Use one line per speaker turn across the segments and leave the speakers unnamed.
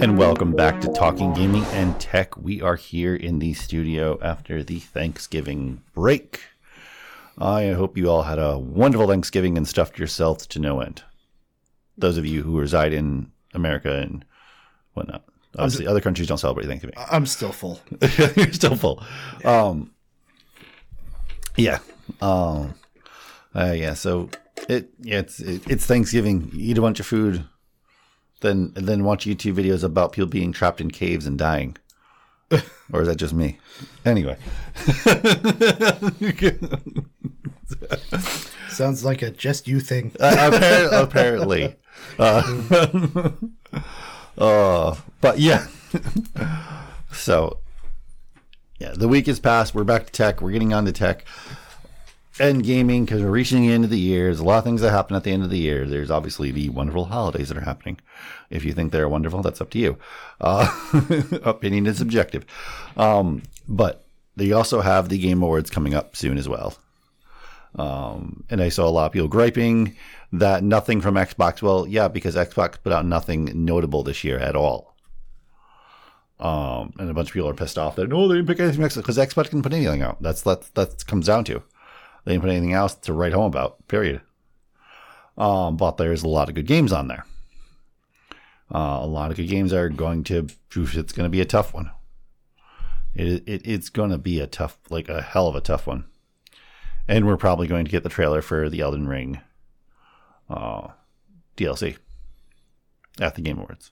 And welcome back to Talking Gaming and Tech. We are here in the studio after the Thanksgiving break. I hope you all had a wonderful Thanksgiving and stuffed yourselves to no end. Those of you who reside in America and whatnot. Obviously, other countries don't celebrate Thanksgiving.
I'm still full.
You're still full. Um, yeah. Um, uh, yeah. So it yeah it's it, it's Thanksgiving. Eat a bunch of food, then and then watch YouTube videos about people being trapped in caves and dying. or is that just me? Anyway.
Sounds like a just you thing.
Uh, appar- apparently. Uh, uh, but yeah. so, yeah, the week has passed. We're back to tech. We're getting on to tech and gaming because we're reaching the end of the year. There's a lot of things that happen at the end of the year. There's obviously the wonderful holidays that are happening. If you think they're wonderful, that's up to you. Uh, opinion is subjective. Um, but they also have the Game Awards coming up soon as well. Um, and I saw a lot of people griping that nothing from Xbox. Well, yeah, because Xbox put out nothing notable this year at all. Um, and a bunch of people are pissed off that no, they didn't pick anything from Xbox because Xbox didn't put anything out. That's that that comes down to they didn't put anything else to write home about. Period. Um, but there's a lot of good games on there. Uh, a lot of good games are going to. Oof, it's going to be a tough one. It, it it's going to be a tough, like a hell of a tough one and we're probably going to get the trailer for the Elden Ring uh, DLC at the Game Awards.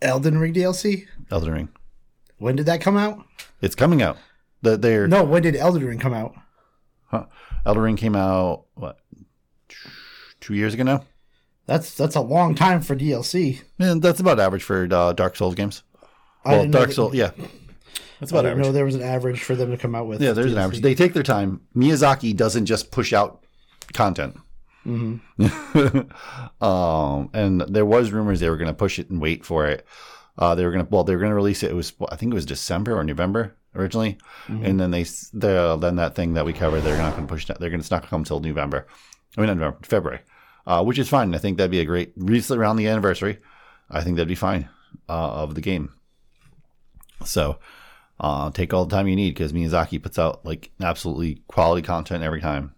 Elden Ring DLC?
Elden Ring,
When did that come out?
it's coming out. The their
No, when did Elden Ring come out?
huh. Elden Ring came out what two years ago now,
That's that's a long time for DLC.
and that's about average for uh, Dark Souls games.
I
Well,
didn't know
Dark
that-
Souls, yeah, that's
I
about
didn't
average.
know there was an average for them to come out with.
Yeah, there's an
DLC.
average. They take their time. Miyazaki doesn't just push out content. um, and there was rumors they were going to push it and wait for it. Uh, they were going to well, they were going to release it. It was I think it was December or November originally, and then they s- the then that thing that we covered they're not going to push that. They're going to not gonna come until November. I mean not November, February, uh, which is fine. I think that'd be a great recently around the anniversary. I think that'd be fine uh, of the game. So, uh, take all the time you need because Miyazaki puts out like absolutely quality content every time.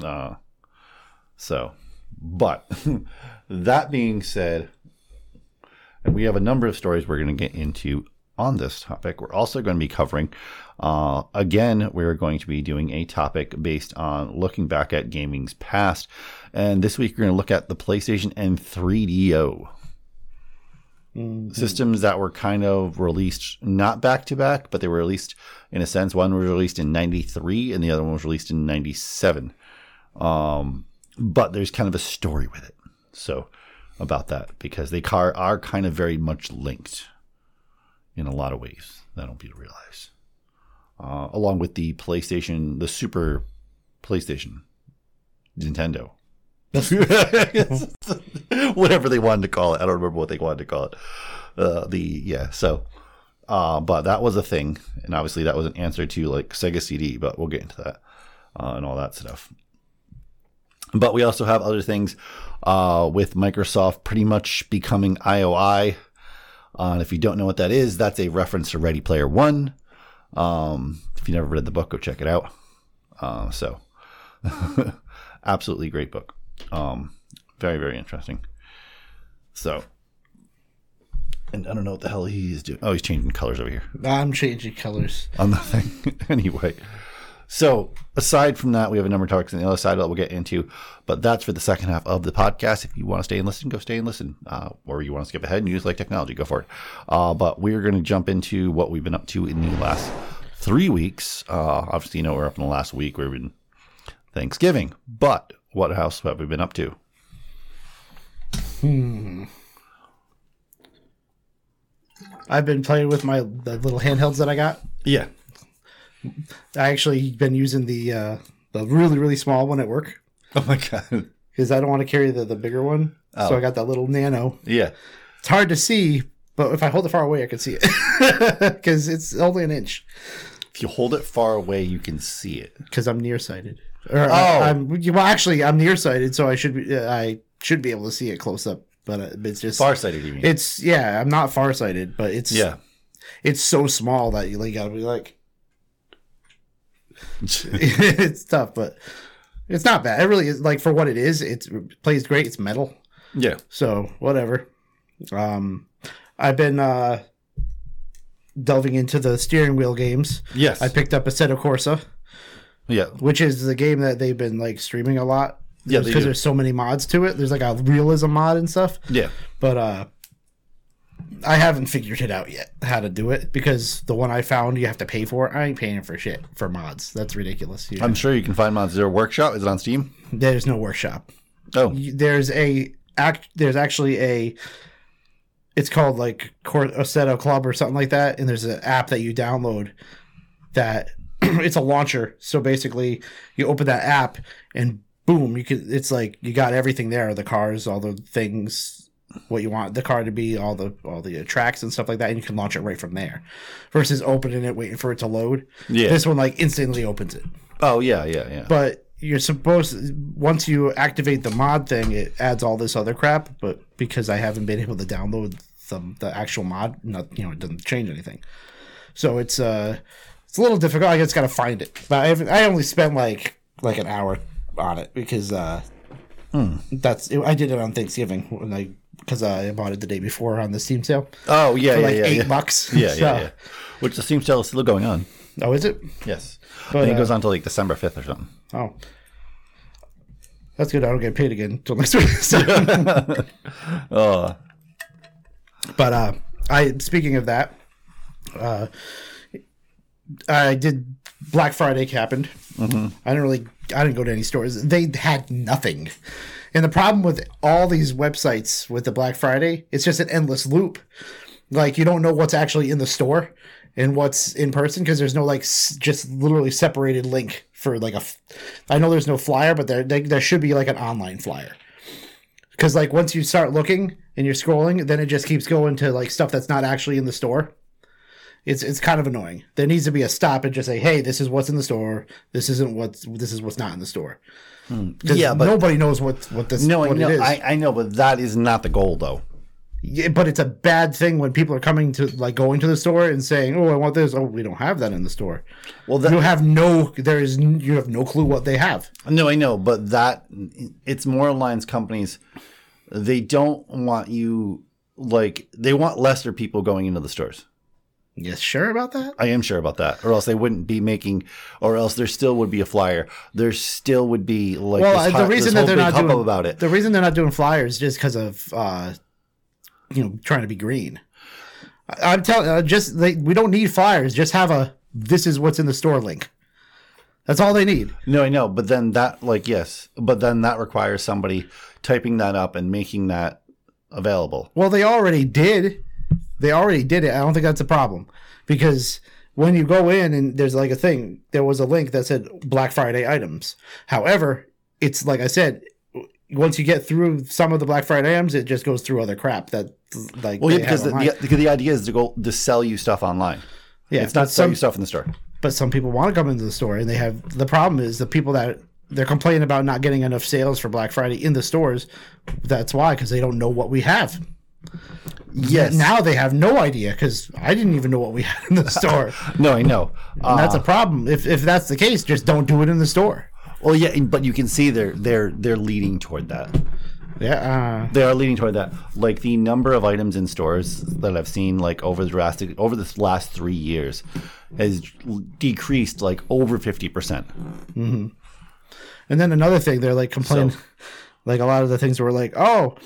Uh, so, but that being said, and we have a number of stories we're going to get into on this topic. We're also going to be covering, uh, again, we're going to be doing a topic based on looking back at gaming's past. And this week, we're going to look at the PlayStation and 3DO
Mm.
systems that were kind of released not back to back, but they were released in a sense. One was released in '93, and the other one was released in '97. Um, but there's kind of a story with it, so about that because they car are kind of very much linked in a lot of ways that don't people realize. Uh, along with the PlayStation, the Super PlayStation, Nintendo, whatever they wanted to call it. I don't remember what they wanted to call it. Uh, the yeah, so uh, but that was a thing, and obviously that was an answer to like Sega CD, but we'll get into that uh, and all that stuff. But we also have other things uh, with Microsoft pretty much becoming IOI. Uh, and if you don't know what that is, that's a reference to Ready Player One. Um, if you never read the book, go check it out. Uh, so, absolutely great book. Um, very, very interesting. So, and I don't know what the hell he's doing. Oh, he's changing colors over here
I'm changing colors.
on the thing. anyway, so aside from that, we have a number of topics on the other side that we'll get into, but that's for the second half of the podcast. If you want to stay and listen, go stay and listen, uh, or you want to skip ahead and use like technology, go for it. Uh, but we're going to jump into what we've been up to in the last three weeks. Uh, obviously, you know, we're up in the last week. We've been Thanksgiving, but what else have we been up to?
I've been playing with my the little handhelds that I got.
Yeah.
I actually been using the uh, the really really small one at work
Oh my god. Oh.
because I don't want to carry the the bigger one. So I got that little nano.
Yeah.
It's hard to see, But if I hold it far away, I can see it because it's only an inch.
If you hold it far away, you can see it.
Because I'm nearsighted. Or oh, I, am well, actually, I'm nearsighted, so I should be uh, I should be able to see it close up. But uh, it's just
Farsighted, you mean?
it's yeah. I'm not farsighted, but it's
yeah.
It's so small that you like, gotta be like it's tough, but it's not bad. It really is like for what it is. It's, it plays great. It's metal,
yeah.
so whatever. Um, I've been uh delving into the steering wheel games.
Yes.
I picked up a set of Corsa,
yeah.
which is the game that they've been like streaming a lot.
Yeah, they
because
do.
there's so many mods to it. There's like a realism mod and stuff,
Yeah.
but uh. I haven't figured it out yet how to do it because the one I found you have to pay for. I ain't paying for shit for mods. That's ridiculous. You-
I'm sure you can find Mods Zero Workshop. Is it on Steam?
there's no workshop.
Oh,
you- there's a act there's actually a it's called like Cor- Assetto Club or something like that and there's an app that you download that it's a launcher so basically you open that app and boom you can it's like you got everything there the cars all the things what you want the car to be all the all the tracks and stuff like that and you can launch it right from there versus opening it waiting for it to load
yeah.
this one like instantly opens it
oh, yeah, yeah, yeah.
but you're supposed once you activate the mod thing it adds all this other crap but because i haven't been able to download the, the actual mod not you know it doesn't change anything so it's uh it's a little difficult i just gotta find it but i haven't, i only spent like like an hour on it because uh
Hmm.
that's i did it on thanksgiving when i because i bought it the day before on the steam sale
oh, yeah,
for
yeah,
like
yeah,
eight
yeah.
bucks
Yeah, yeah,
So-
yeah. Which the Steam sale is still going on. uh,
oh is it
Yes. I think it goes on till like December 5th or something.
Oh. That's good. I don't get paid again until next week. oh. But uh, I speaking of that, uh, I did Black Friday happened. I didn't really. I didn't go to any stores. They had nothing. And the problem with all these websites with the Black Friday, it's just an endless loop. Like you don't know what's actually in the store and what's in person because there's no like s- just literally separated link for like a. F- I know there's no flyer, but there they, there should be like an online flyer. Because like once you start looking and you're scrolling, then it just keeps going to like stuff that's not actually in the store. It's it's kind of annoying. There needs to be a stop and just say, "Hey, this is what's in the store. This isn't what's this is what's not in the store." 'Cause
Hmm. Yeah, but-
nobody knows what what this
No, I
what
know,
it is.
I, I know, but that is not the goal, though.
Yeah, but it's a bad thing when people are coming to like going to the store and saying, "Oh, I want this." Oh, we don't have that in the store.
Well,
You
that,
have no. There is. n- You have no clue what they have.
no, I know, but that it's more aligns companies. They don't want you like they want lesser people going into the stores.
Yes, sure about that.
I am sure about that, or else they wouldn't be making, or else there still would be a flyer. There still would be like
Well,
this
uh,
hot-
the reason
this
that
whole
they're
big
not
hubbub
doing
about it.
The reason they're not doing flyers is just because of, uh, you know, trying to be green. I- I'm telling. Uh, just they, we don't need flyers. Just have a. This is what's in the store link. That's all they need.
No, I know, but then that like yes, but then that requires somebody typing that up and making that available.
Well, they already did. They already did it. I don't think that's a problem because when you go in and there's like a thing, there was a link that said Black Friday items. However, it's like I said, w- once you get through some of the Black Friday items, it just goes through other crap that like
Well, yeah,
they
because the,
have online.
the, because the idea is to go to sell you stuff online.
yeah,
It's not
but
sell
some
you stuff in the store.
but some people want to come into the store and they have the problem is the people that they're complaining about not getting enough sales for Black Friday in the stores. That's why because they don't know what we have.
Yes.
Now they have no idea because I didn't even know what we had in the store.
no, I know. Uh,
And that's a problem. If, if that's the case, just don't do it in the store.
well, yeah, but you can see they're they're they're leading toward that.
Yeah. Uh,
They are leading toward that. Like the number of items in stores that I've seen, like over the drastic over this last three years, has decreased like over fifty percent.
and then another thing, they're like complaining,
So-
like a lot of the things were like, oh,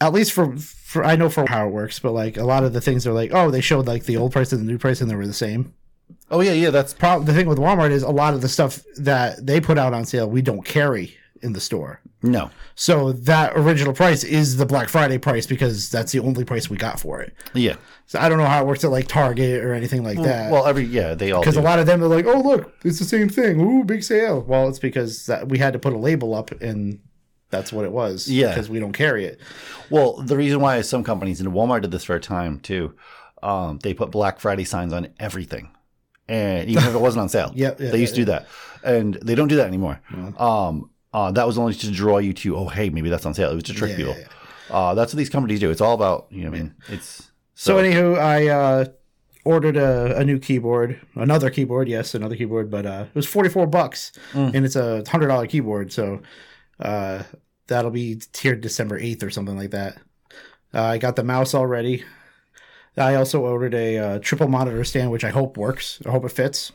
at least for, for I know for how it works, but like a lot of the things are like, oh, they showed like the old price and the new price and they were the same.
Oh yeah, yeah, that's
Problem. The thing with Walmart is a lot of the stuff that they put out on sale we don't carry in the store.
no.
So that original price is the Black Friday price because that's the only price we got for it.
Yeah.
So I don't know how it works at like Target or anything like that.
Well, every yeah, they all
because
do.
a lot of them are like, "Oh, look, it's the same thing. Ooh, big sale." Well, it's because that we had to put a label up, and That's what it was.
Yeah.
Because we don't carry it.
Well, the reason why is some companies, and Walmart did this for a time too, um, they put Black Friday signs on everything, and even if it wasn't on sale,
Yeah, yeah,
they used to
yeah,
do that, and they don't do that anymore. Um, uh, that was only to draw you to, oh hey, maybe that's on sale. It was to trick
Yeah,
people.
yeah,
Uh, that's what these companies do. It's all about you know, what I mean, it's
So, anywho, I uh, ordered a, a new keyboard, another keyboard. Yes, another keyboard, but uh, it was forty four bucks, and it's a hundred dollar keyboard. So uh, that'll be tiered December eighth or something like that. Uh, I got the mouse already. I also ordered a uh, triple monitor stand, which I hope works. I hope it fits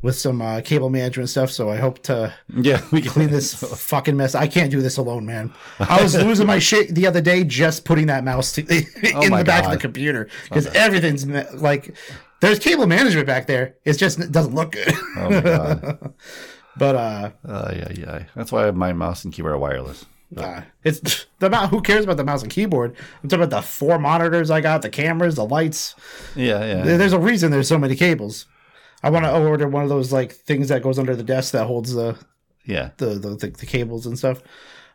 with some uh, cable management stuff. So I hope to
yeah, we
clean
can.
this fucking mess. I can't do this alone, man. I was losing my shit the other day just putting that mouse to, in
Oh my
the back
God.
of
Oh
the computer because everything's me- like there's cable management back there. It's just it doesn't look good.
Oh my god,
but uh,
uh, yeah, yeah. That's why my mouse and keyboard are wireless.
nah. it's the mouse. Who cares about the mouse and keyboard? I'm talking about the four monitors I got, the cameras, the lights.
Yeah, yeah.
There- There's a reason there's so many cables. I want to order one of those like things that goes under the desk that holds the
Yeah.
the the, the, the cables and stuff.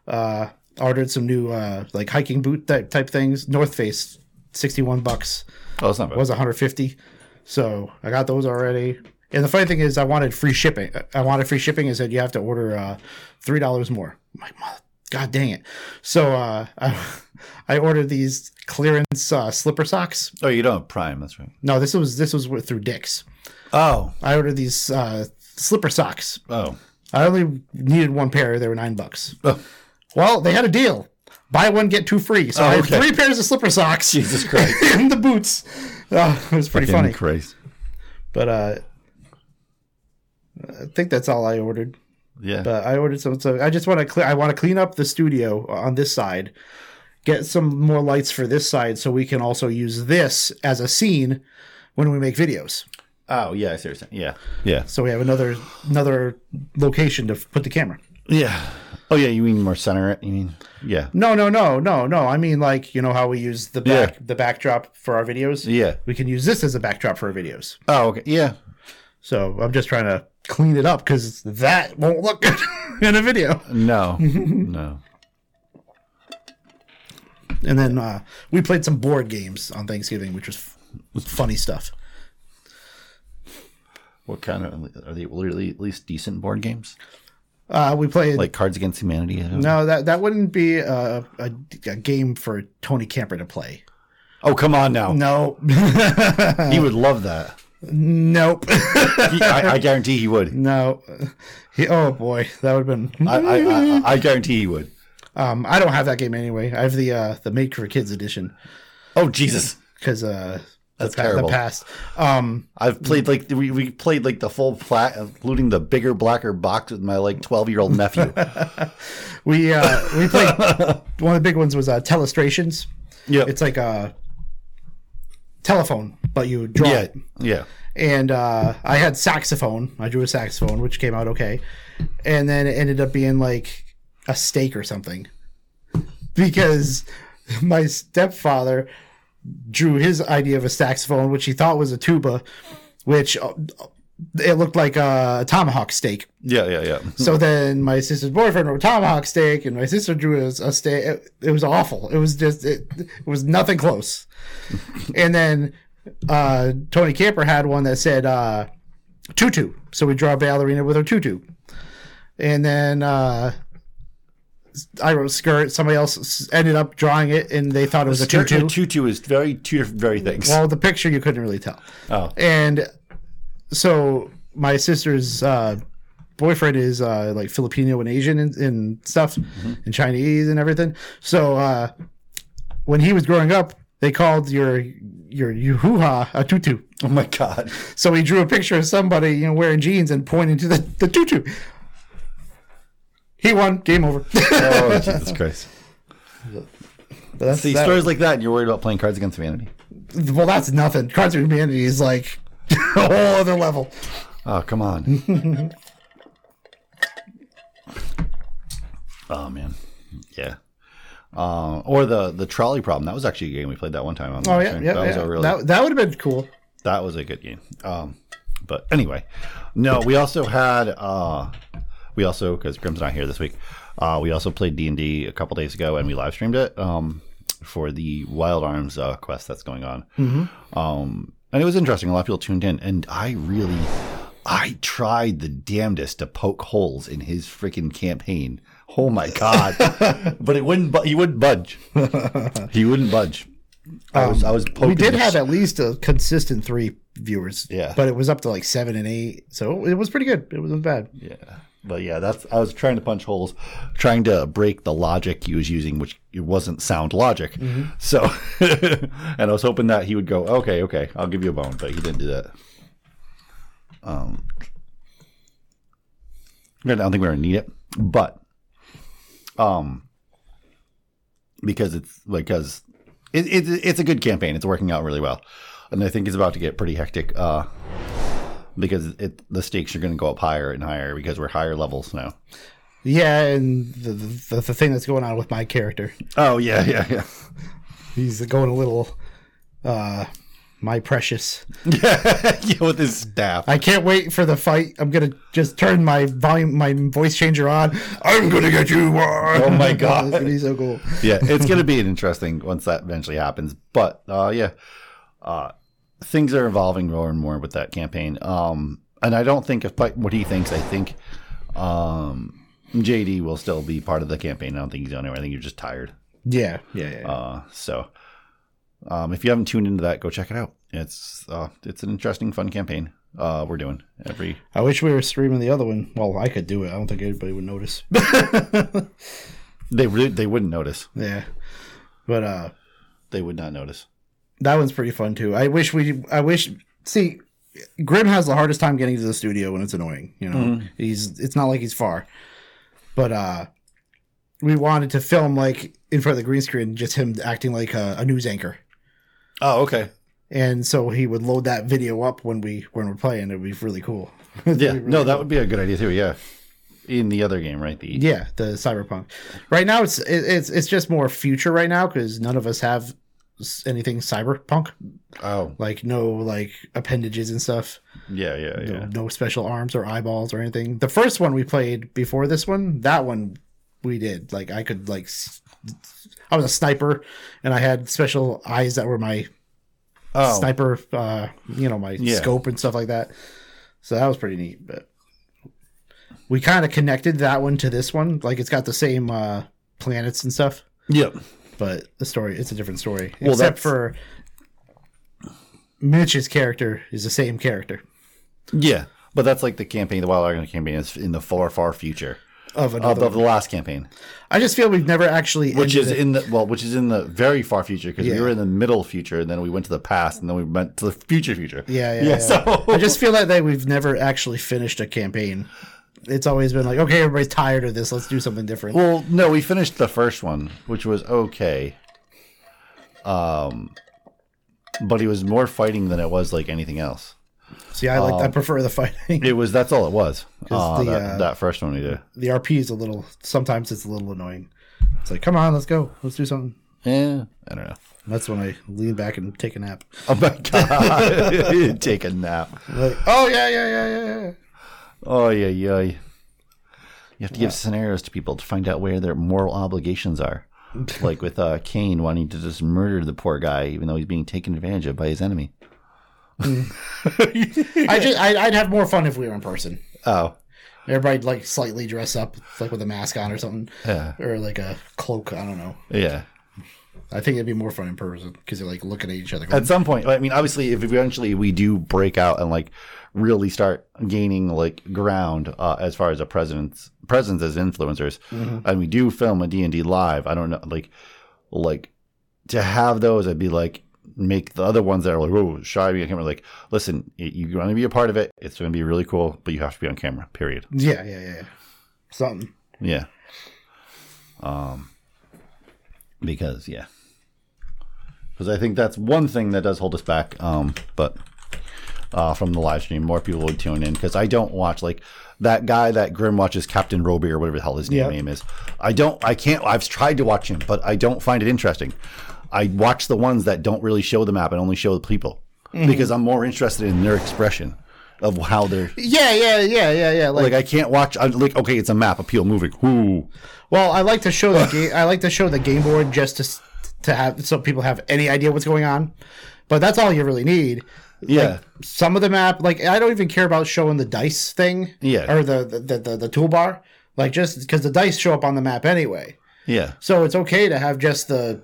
Uh, ordered some new uh, like hiking boot type, type things. North Face, sixty one bucks
Oh, it's not bad.
was one hundred fifty, so I got those already. And the funny thing is, I wanted free shipping. I wanted free shipping. It said you have to order uh, three dollars more. I'm like, "Mother- God dang it! So uh, I, I ordered these clearance uh, slipper socks.
Oh, you don't have Prime. That's right.
No, this was this was through Dick's.
Oh,
I ordered these uh, slipper socks.
oh,
I only needed one pair. They were nine bucks.
Oh.
Well, they had a deal: buy one get two free. So I had
okay.
three pairs of slipper socks
Jesus Christ!
and the boots. Uh, it was pretty funny.
Christ.
But uh, I think that's all I ordered.
Yeah.
But I ordered some. So I just want to clear. I want to clean up the studio on this side. Get some more lights for this side, so we can also use this as a scene when we make videos.
oh, yeah. Seriously. Yeah. Yeah.
So we have another another location to f- put the camera.
Yeah. Oh, yeah. You mean more center it? You mean? Yeah.
No, no, no, no, no. I mean, like you know how we use the back
Yeah.
the backdrop for our videos.
Yeah.
we can use this as a backdrop for our videos.
Oh, okay. Yeah.
So I'm just trying to clean it up because that won't look good in a video.
No. no.
And then uh, we played some board games on Thanksgiving, which was f- was funny stuff.
What kind of are they? Really, at least decent board games
Uh, we played
like Cards Against Humanity. I don't-
no that that wouldn't be a, a, a game for Tony Camper to play.
Oh, come on now.
No,
He would love that.
nope,
He, I, I guarantee he would.
no. He, oh boy, that would have been.
I, I,
Mm-hmm.
I, I guarantee he would.
Um, I don't have that game anyway. I have the uh, the Made for Kids edition.
Oh, Jesus.
because uh,
That's
the, pa-
terrible.
the past. Um,
I've played like we, we played like the full plat, including the bigger blacker box with my like twelve year old nephew.
we uh, we played one of the big ones was uh, Telestrations.
yeah,
It's like a telephone, but you draw
yeah,
it.
yeah.
And uh, I had saxophone. I drew a saxophone, which came out okay. And then it ended up being like a steak or something because my stepfather drew his idea of a saxophone, which he thought was a tuba, which uh, it looked like a tomahawk steak.
Yeah, yeah, yeah.
So then my sister's boyfriend wrote tomahawk steak, and my sister drew a, a steak. It, it was awful. It was just it, it was nothing close. and then uh, Tony Camper had one that said uh, tutu. So we draw a ballerina with her tutu, and then uh, I wrote skirt. Somebody else s- ended up drawing it, and they thought it was a
Skirt
tutu.
and tutu is very two different very things.
Well, the picture you couldn't really tell.
Oh.
And so my sister's uh, boyfriend is uh, like Filipino and Asian and, and stuff,
Mm-hmm.
and Chinese and everything. So uh, when he was growing up, they called your your yuhuha a tutu.
oh my god.
So he drew a picture of somebody you know wearing jeans and pointing to the, the tutu. He won. Game over.
Oh Jesus Christ.
That's
See
that.
stories like that, and you're worried about playing Cards Against Humanity.
Well, that's nothing. Cards of Humanity is like a whole other level.
Oh come on. oh man. Yeah. Um, or the the trolley problem. That was actually a game we played that one time on.
Oh yeah, yeah,
that was
yeah.
a really
that, that would have been cool.
that was a good game. Um, but anyway, no, we also had uh, We also, because Grim's not here this week, uh, we also played D and D a couple days ago, and we live streamed it um, for the Wild Arms uh, quest that's going on.
Mm-hmm.
Um, and it was interesting. A lot of people tuned in, and I really, I tried the damnedest to poke holes in his freaking campaign. Oh my god! but it wouldn't. Bu- he wouldn't budge. he wouldn't budge. I was. I was poking.
Um, we did
the
have at least a consistent three viewers.
Yeah.
But it was up to like seven and eight. So it was pretty good. It wasn't bad.
Yeah. But yeah, that's I was trying to punch holes, trying to break the logic he was using, which it wasn't sound logic. So, and I was hoping that he would go, okay, okay, I'll give you a bone, but he didn't do that. Um, I don't think we're gonna need it, but um, because it's because it, it, it's a good campaign, it's working out really well, and I think it's about to get pretty hectic. Uh, because it, the stakes are going to go up higher and higher because we're higher levels now.
Yeah, and the, the the thing that's going on with my character,
Oh yeah, yeah, yeah.
he's going a little, uh, my precious.
yeah with his staff.
I can't wait for the fight. I'm gonna just turn my volume, my voice changer on. I'm gonna get you. Oh
my
it's
God.
gonna be so cool.
yeah, it's going to be an interesting once that eventually happens. But uh, yeah, uh, things are evolving more and more with that campaign. Um, and I don't think if Pike- what he thinks, I think um, JD will still be part of the campaign. I don't think he's going anywhere. I think you're just tired.
Yeah, yeah, yeah.
Uh, so um, if you haven't tuned into that, go check it out. It's uh, it's an interesting, fun campaign. Uh, we're doing every
I wish we were streaming the other one. Well, I could do it. I don't think anybody would notice.
they really, they wouldn't notice.
yeah, but uh,
They would not notice.
that one's pretty fun too. I wish we. I wish. See, Grim has the hardest time getting to the studio when it's annoying. You know,
Mm.
he's. It's not like he's far, but uh, we wanted to film like in front of the green screen, just him acting like a, a news anchor.
Oh, okay.
and so he would load that video up when we when we're playing. It'd be really cool.
Yeah. No, that would be a good idea too. Yeah. In the other game, right? The
yeah, the cyberpunk. Right now, it's it, it's it's just more future right now because none of us have s- anything cyberpunk,
oh,
like no like appendages and stuff,
yeah, yeah,
no,
yeah.
no special arms or eyeballs or anything. The first one we played before this one, that one we did. Like I could like, s- I was a sniper, and I had special eyes that were my
Oh,
sniper, uh, you know, my
Yeah.
scope and stuff like that. So that was pretty neat. But we kind of connected that one to this one. Like it's got the same uh, planets and stuff,
yep.
but the story it's a different story.
Well, that's-
Except for Mitch's character is the same character
Yeah, but that's like the campaign, the Wild Argon campaign, is in the far, far future
of
of,
another.
of the last campaign,
I just feel we've never actually
which
ended
is
it.
in the well, which is in the very far future because
Yeah.
we were in the middle future, and then we went to the past, and then we went to the future, future.
Yeah, yeah,
yeah.
yeah.
So
I just feel like that we've never actually finished a campaign. It's always been like, okay, everybody's tired of this. Let's do something different.
Well, no, we finished the first one, which was okay. Um, but it was more fighting than it was like anything else.
See, I like
Um,
I prefer the fighting.
It was that's all it was.
Because
Uh,
the,
that,
uh,
that first one we did,
the RP is a little sometimes it's a little annoying. It's like, come on, let's go, let's do something.
yeah, I don't know.
And that's when I lean back and take a nap.
Oh my god, take a nap.
Like, oh yeah, yeah, yeah, yeah, yeah.
Oh yeah, yeah. You have to give scenarios to people to find out where their moral obligations are. like with uh, Cain wanting to just murder the poor guy, even though he's being taken advantage of by his enemy.
I just I, I'd have more fun if we were in person.
Oh,
Everybody like slightly dress up, like with a mask on or something,
Yeah.
or like a cloak. I don't know.
yeah.
I think it'd be more fun in person because they're like looking at each other.
at some point i mean obviously if eventually we do break out and like really start gaining like ground uh, as far as a presence presence as influencers and we do film a d&d live i don't know like like to have those i'd be like make the other ones that are like oh shy be on camera like listen y- you want to be a part of it it's going to be really cool but you have to be on camera period
yeah, yeah, yeah, yeah. Something.
yeah. Um. Because yeah. Because I think that's one thing that does hold us back. Um. But. Uh, from the live stream, more people would tune in because I don't watch like that guy that Grim watches, Captain Roby or whatever the hell his
Yep.
name is. I don't, I can't. I've tried to watch him, but I don't find it interesting. I watch the ones that don't really show the map and only show the people because I'm more interested in their expression of how they're
Yeah, yeah, yeah, yeah, yeah. Like,
like. I can't watch. I'm like, okay, it's a map, appeal, moving. Whoo.
well, I like to show the game. I like to show the game board just to s- to have so people have any idea what's going on. But that's all you really need.
Yeah.
Some of the map, like I don't even care about showing the dice thing.
Yeah.
Or the the the, the, the toolbar, like just because the dice show up on the map anyway.
yeah.
So it's okay to have just the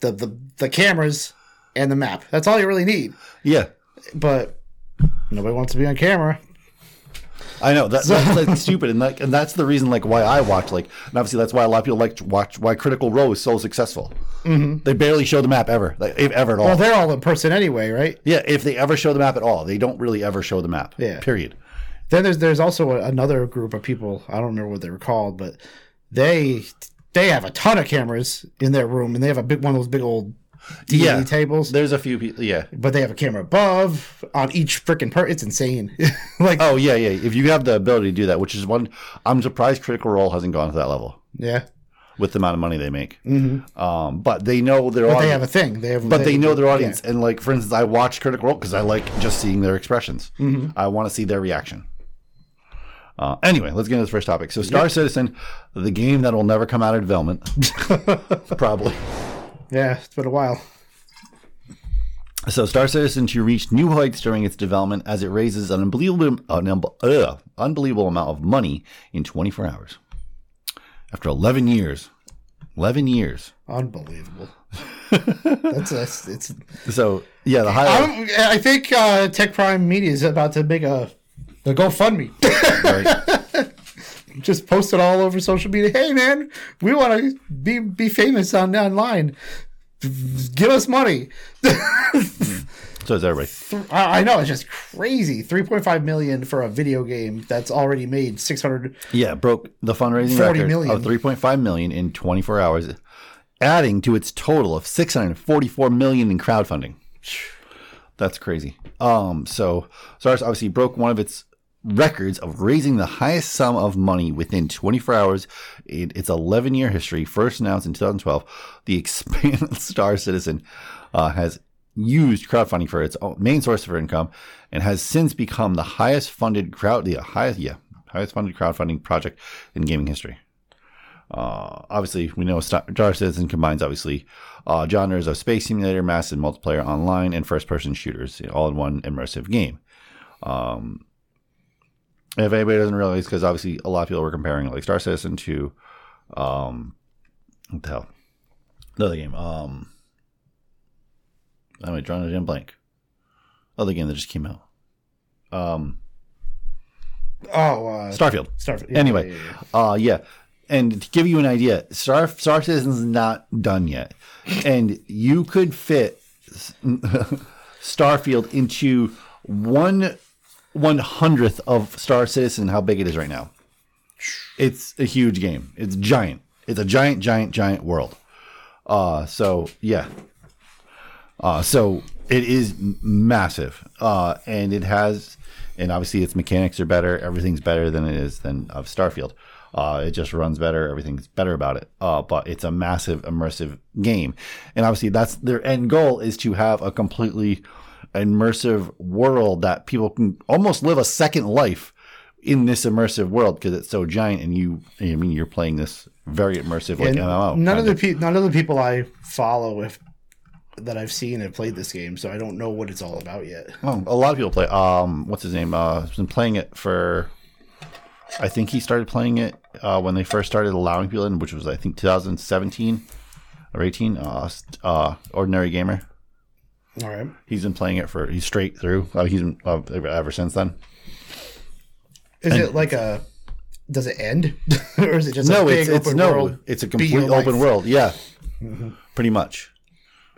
the the, the cameras and the map. That's all you really need.
Yeah.
But nobody wants to be on camera.
I know that, that's like stupid, and like, and that's the reason like why I watch like, and obviously that's why a lot of people like to watch why Critical Role is so successful. Mm-hmm. They barely show the map ever, like if ever at all.
Well, they're all in person anyway, right?
yeah, if they ever show the map at all, they don't really ever show the map.
Yeah.
Period.
Then there's there's also a, another group of people. I don't remember what they were called, but they they have a ton of cameras in their room, and they have a big one of those big old DVD
Yeah.
tables.
There's a few people. Yeah.
But they have a camera above on each freaking per. It's insane. like
Oh yeah, yeah. If you have the ability to do that, which is one, I'm surprised Critical Role hasn't gone to that level
yeah,
with the amount of money they make. Mm-hmm. Um, but they know their
but they
audience.
have a thing. They have,
but they know their audience, and like for instance, I watch Critical Role because I like just seeing their expressions. I want to see their reaction. Uh, anyway, let's get into the first topic. So, Star Citizen, the game that will never come out of development, probably.
Yeah, it's been a while.
So, Star Citizen to reach new heights during its development as it raises an unbelievable, an unbe- ugh, unbelievable amount of money in 24 hours. After 11 years, 11 years.
Unbelievable. That's a, it's.
So, yeah, the highlight.
I'm, I think uh, Tech Prime Media is about to make a the GoFundMe.
right?
Just post it all over social media. Hey man, we want to be be famous on online. Give us money.
So is everybody.
I I know it's just crazy. Three point five million for a video game that's already made six hundred.
Yeah, broke the fundraising
40
record
million.
of 3.5 million in 24 hours, adding to its total of 644 million in crowdfunding. That's crazy. Um, so SARS obviously broke one of its records of raising the highest sum of money within 24 hours in its 11 year history. First announced in 2012, the expanded Star Citizen uh, has used crowdfunding for its own main source of income and has since become the highest funded crowd, the highest, yeah, highest funded crowdfunding project in gaming history. Uh, obviously, we know Star Star Citizen combines obviously uh, genres of space simulator, massive multiplayer online, and first-person shooters you know, all in one immersive game. Um, if anybody doesn't realize, because obviously a lot of people were comparing like Star Citizen to, um, what the hell, the other game. Um, I'm drawing a damn blank. Other game that just came out,
Oh, uh,
Starfield.
Starfield.
anyway, uh, yeah. And to give you an idea, Star Star Citizen's not done yet, and you could fit s- Starfield into one one hundredth of Star Citizen. How big it is right now? It's a huge game. It's giant. It's a giant, giant, giant world. Uh, so yeah, uh, so it is m- massive, uh, and it has, and obviously its mechanics are better. Everything's better than it is than of Starfield. Uh, it just runs better. Everything's better about it. Uh, but it's a massive immersive game, and obviously that's their end goal is to have a completely immersive world that people can almost live a second life in this immersive world because it's so giant and you i mean you're playing this very immersive like
And
mmo
none
kind
of the pe- none of the people I follow if that I've seen have played this game, so I don't know what it's all about yet.
Oh, a lot of people play. Um, what's his name? Uh, has been playing it for. I think he started playing it uh, when they first started allowing people in, which was I think 2017 or 18. Uh, st- uh, ordinary gamer.
All right.
He's been playing it for he's straight through. Uh, he's been, uh, ever- ever since then.
Is it like a? Does it end, or is it just A
No,
big
it's it's
open
no,
world?
it's a
Be
complete
your
open
life. Mm-hmm.
world. Yeah, pretty much.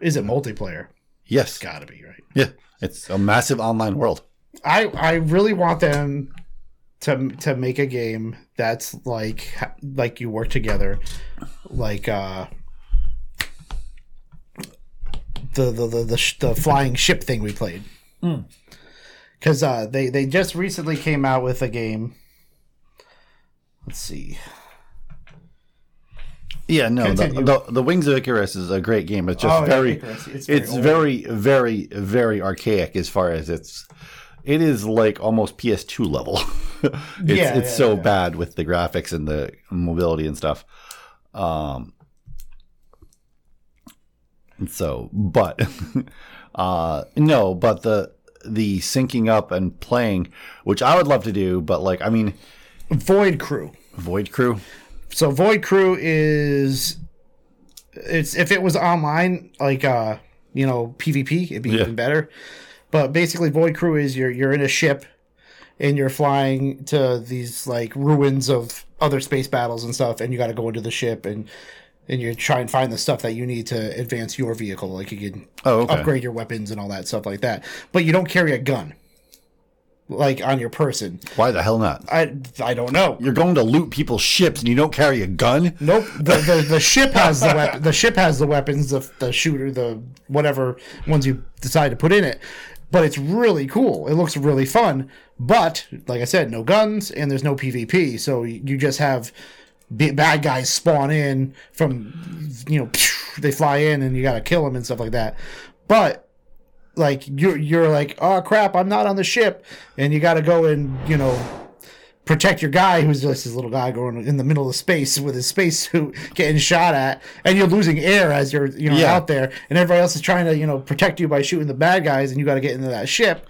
Is it multiplayer?
Yes,
Gotta be right.
yeah, it's a massive online world.
I I really want them to to make a game that's like like you work together, like uh. The the the the, sh- the flying ship thing we played, because uh, they they just recently came out with a game. Let's see.
Yeah, no, the,
Continue.
the the Wings of Icarus is a great game. It's just
Oh, yeah,
very,
Icarus. It's
it's,
very old.
very, very, very, archaic as far as its it is like almost PS2 level. it's
Yeah,
it's
yeah,
so
yeah.
bad with the graphics and the mobility and stuff. Um, and so, but uh, no, but the the syncing up and playing, which I would love to do, but like I mean,
Void Crew.
Void Crew.
So Void Crew is it's if it was online like uh you know PvP it'd be
Yeah.
even better. But basically Void Crew is you're you're in a ship and you're flying to these like ruins of other space battles and stuff and you got to go into the ship and and you try and find the stuff that you need to advance your vehicle like you can
Oh, okay.
upgrade your weapons and all that stuff like that. But you don't carry a gun like on your person.
Why the hell not?
I I don't know.
You're going to loot people's ships and you don't carry a gun.
Nope. The, the the ship has the weapon. The ship has the weapons. The the shooter. The whatever ones you decide to put in it. But it's really cool. It looks really fun. But like I said, no guns and there's no PvP. So you just have b- bad guys spawn in from you know they fly in and you gotta kill them and stuff like that. But like you're you're like oh crap I'm not on the ship and you gotta go and you know protect your guy who's just this little guy going in the middle of space with his spacesuit getting shot at and you're losing air as you're you know
Yeah.
out there and everybody else is trying to you know protect you by shooting the bad guys and you got to get into that ship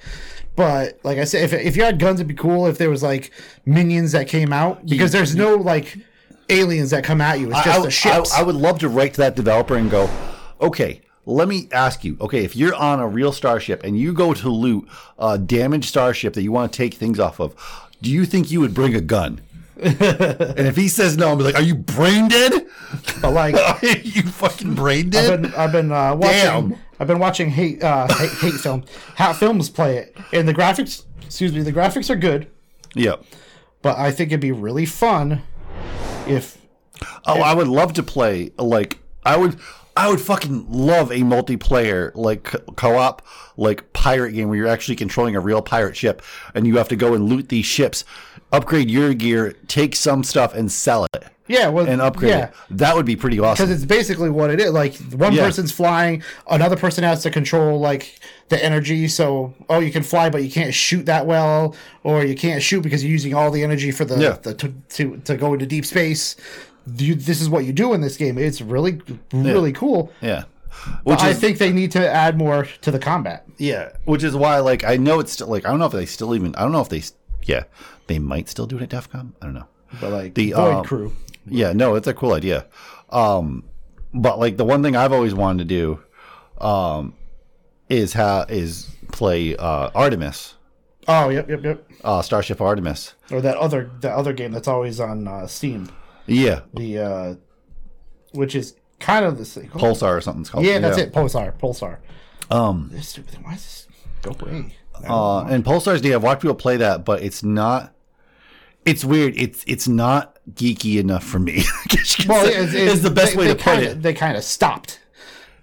but like i said if, if you had guns it'd be cool if there was like minions that came out because there's no like aliens that come at you it's
I-
just
I,
the ships
I, I would love to write to that developer and go, okay, let me ask you. Okay, if you're on a real starship and you go to loot a damaged starship that you want to take things off of, do you think you would bring a gun? and if he says no, I'm like, are you brain dead?
but like
Are you fucking brain
I've
dead?
been I've been uh, watching
Damn.
I've been watching hate uh, hate, hate film how films play it and the graphics excuse me the graphics are good
yeah.
but I think it'd be really fun if
Oh, I would love to play like I would. I would fucking love a multiplayer like co- co-op like pirate game where you're actually controlling a real pirate ship and you have to go and loot these ships, upgrade your gear, take some stuff and sell it
yeah well,
and upgrade
yeah
it. That would be pretty
because
awesome.
it's basically what it is like one
Yeah.
person's flying another person has to control like the energy so oh you can fly but you can't shoot that well or you can't shoot because you're using all the energy for the,
Yeah.
the to, to to go into deep space. You, this is what you do in this game. It's really really cool.
Yeah. Which
I
is
think they need to add more to the combat.
yeah, which is why like I know it's still like I don't know if they still even I don't know if they s- yeah, they might still do it at DEF CON. I don't know.
But like
The,
Void
um,
Crew,
Yeah, no, it's a cool idea. Um, but like the one thing I've always wanted to do, um, is ha- is play uh, Artemis,
oh yep yep yep,
uh, Starship Artemis.
or that other that other game that's always on uh, Steam,
Yeah,
the uh, which is kind of the same.
Pulsar or something. It's called.
yeah, that's it. Pulsar, Pulsar.
Um,
This stupid thing. Why is this go away?
Uh, and Pulsar's Day, I've watched people play that, but it's not. It's weird. It's it's not geeky enough for me. well, it's, the best way to put
kinda,
it.
They kind of stopped.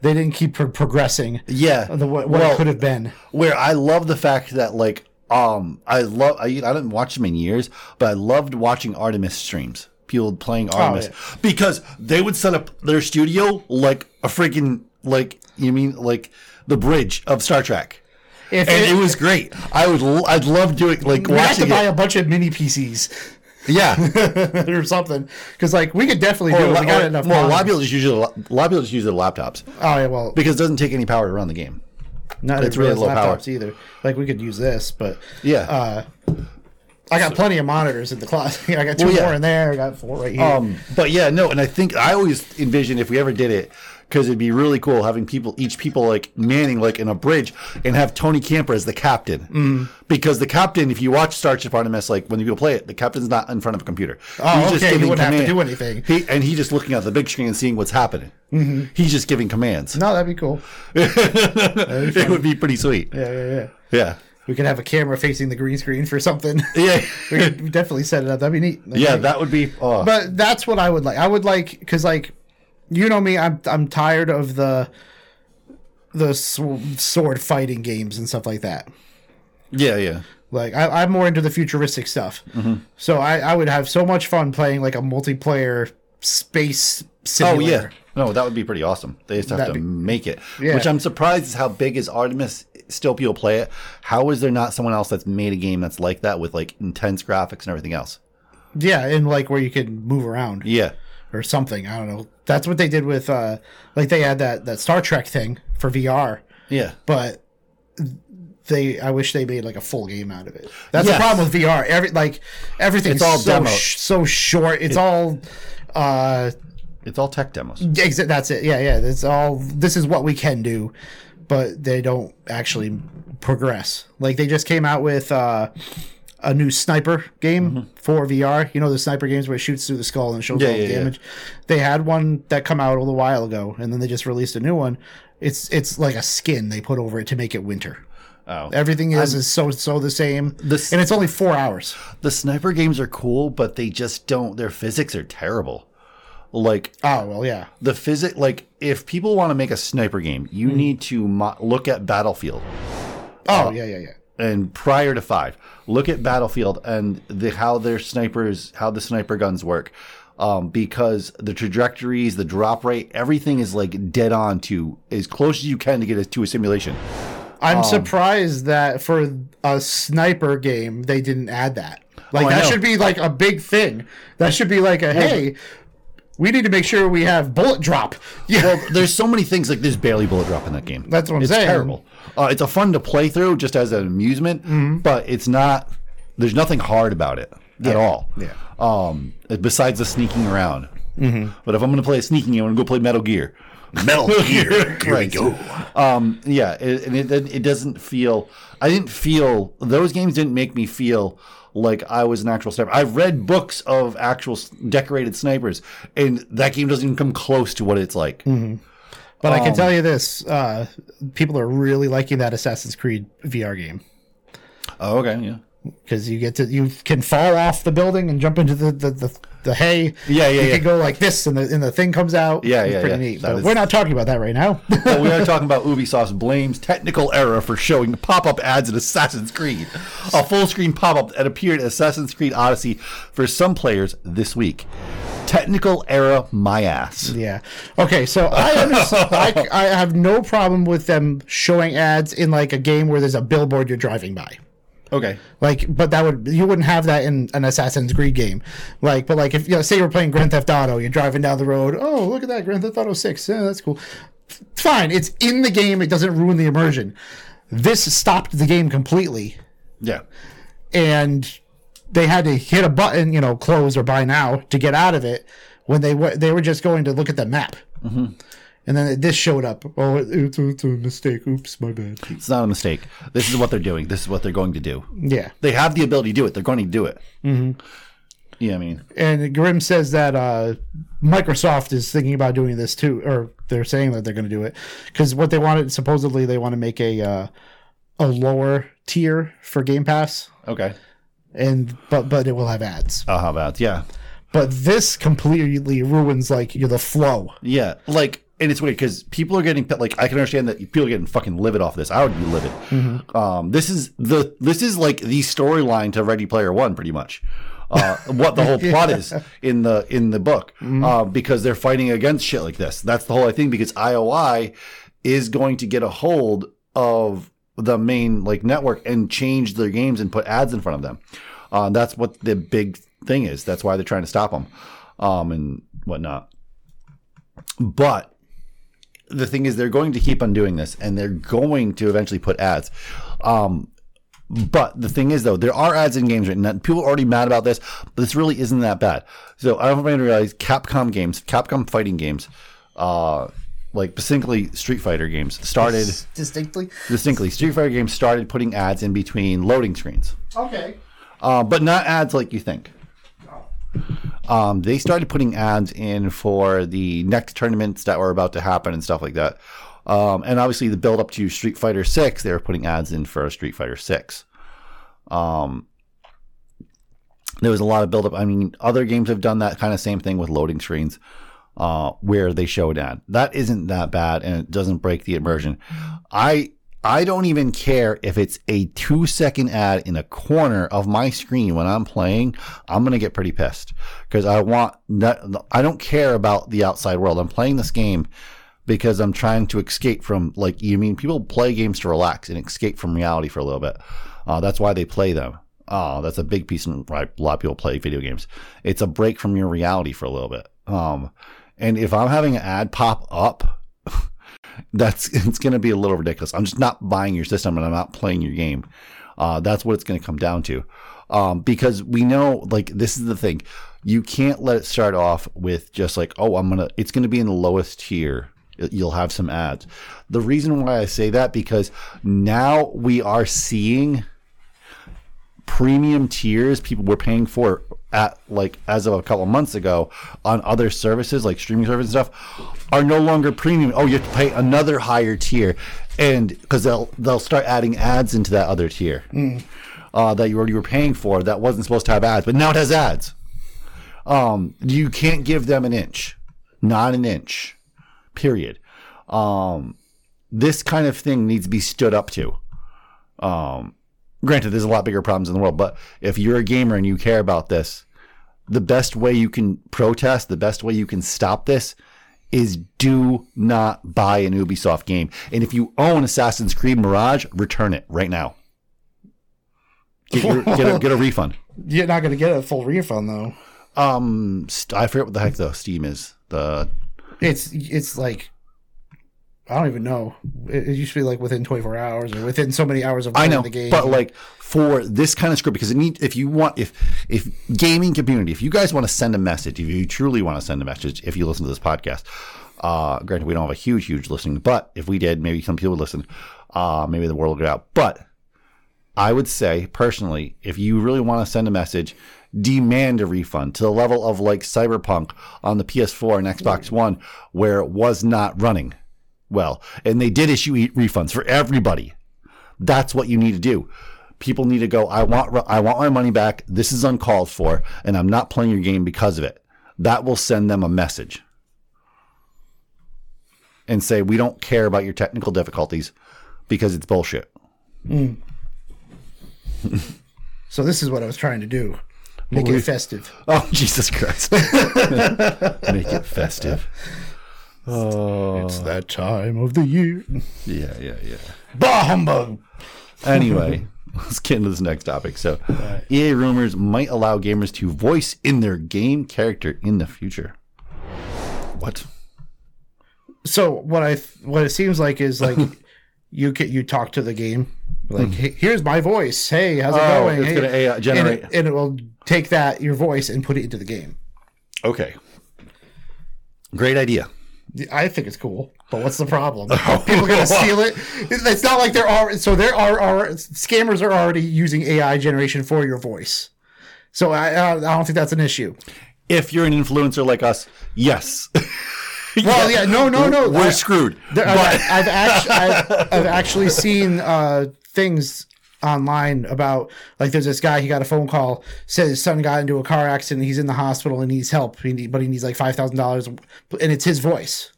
They didn't keep pro- progressing.
Yeah,
The, what what
Well,
it could have been.
where I love the fact that like um I love I, I didn't watch them in years, but I loved watching Artemis streams. People playing
Oh,
Artemis because they would set up their studio like a freaking like you mean like the bridge of Star Trek.
If
And
it,
it was great. I would l- I'd love doing like
we had to
watching
buy
it.
a bunch of mini PCs
Yeah.
or something, because like we could definitely do it.
Well,
Oh, We got enough.
well, a lot of
monitors.
people just use their la- a lot of people just use their laptops
oh yeah, well,
because it doesn't take any power to run the game.
Not
It's
it's
really
really
low
laptops
power.
either. Like we could use this, but
Yeah.
Uh, I got plenty of monitors in the closet. I got two
Well, yeah.
more in there. I got four right here.
Um, but yeah, no, and I think I always envisioned if we ever did it, because it'd be really cool having people, each people like manning like in a bridge, and have Tony Camper as the captain.
Mm-hmm.
Because the captain, if you watch Starship Artemis, like when people play it, the captain's not in front of a computer.
Oh,
he's
okay, he
giving
wouldn't have to do anything. Mm-hmm.
He, and he's just looking at the big screen and seeing what's happening. He's just giving commands.
no, that'd be cool.
it would be pretty sweet.
Yeah, yeah, yeah.
Yeah,
We could have a camera facing the green screen for something.
yeah,
we could definitely set it up. That'd be neat. That'd be
yeah.
neat.
That would be. Oh,
but that's what I would like. I would like because like you know me, I'm I'm tired of the the sw- sword fighting games and stuff like that.
yeah, yeah.
Like I, I'm more into the futuristic stuff,
Mm-hmm.
so I, I would have so much fun playing like a multiplayer space
Oh
simulator.
yeah. No, that would be pretty awesome. They just have
That'd
to
be-
make it,
Yeah.
which I'm surprised is how big is Artemis still people play it. How is there not someone else that's made a game that's like that with like intense graphics and everything else?
Yeah, and like where you can move around
Yeah.
or something. I don't know. That's what they did with uh like they had that that Star Trek thing for VR,
Yeah.
but they I wish they made like a full game out of it. That's
Yes.
the problem with VR. Every like everything's
It's all
so
demo.
sh- so short. It's all uh
It's all tech demos.
Exa- that's it. Yeah, yeah. That's all. This is what we can do, but they don't actually progress. Like they just came out with uh, a new sniper game for VR. You know the sniper games where it shoots through the skull and shows
Mm-hmm. Yeah,
all the
yeah, yeah.
damage. They had one that come out a little while ago, and then they just released a new one. It's it's like a skin they put over it to make it winter.
Oh.
Everything is is so so the same,
This-
and it's only four hours.
The sniper games are cool, but they just don't their physics are terrible. Like
Oh well, yeah.
the physic like if people want to make a sniper game, you
Hmm.
need to mo- look at Battlefield.
Oh yeah, yeah, yeah.
and prior to five, look at Battlefield and the how their snipers, how the sniper guns work, um, because the trajectories, the drop rate, everything is like dead on to as close as you can to get it to a simulation.
I'm
Um,
surprised that for a sniper game they didn't add that. Like
Oh, I
that
know.
should be like a big thing. That should be like a hey, we need to make sure we have bullet drop. Yeah,
Well, there's so many things like there's barely bullet drop in that game.
That's what I'm
it's
saying.
Terrible. Uh, it's a fun to play through just as an amusement, but it's not. There's nothing hard about it at all.
Mm-hmm. Yeah.
Um. Besides the sneaking around.
Mm-hmm.
But if I'm gonna play a sneaking game, I'm gonna go play Metal Gear. Metal Gear. Here we go. Um. Yeah. It, and it, it doesn't feel. I didn't feel those games didn't make me feel like I was an actual sniper. I've read books of actual s- decorated snipers, and that game doesn't even come close to what it's
Mm-hmm.
like.
but
um,
I can tell you this: uh, people are really liking that Assassin's Creed VR game
Oh, okay, yeah.
because you get to you can fall off the building and jump into the the, the, the hay.
Yeah, yeah,
You
yeah.
can go like this, and the and the thing comes out.
Yeah,
It's
yeah,
Pretty
yeah.
neat.
That
But
is-
we're not talking about that right now.
But we are talking about Ubisoft blames technical error for showing pop-up ads in Assassin's Creed. A full-screen pop-up that appeared in Assassin's Creed Odyssey for some players this week. Technical error, my ass.
Yeah. Okay. So I, understand, I I have no problem with them showing ads in like a game where there's a billboard you're driving by.
Okay.
Like, but that would you wouldn't have that in an Assassin's Creed game. Like, but like if you know, say you're playing Grand Theft Auto, you're driving down the road. Oh, look at that Grand Theft Auto Six. Yeah, that's cool. F- Fine. It's in the game. It doesn't ruin the immersion. This stopped the game completely
Yeah.
and they had to hit a button, you know, close or buy now to get out of it. When they were they were just going to look at the map, and then this showed up. Mm-hmm. Oh, it, it's, it's a mistake. Oops, my bad.
It's not a mistake. This is what they're doing. This is what they're going to do.
Yeah,
They have the ability to do it. They're going to do it. Mm-hmm. Yeah, I mean,
and Grimm says that uh, Microsoft is thinking about doing this too, or they're saying that they're going to do it because what they wanted supposedly they want to make a uh, a lower tier for Game Pass,
okay.
and but but it will have ads.
Oh, how about yeah,
But this completely ruins like you know, the flow.
yeah. Like, and it's weird because people are getting like I can understand that people are getting fucking livid off this. I would be livid. Um, this is the this is like the storyline to Ready Player One, pretty much. Uh, what the whole plot is in the in the book, uh, because they're fighting against shit like this. That's the whole thing. Because IOI is going to get a hold of the main like network and change their games and put ads in front of them. Uh, that's what the big thing is. That's why they're trying to stop them, um, and whatnot. But the thing is they're going to keep on doing this and they're going to eventually put ads um but the thing is though there are ads in games right now people are already mad about this but this really isn't that bad so i don't know if you realize capcom games capcom fighting games uh like specifically street fighter games started
distinctly.
distinctly street fighter games started putting ads in between loading screens
Okay.
uh, but not ads like you think. Um, they started putting ads in for the next tournaments that were about to happen and stuff like that. Um, and obviously, the build up to Street Fighter Six, they were putting ads in for Street Fighter Six. Um, there was a lot of build up. I mean, other games have done that kind of same thing with loading screens, uh, where they show an ad. That isn't that bad, and it doesn't break the immersion. I I don't even care if it's a two second ad in a corner of my screen when I'm playing. I'm gonna get pretty pissed because I want. That, I don't care about the outside world. I'm playing this game because I'm trying to escape from like you mean people play games to relax and escape from reality for a little bit. Uh, that's why they play them. Oh, that's a big piece in why a lot of people play video games. It's a break from your reality for a little bit. Um, and if I'm having an ad pop up, that's it's going to be a little ridiculous. I'm just not buying your system and I'm not playing your game. Uh, that's what it's going to come down to. Um, because we know, like, this is the thing. You can't let it start off with just like, oh, I'm going to, it's going to be in the lowest tier. You'll have some ads. The reason why I say that because now we are seeing premium tiers people were paying for at like as of a couple months ago on other services like streaming services and stuff are no longer premium. Oh, you have to pay another higher tier, and because they'll they'll start adding ads into that other tier uh, that you already were paying for that wasn't supposed to have ads, but now it has ads. Um, you can't give them an inch, not an inch, period. Um, this kind of thing needs to be stood up to Um, granted there's a lot bigger problems in the world but if you're a gamer and you care about this the best way you can protest the best way you can stop this is do not buy an ubisoft game and if you own assassin's creed mirage return it right now get, your, get, a, get a refund
You're not going to get a full refund though.
um st- i forget what the heck the steam is the
It's it's like I don't even know. It, it used to be like within 24 hours or within so many hours of
I
playing
know,
the game.
but like for this kind of script, because it need if you want if if gaming community, if you guys want to send a message, if you truly want to send a message, if you listen to this podcast, uh, granted we don't have a huge huge listening, but if we did, maybe some people would listen, uh, maybe the world would get out. But I would say personally, if you really want to send a message, demand a refund to the level of like Cyberpunk on the PS4 and Xbox One, where it was not running well, and they did issue e- refunds for everybody. That's what you need to do. People need to go. I want I want my money back. This is uncalled for, and I'm not playing your game because of it. That will send them a message and say we don't care about your technical difficulties because it's bullshit.
so this is what I was trying to do. Make
Holy-
it festive.
Oh Jesus Christ! Make it festive. Uh,
It's that time of the year.
Yeah, yeah, yeah.
Bah humbug.
Anyway, let's get into this next topic. So, EA rumors might allow gamers to voice in their game character in the future. What?
So what I what it seems like is like you ca you talk to the game like hey, here's my voice. Hey, how's it
Hmm. Oh,
going?
it's
Hey.
gonna AI generate.
and it, and it will take that your voice and put it into the game.
Okay. Great idea.
I think it's cool, but what's the problem?
Oh,
People gonna steal it. It's not like there are so there are, are scammers are already using AI generation for your voice. So I I I don't think that's an issue.
If you're an influencer like us, yes.
Well, yeah, no, no, no.
We're
I-
screwed.
There, I've, I've, actually, I've, I've actually seen uh, things online about like there's this guy he got a phone call said his son got into a car accident he's in the hospital and needs help he need, but he needs like five thousand dollars and it's his voice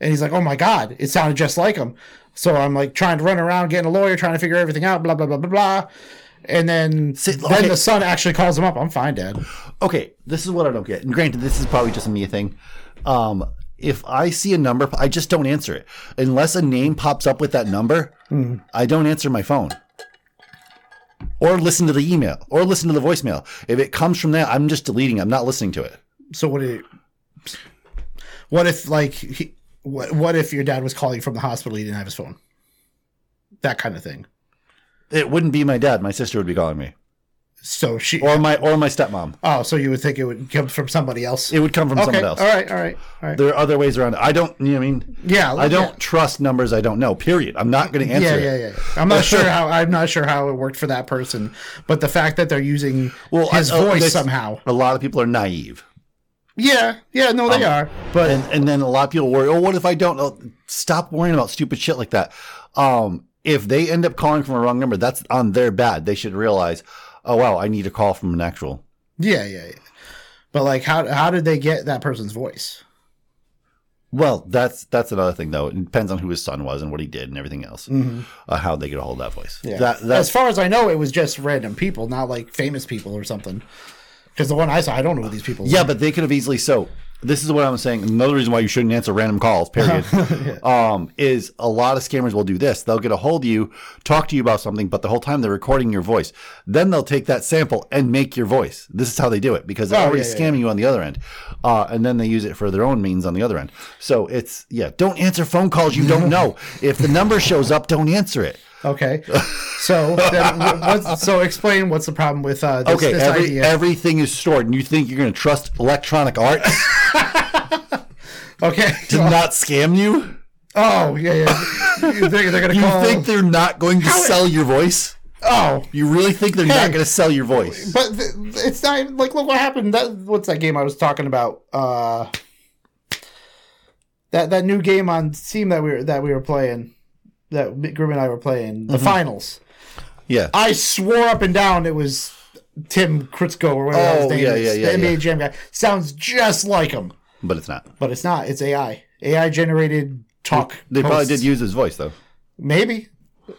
and he's like oh my god it sounded just like him so I'm like trying to run around getting a lawyer trying to figure everything out blah blah blah blah blah and then
See,
then
okay.
the son actually calls him up I'm fine dad
okay, this is what I don't get. And granted, this is probably just a me thing. Um, if I see a number, I just don't answer it unless a name pops up with that number.
Hmm.
I don't answer my phone. Or listen to the email, or listen to the voicemail. If it comes from that, I'm just deleting. it. I'm not listening to it.
So what if, what if like he, what what if your dad was calling from the hospital? He didn't have his phone. That kind of thing.
It wouldn't be my dad. My sister would be calling me,
So she.
or my or my stepmom.
oh, so you would think it would come from somebody else?
It would come from
okay.
someone else.
All right. All right. All right.
There are other ways around it. I don't. You know what I mean?
yeah.
I don't trust numbers I don't know. Period. I'm not going to answer
Yeah.
it.
Yeah. Yeah. yeah. I'm not sure how. I'm not sure how it worked for that person, but the fact that they're using
Well,
his
I- oh,
voice
this-
somehow.
A lot of people are naive.
Yeah. Yeah. No, they are.
Um, But and, and then a lot of people worry, oh, what if I don't know? Stop worrying about stupid shit like that. Um, if they end up calling from a wrong number, that's on their bad. They should realize, oh wow, I need a call from an actual.
Yeah. Yeah. Yeah. But like, how how did they get that person's voice?
Well, that's that's another thing though. It depends on who his son was and what he did and everything else. Uh, how they get a hold of that voice.
Mm-hmm. Yeah.
That,
as
that's
far as I know, it was just random people, not like famous people or something. Because the one I saw, I don't know who these people.
yeah,
are.
but they could have easily so this is what I'm saying. Another reason why you shouldn't answer random calls, period, um, is a lot of scammers will do this. They'll get a hold of you, talk to you about something, but the whole time they're recording your voice. Then they'll take that sample and make your voice. This is how they do it because they're
Oh,
already
yeah, yeah,
scamming you on the other end. Uh, and then they use it for their own means on the other end. So it's, yeah, don't answer phone calls you don't know. if the number shows up, don't answer it.
Okay. So, then, wh- what's, so explain what's the problem with uh, this,
Okay,
this
every,
idea.
everything is stored, and you think you're going to trust electronic arts
okay.
to not scam you?
Oh, yeah, yeah. You think they're going to
You
call.
think they're not going to sell your voice?
oh.
You really think they're not
Hey.
going to sell your voice?
But th- it's not like look what happened. That what's that game I was talking about? Uh, that that new game on Steam that we were that we were playing, that Grim and I were playing,
Mm-hmm.
the finals.
Yeah.
I swore up and down it was Tim Kritzko or whatever
Oh,
his name
yeah,
is,
yeah, yeah,
the NBA
yeah.
Jam guy. Sounds just like him,
But it's not.
but it's not. It's AI, AI generated talk.
They probably
posts.
did use his voice, though.
maybe,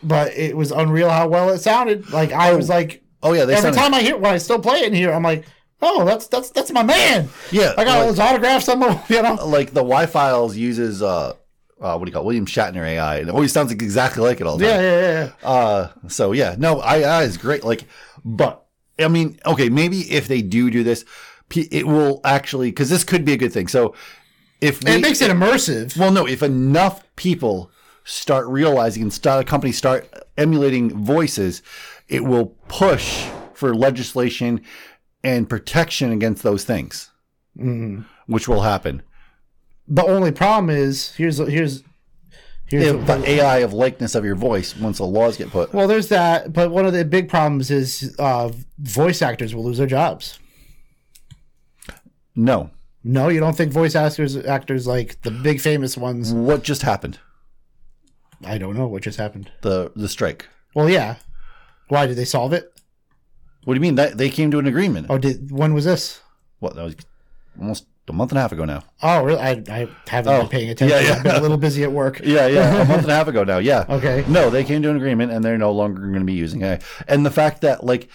but it was unreal how well it sounded. Like I was like,
Oh, yeah. They
every
sounded,
time I hear when I still play it in here, I'm like, oh, that's that's that's my man.
Yeah.
I got all
like,
his autographs on my, you know.
like the Y Files uses, uh, uh, what do you call it? William Shatner AI. And it always sounds exactly like it all the
Yeah,
time.
yeah, yeah.
Uh, so, yeah. No, AI is great. Like, but, I mean, okay, maybe if they do do this, p- it will actually, because this could be a good thing. So, if we,
And it makes it immersive.
Well, no, if enough people start realizing and start companies start emulating voices, it will push for legislation and protection against those things, Mm-hmm. which will happen.
The only problem is here's here's here's
If the AI of likeness of your voice, once the laws get put,
well, there's that, but one of the big problems is uh, voice actors will lose their jobs.
no.
No, you don't think voice actors actors like the big famous ones?
What just happened?
I don't know what just happened.
The the strike.
Well, yeah. Why did they solve it?
What do you mean? That they came to an agreement?
Oh, did when was this?
What that was almost a month and a half ago now.
Oh, really? I, I haven't been paying attention.
Oh. yeah.
I've been a little busy at work.
Yeah, yeah, a month and a half ago now. Yeah.
Okay.
No, they came to an agreement, and they're no longer going to be using AI. And the fact that like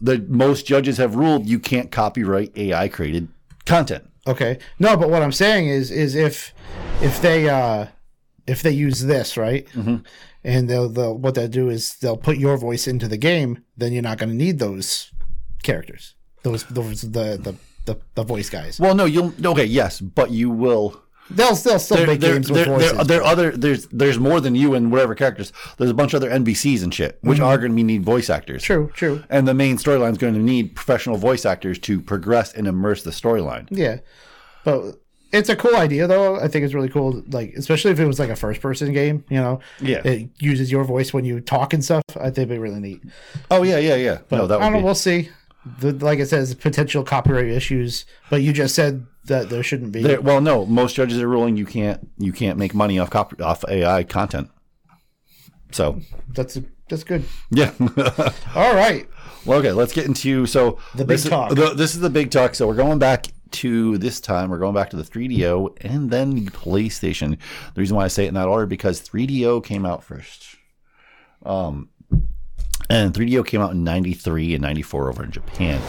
the most judges have ruled you can't copyright AI created content.
Okay. No, but what I'm saying is is if if they uh if they use this, right?
Mm-hmm.
And they'll, they'll what they'll do is they'll put your voice into the game, then you're not going to need those characters. Those those the the the, the voice guys.
Well, no, you'll okay, yes, but you will.
They'll still still
There,
make
there,
games with
there,
voices.
there, there are other there's there's more than you and whatever characters. There's a bunch of other NBCs and shit, which are going to need voice actors.
true, true.
And the main storyline is going to need professional voice actors to progress and immerse the storyline.
Yeah. But it's a cool idea though. I think it's really cool like especially if it was like a first person game, you know.
Yeah.
It uses your voice when you talk and stuff. I think it'd be really neat.
Oh yeah, yeah, yeah. no, that
I
would
don't
be
know. We'll see. The, like I said, it's potential copyright issues, but you just said that there shouldn't be.
There, well, no, most judges are ruling you can't you can't make money off copy, off AI content. So
That's that's good.
yeah,
All right.
well, okay, let's get into so the
big
this is-
talk.
the- this is the big talk. So we're going back to this time. We're going back to the 3DO and then the PlayStation. The reason why I say it in that order because 3DO came out first. Um, And 3DO came out in 93 and 94 over in Japan.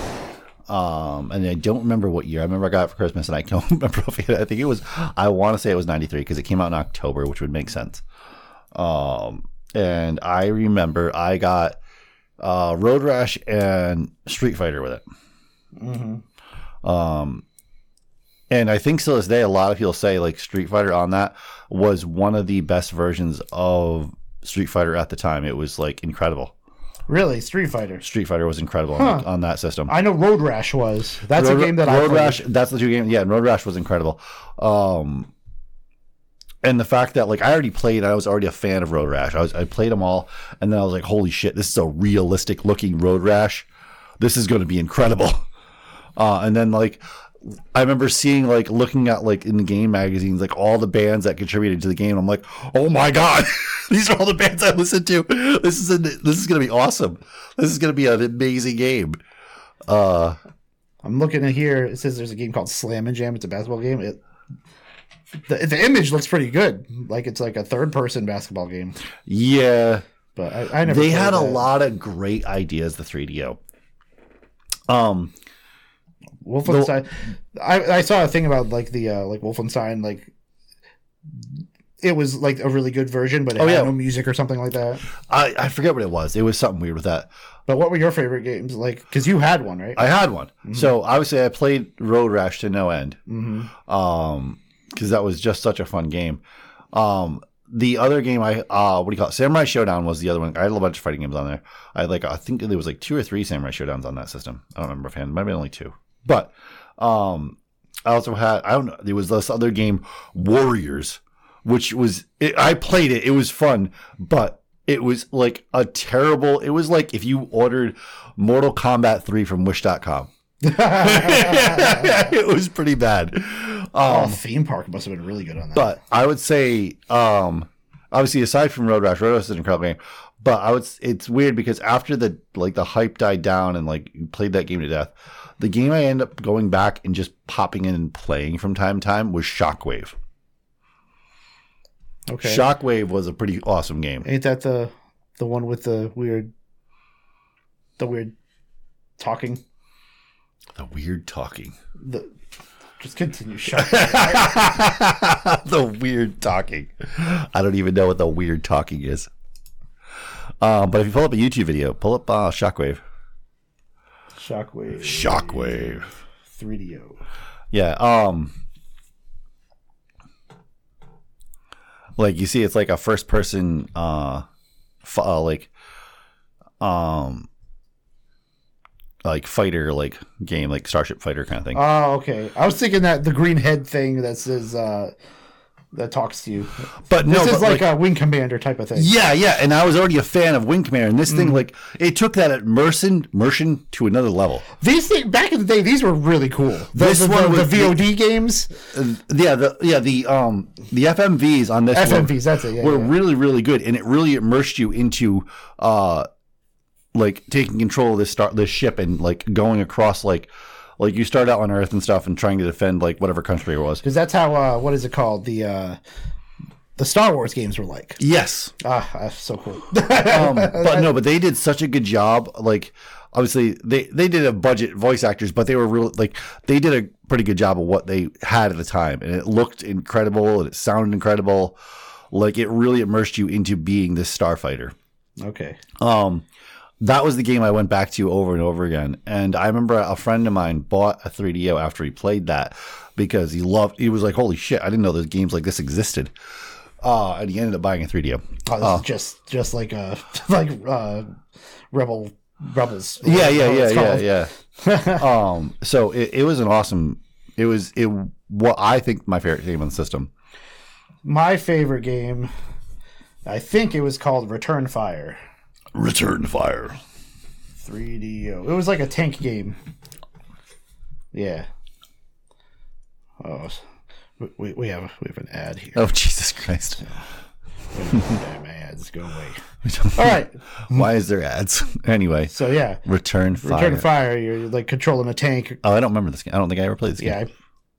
Um, and I don't remember what year. I remember I got it for Christmas and I can't remember if it, I think it was, I want to say it was 93 because it came out in October, which would make sense. Um, and I remember I got uh, Road Rash and Street Fighter with it. Um, and I think still to this day, a lot of people say like Street Fighter on that was one of the best versions of Street Fighter at the time. It was like incredible.
Really, Street Fighter.
Street Fighter was incredible on, on that system.
I know Road Rash was. That's
Road,
a game that I
Road
played.
Rash. That's the two games. Yeah, Road Rash was incredible. Um, and the fact that like I already played, I was already a fan of Road Rash. I was I played them all, and then I was like, holy shit, this is a realistic looking Road Rash. This is going to be incredible. Uh, and then like. I remember seeing like looking at like in the game magazines like all the bands that contributed to the game. I'm like, oh my god, these are all the bands I listened to. This is a, this is gonna be awesome. This is gonna be an amazing game. Uh,
I'm looking at here. It says there's a game called Slam and Jam. It's a basketball game. It, the, the image looks pretty good. Like it's like a third person basketball game.
yeah,
But I, I never.
they
played
had a
that.
lot of great ideas the 3do um
Wolfenstein. I, I saw a thing about like the uh, like Wolfenstein like it was like a really good version, but it
Oh,
had
yeah.
no music or something like that.
I, I forget what it was. It was something weird with that.
But what were your favorite games like? Because you had one, right?
I had one. So obviously, I played Road Rash to no end
mm-hmm.
because Um, that was just such a fun game. Um, the other game I uh, what do you call it? Samurai Showdown was the other one. I had a bunch of fighting games on there. I had like I think there was like two or three Samurai Showdowns on that system. I don't remember offhand. Might have been only two, but um, I also had I don't know. There was this other game Warriors, which was it, I played it. It was fun, but it was like a terrible. It was like if you ordered Mortal Kombat three from Wish.com. it was pretty bad. Um,
Mm-hmm. oh, theme park must have been really good on that.
but I would say, um, obviously, aside from Road Rash, Road Rash is an incredible game. But I would, s- it's weird because after the like the hype died down and like you played that game to death, the game I end up going back and just popping in and playing from time to time was Shockwave.
okay,
Shockwave was a pretty awesome game.
ain't that the the one with the weird the weird talking?
The weird talking.
The just continue. Shut
the weird talking. I don't even know what the weird talking is. Um, but if you pull up a YouTube video, pull up uh, Shockwave.
Shockwave
Shockwave.
3DO.
Yeah. Um. Like you see, it's like a first person, uh, f- uh like, um, like fighter, like game, like Starship Fighter kind of thing.
Oh, okay. I was thinking that the green head thing that says uh, that talks to you.
but no,
This
but
is like, a wing commander type of thing.
Yeah, yeah, and I was already a fan of Wing Commander, and this
Mm.
thing like it took that at Merson Merson to another level.
These things back in the day, these were really cool. Those
This
are the,
one
the
was-
VOD games,
Uh, yeah, the yeah the um the FMVs on this were-
FMVs. That's it. Yeah,
were
yeah.
really really good, and it really immersed you into uh like taking control of this star this ship and like going across like like you start out on Earth and stuff and trying to defend like whatever country it was.
because that's how uh, what is it called the uh, the Star Wars games were like.
Yes,
Ah, that's so cool.
um, but no, but they did such a good job. Like, obviously, they they did a budget voice actors, but they were real. Like, they did a pretty good job of what they had at the time, and it looked incredible and it sounded incredible. Like, it really immersed you into being this starfighter.
okay.
Um, that was the game I went back to over and over again. And I remember a friend of mine bought a 3DO after he played that because he loved. He was like, "Holy shit! I didn't know those games like this existed." Uh, and he ended up buying a 3DO.
Oh, this is just just like uh like uh rebel rebels.
yeah yeah
Whatever
yeah
it's
yeah
called.
yeah um so it, it was an awesome it was it what i think my favorite game on the system
My favorite game, I think it was called Return Fire
return fire
3DO. It was like a tank game. Yeah. Oh, we- we we have we have an ad here.
oh jesus christ
Damn ads, go away. All right.
why is there ads anyway
So yeah,
return fire
Return to Fire. You're like controlling a tank.
oh i don't remember this game i don't think i ever played this game
Yeah, I,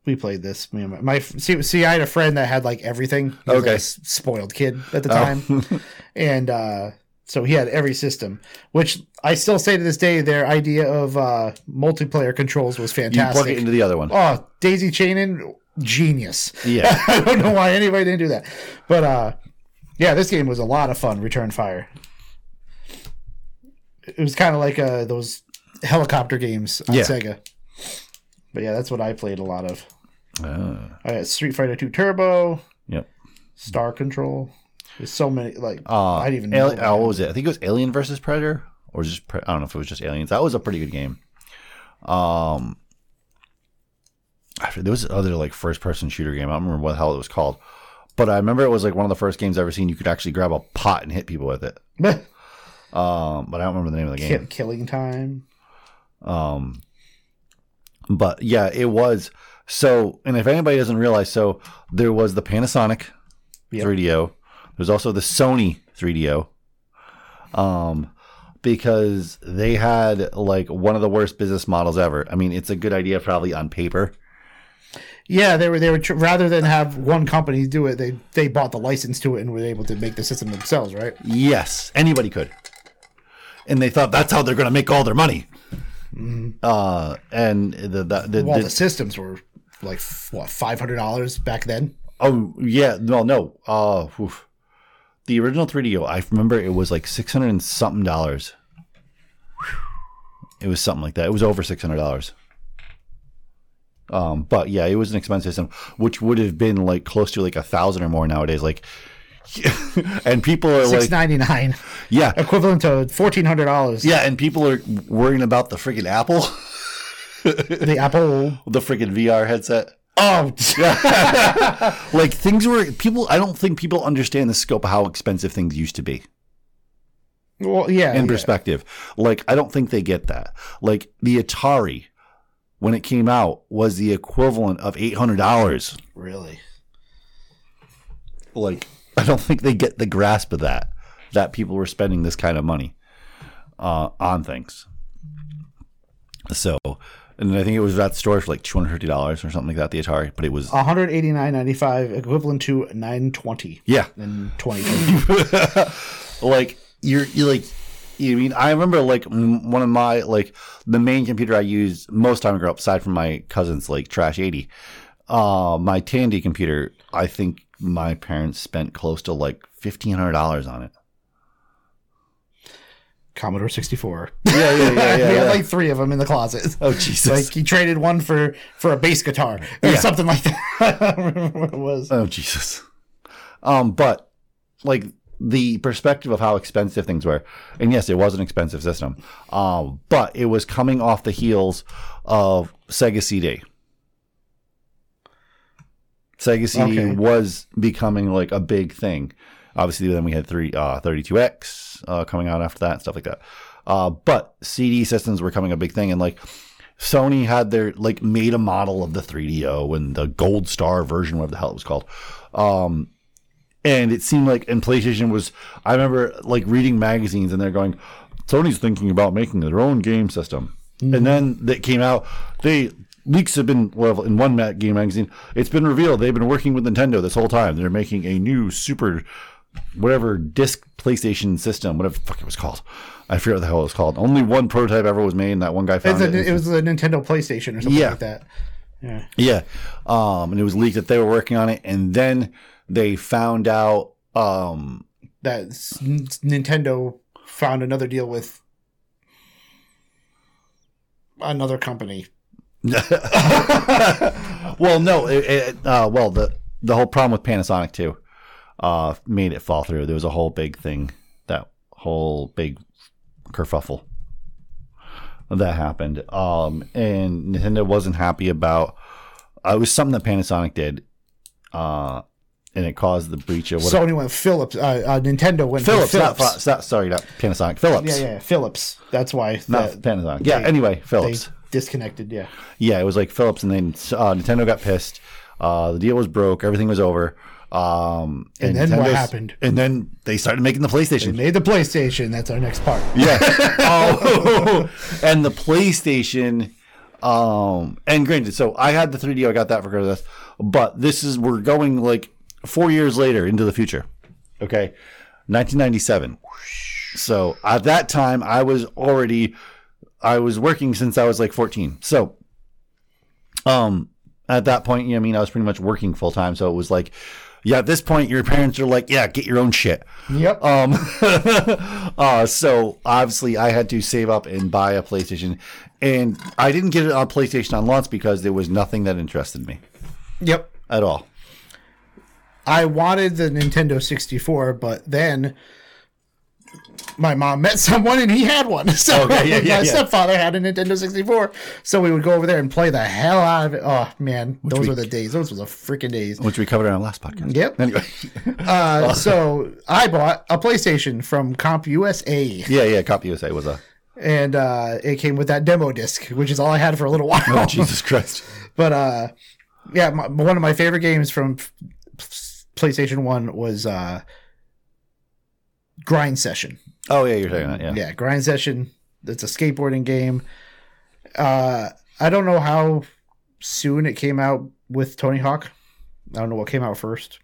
we played this. Me and my, my see, see, I had a friend that had like everything. He was, like,
Okay. Oh.
a s- spoiled kid at the time, and uh, so he had every system. Which I still say to this day, their idea of uh, multiplayer controls was
you plug it
fantastic.
into the other one
oh, Daisy Chainin, genius.
yeah
I don't know why anybody didn't do that, but uh, yeah, this game was a lot of fun. Return Fire. It was kind of like uh, those helicopter games on
Yeah.
Sega. But yeah, that's what I played a lot of.
Ah,
I got Street Fighter Two Turbo,
yep
Star Control. There's so many like
uh
I didn't even
Ali-
know.
oh, what was it i think it was alien versus predator or just Pre- i don't know if it was just aliens that was a pretty good game um after there was other like first person shooter game i don't remember what the hell it was called but i remember it was like one of the first games i ever seen you could actually grab a pot and hit people with it um but i don't remember the name of the
Ki-
game
Killing Time.
um but yeah it was so and if anybody doesn't realize so there was the panasonic
Yep.
3do there's also the sony 3do um because they had like one of the worst business models ever i mean it's a good idea probably on paper
Yeah, they were they were tr- rather than have one company do it, they they bought the license to it and were able to make the system themselves, right?
yes anybody could and they thought that's how they're going to make all their money Uh, and the, the, the,
Well,
the-
the systems were like what five hundred dollars back then.
oh yeah, no, no. Uh, oof. the original 3DO, I remember it was like 600 and something dollars. It was something like that. It was over $600. Um, but yeah, it was an expensive system, which would have been like close to like a thousand or more nowadays. Like, and people are
Six
like,
ninety nine,
yeah,
equivalent to fourteen hundred dollars.
yeah, and people are worrying about the freaking Apple,
The Apple.
the freaking VR headset.
Oh,
Like things were people. I don't think people understand the scope of how expensive things used to be.
well, yeah.
in
Oh, yeah.
perspective. Like, I don't think they get that. Like, the Atari, when it came out, was the equivalent of $800.
Really?
Like, I don't think they get the grasp of that, that people were spending this kind of money uh, on things. So, and I think it was that store for like $250 or something like that, the Atari, but it was,
One hundred eighty nine ninety five, equivalent to nine twenty
yeah.
and twenty.
like you're, you like you mean i remember like m- one of my like the main computer i used most time I grew up aside from my cousin's like trash 80 uh my tandy computer i think my parents spent close to like $1500 on it
Commodore sixty four.
yeah yeah yeah
we had like three of them in the closet.
oh jesus
Like he traded one for for a bass guitar or something like that. I don't remember what it was.
Oh Jesus. Um, but like the perspective of how expensive things were, and yes, it was an expensive system. Um, but it was coming off the heels of Sega CD. Sega CD
Okay.
was becoming like a big thing. Obviously, then we had three uh, 32X uh, coming out after that and stuff like that. Uh, but CD systems were coming a big thing, and like Sony had their like made a model of the 3DO and the Gold Star version, whatever the hell it was called. Um, and it seemed like, and PlayStation was. I remember like reading magazines, and they're going, Sony's thinking about making their own game system.
Hmm.
And then that came out. They leaks have been well in one ma- game magazine. It's been revealed they've been working with Nintendo this whole time. They're making a new super whatever disc PlayStation system, whatever the fuck it was called. I forget what the hell it was called. Only one prototype ever was made, and that one guy found
It's
it. and-
a, it was a Nintendo PlayStation or something
Yeah.
like that. Yeah.
yeah. Um, and it was leaked that they were working on it. And then they found out, um,
that s- Nintendo found another deal with another company.
well, no, it, it, uh, well, the, the whole problem with Panasonic too, uh, made it fall through. There was a whole big thing, that whole big kerfuffle that happened. Um, and Nintendo wasn't happy about, uh, it was something that Panasonic did. Uh, and it caused the breach of whatever.
Sony went Philips. Uh, uh, Nintendo went with
Philips, not
Philips.
Philips. Not, sorry, not Panasonic. Philips.
yeah, yeah, yeah, Philips. That's why
not
that-
Panasonic. Yeah. anyway,
they
Philips.
disconnected. Yeah,
yeah, it was like Philips, and then uh, Nintendo got pissed. Uh, the deal was broke. Everything was over. Um,
And then what
Nintendo's-
happened?
And then they started making the
they
PlayStation.
made the PlayStation. That's our next part.
yeah. oh, and the PlayStation. Um, and granted, so I had the 3D. I got that for Christmas, but this is we're going like four years later into the future. Okay, 1997. So at that time, I was already, I was working since I was like 14. So, um, at that point, you know, I mean, I was pretty much working full time. So it was like, yeah, at this point, your parents are like, yeah, get your own shit.
Yep.
Um, uh, so obviously, I had to save up and buy a PlayStation, and I didn't get it on PlayStation on launch because there was nothing that interested me
yep.
at all.
I wanted the Nintendo 64, but then my mom met someone and he had one. So
Okay, yeah, yeah, yeah.
my stepfather had a Nintendo 64. So we would go over there and play the hell out of it. Oh man, those
we-
were the days. Those were the freaking days.
Which we covered on our last podcast.
Yep.
Anyway,
Uh, so I bought a PlayStation from Comp USA,
yeah, yeah. Cop USA was a
and uh, it came with that demo disc, which is all I had for a little while.
oh Jesus Christ.
but uh yeah my, one of my favorite games from f- f- playstation 1 was uh grind session
Oh yeah, you're saying that. Yeah.
yeah grind session it's a skateboarding game uh i don't know how soon it came out with tony hawk i don't know what came out first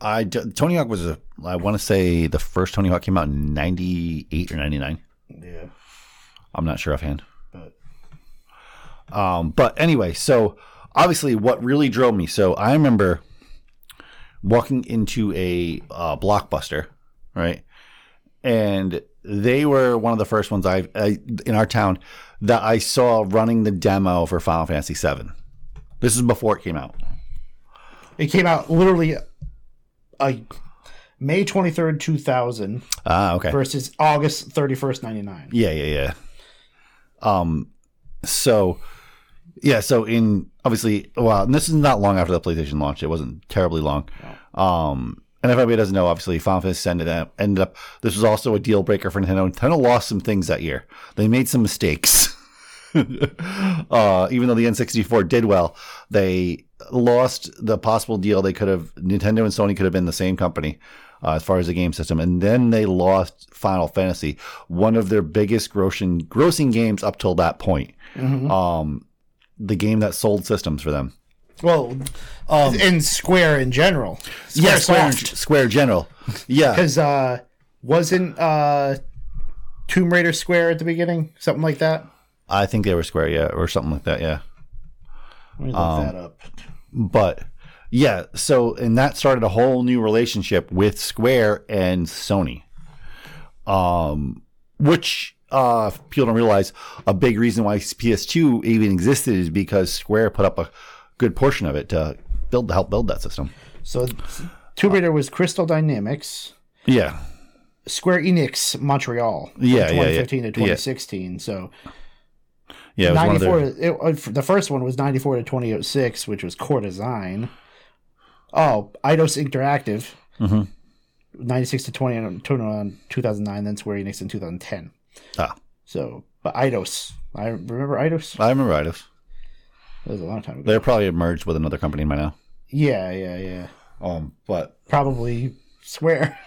I d- Tony Hawk was a. I want to say the first Tony Hawk came out in '98 or '99.
yeah
I'm not sure offhand.
but
Um, but anyway, so obviously, what really drove me. So I remember walking into a uh, blockbuster, right, and they were one of the first ones I've I, in our town that I saw running the demo for Final Fantasy VII. This is before it came out.
It came out literally uh, May 23rd, 2000
Ah, okay.
versus August 31st, 99.
Yeah, yeah, yeah. Um, so yeah, so in obviously, well, and this is not long after the PlayStation launched. It wasn't terribly long. Um, and if anybody doesn't know, obviously, Final Fantasy ended up, ended up. This was also a deal breaker for Nintendo. Nintendo lost some things that year. They made some mistakes. uh, even though the N64 did well, they lost the possible deal. They could have Nintendo and Sony could have been the same company uh, as far as the game system, and then they lost Final Fantasy, one of their biggest grossing grossing games up till that point. Um, the game that sold systems for them.
Well, um, and Square in general. Square
Square,
Soft.
Square General. Yeah,
Because uh, wasn't uh, Tomb Raider Square at the beginning? Something like that?
I think they were Square, yeah, or something like that, yeah.
Let me look that up.
But yeah, so and that started a whole new relationship with Square and Sony. Um which uh if people don't realize a big reason why PS2 even existed is because Square put up a good portion of it to build to help build that system.
So Tomb Raider was Crystal Dynamics,
Yeah.
Square Enix Montreal, from
Yeah, yeah, yeah.
2015 to
Yeah.
2016. So
Yeah, it was one of
94
their,
it, uh, the first one was 94 to 2006 which was core design oh idos interactive
Mm-hmm.
96 to 20 to 2009 then square enix in 2010
ah,
so but idos i remember idos
I remember right.
that was a long time ago
They're probably merged with another company by now.
yeah yeah yeah
Um but
probably swear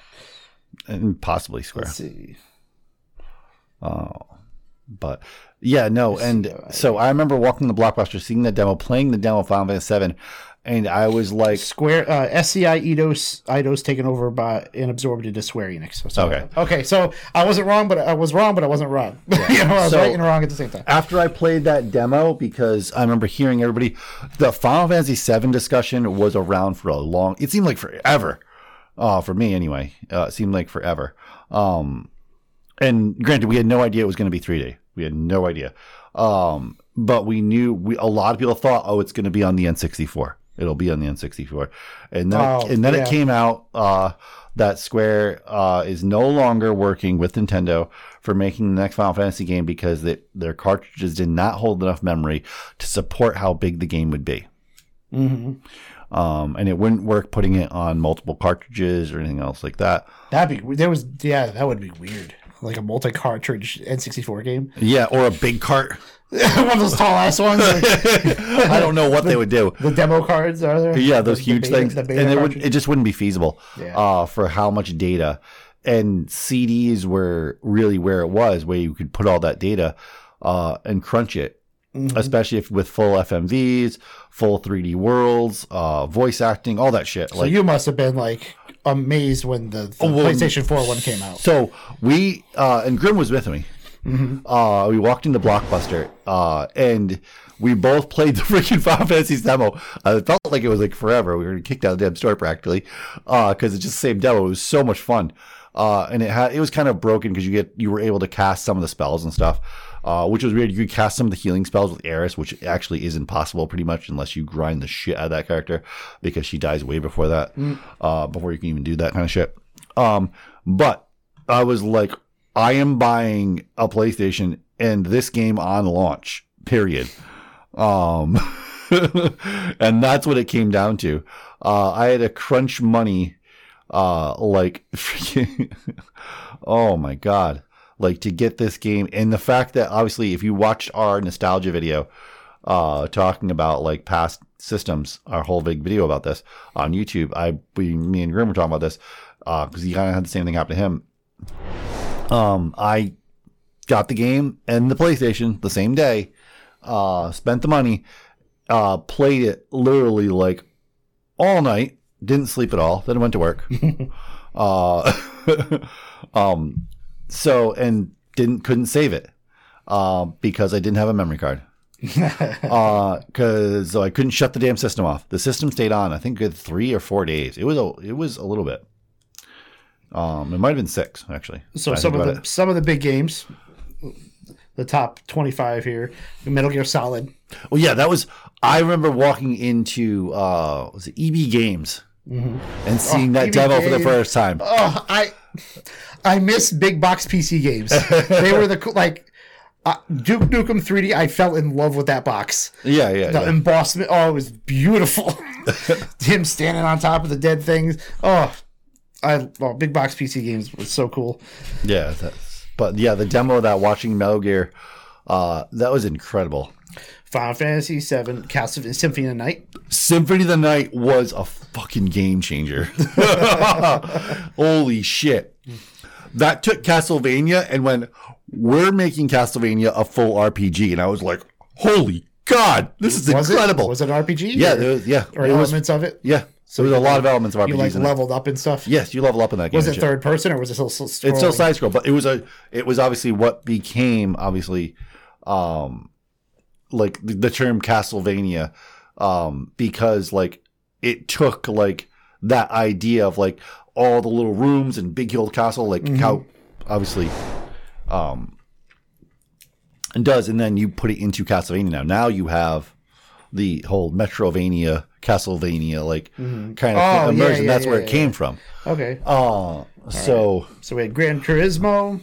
and possibly Square.
let's see
But yeah, no, and so I remember walking the blockbuster, seeing the demo, playing the demo of Final Fantasy Seven, and I was like,
square uh, sci idos idos taken over by and absorbed into square enix or something
Okay.
like that. okay so i wasn't wrong but i was wrong but i wasn't wrong you know i was
So-
right and wrong at the same time
after I played that demo, because I remember hearing everybody, the Final Fantasy Seven discussion was around for a long. It seemed like forever, uh, for me anyway. Uh, it seemed like forever. Um, and granted, we had no idea it was going to be 3D. We had no idea. Um, but we knew we a lot of people thought, oh, it's going to be on the N64. It'll be on the N64. And then
Oh,
and then
yeah.
it came out uh, that Square uh, is no longer working with Nintendo for making the next Final Fantasy game because they, their cartridges did not hold enough memory to support how big the game would be.
Mm-hmm.
Um, and it wouldn't work putting it on multiple cartridges or anything else like that.
That'd be there was yeah that would be weird like a multi cartridge N64 game
Yeah, or a big cart.
one of those tall ass ones like
I don't know what they would do.
the demo cards are there
Yeah, those huge
beta-
things,
the
and
beta
it would
cartridge?
it just wouldn't be feasible
Yeah.
uh, for how much data. And CDs were really where it was, where you could put all that data uh, and crunch it,
Mm-hmm.
especially if with full FMVs, full 3D worlds, uh, voice acting, all that shit.
so you must have been like amazed when the, the
Oh, well,
PlayStation 4 one came out
So we uh, and Grim was with me. Uh, we walked into Blockbuster uh, and we both played the freaking Final Fantasy's demo. Uh, it felt like it was like forever. We were kicked out of the damn store practically because it's just the same demo. It was so much fun, uh, and it had it was kind of broken because you get you were able to cast some of the spells and stuff. Uh, which was weird. You could cast some of the healing spells with Eris, which actually is impossible pretty much unless you grind the shit out of that character because she dies way before that, uh, before you can even do that kind of shit. Um, but I was like, I am buying a PlayStation and this game on launch, period. Um, and that's what it came down to. Uh, I had to crunch money, uh, like, freaking, oh my God, like to get this game. And the fact that obviously, if you watched our nostalgia video, uh, talking about like past systems, our whole big video about this on YouTube, I, we, me and Grim were talking about this, uh, cause he kind of had the same thing happen to him um, I got the game and the PlayStation the same day. Uh, spent the money, uh, played it literally like all night. Didn't sleep at all. Then went to work. uh, um, so and didn't couldn't save it uh, because I didn't have a memory card. because I couldn't shut the damn system off. The system stayed on. I think a good three or four days. It was a it was a little bit. Um, it might have been six actually.
So
I
some
think
of
about
the some of the big games, the top twenty five here, Metal Gear Solid.
it. Well, yeah, that was. I remember walking into uh, was it EB Games
Mm-hmm.
and seeing that
EB
demo for the
Oh, E Games.
first time.
Oh, I I miss big box PC games. they were the co- like uh, Duke Nukem 3D. I fell in love with that box.
Yeah, yeah,
The
yeah.
embossment. Oh, it was beautiful. Him standing on top of the dead things. Oh, I well, big box PC games was so cool.
yeah that's, but yeah, the demo of that watching Metal Gear, uh, that was incredible.
Final Fantasy VII, Castle Symphony of the Night.
Symphony of the Night was a fucking game changer. Holy shit. That took Castlevania and went, we're making Castlevania a full RPG. And I was like, holy God, this is
Was
incredible.
it? Was it an RPG?
yeah,
or,
there was, yeah.
or
it was,
elements of it.
yeah. So there was a lot of elements of RPGs.
You like
in it.
leveled up and stuff.
Yes, you level up in that game.
Was
and
it
shit.
third person or was it still, still
It's still
scrolling?
side scroll, but it was a it was obviously what became obviously um like the, the term Castlevania um because like it took like that idea of like all the little rooms and big old castle like
Mm-hmm.
how obviously um and does and then you put it into Castlevania now. Now you have the whole Metrovania, Castlevania like kind of
Oh, yeah,
immersion.
yeah,
That's
yeah,
where it
yeah. Oh.
came from.
Okay.
Uh so
So we had Gran Turismo,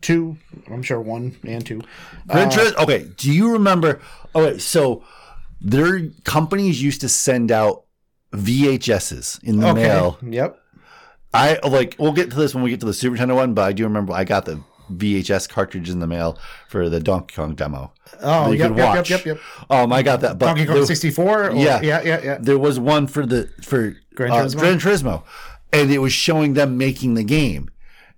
two. I'm sure one and two.
Gran Turismo- okay, do you remember? Okay, so their companies used to send out VHSs in the
Okay.
mail.
Yep.
I like. We'll get to this when we get to the Super Nintendo one, but I do remember I got the VHS cartridge in the mail for the Donkey Kong demo.
Oh,
that you
yep,
could
yep, yep,
watch.
yep, yep.
Um, I got that. But
Donkey Kong
there-
64. Or,
Yeah.
yeah, yeah, yeah.
there was one for the for Gran Turismo,
Gran Turismo?
Gran Turismo and it was showing them making the game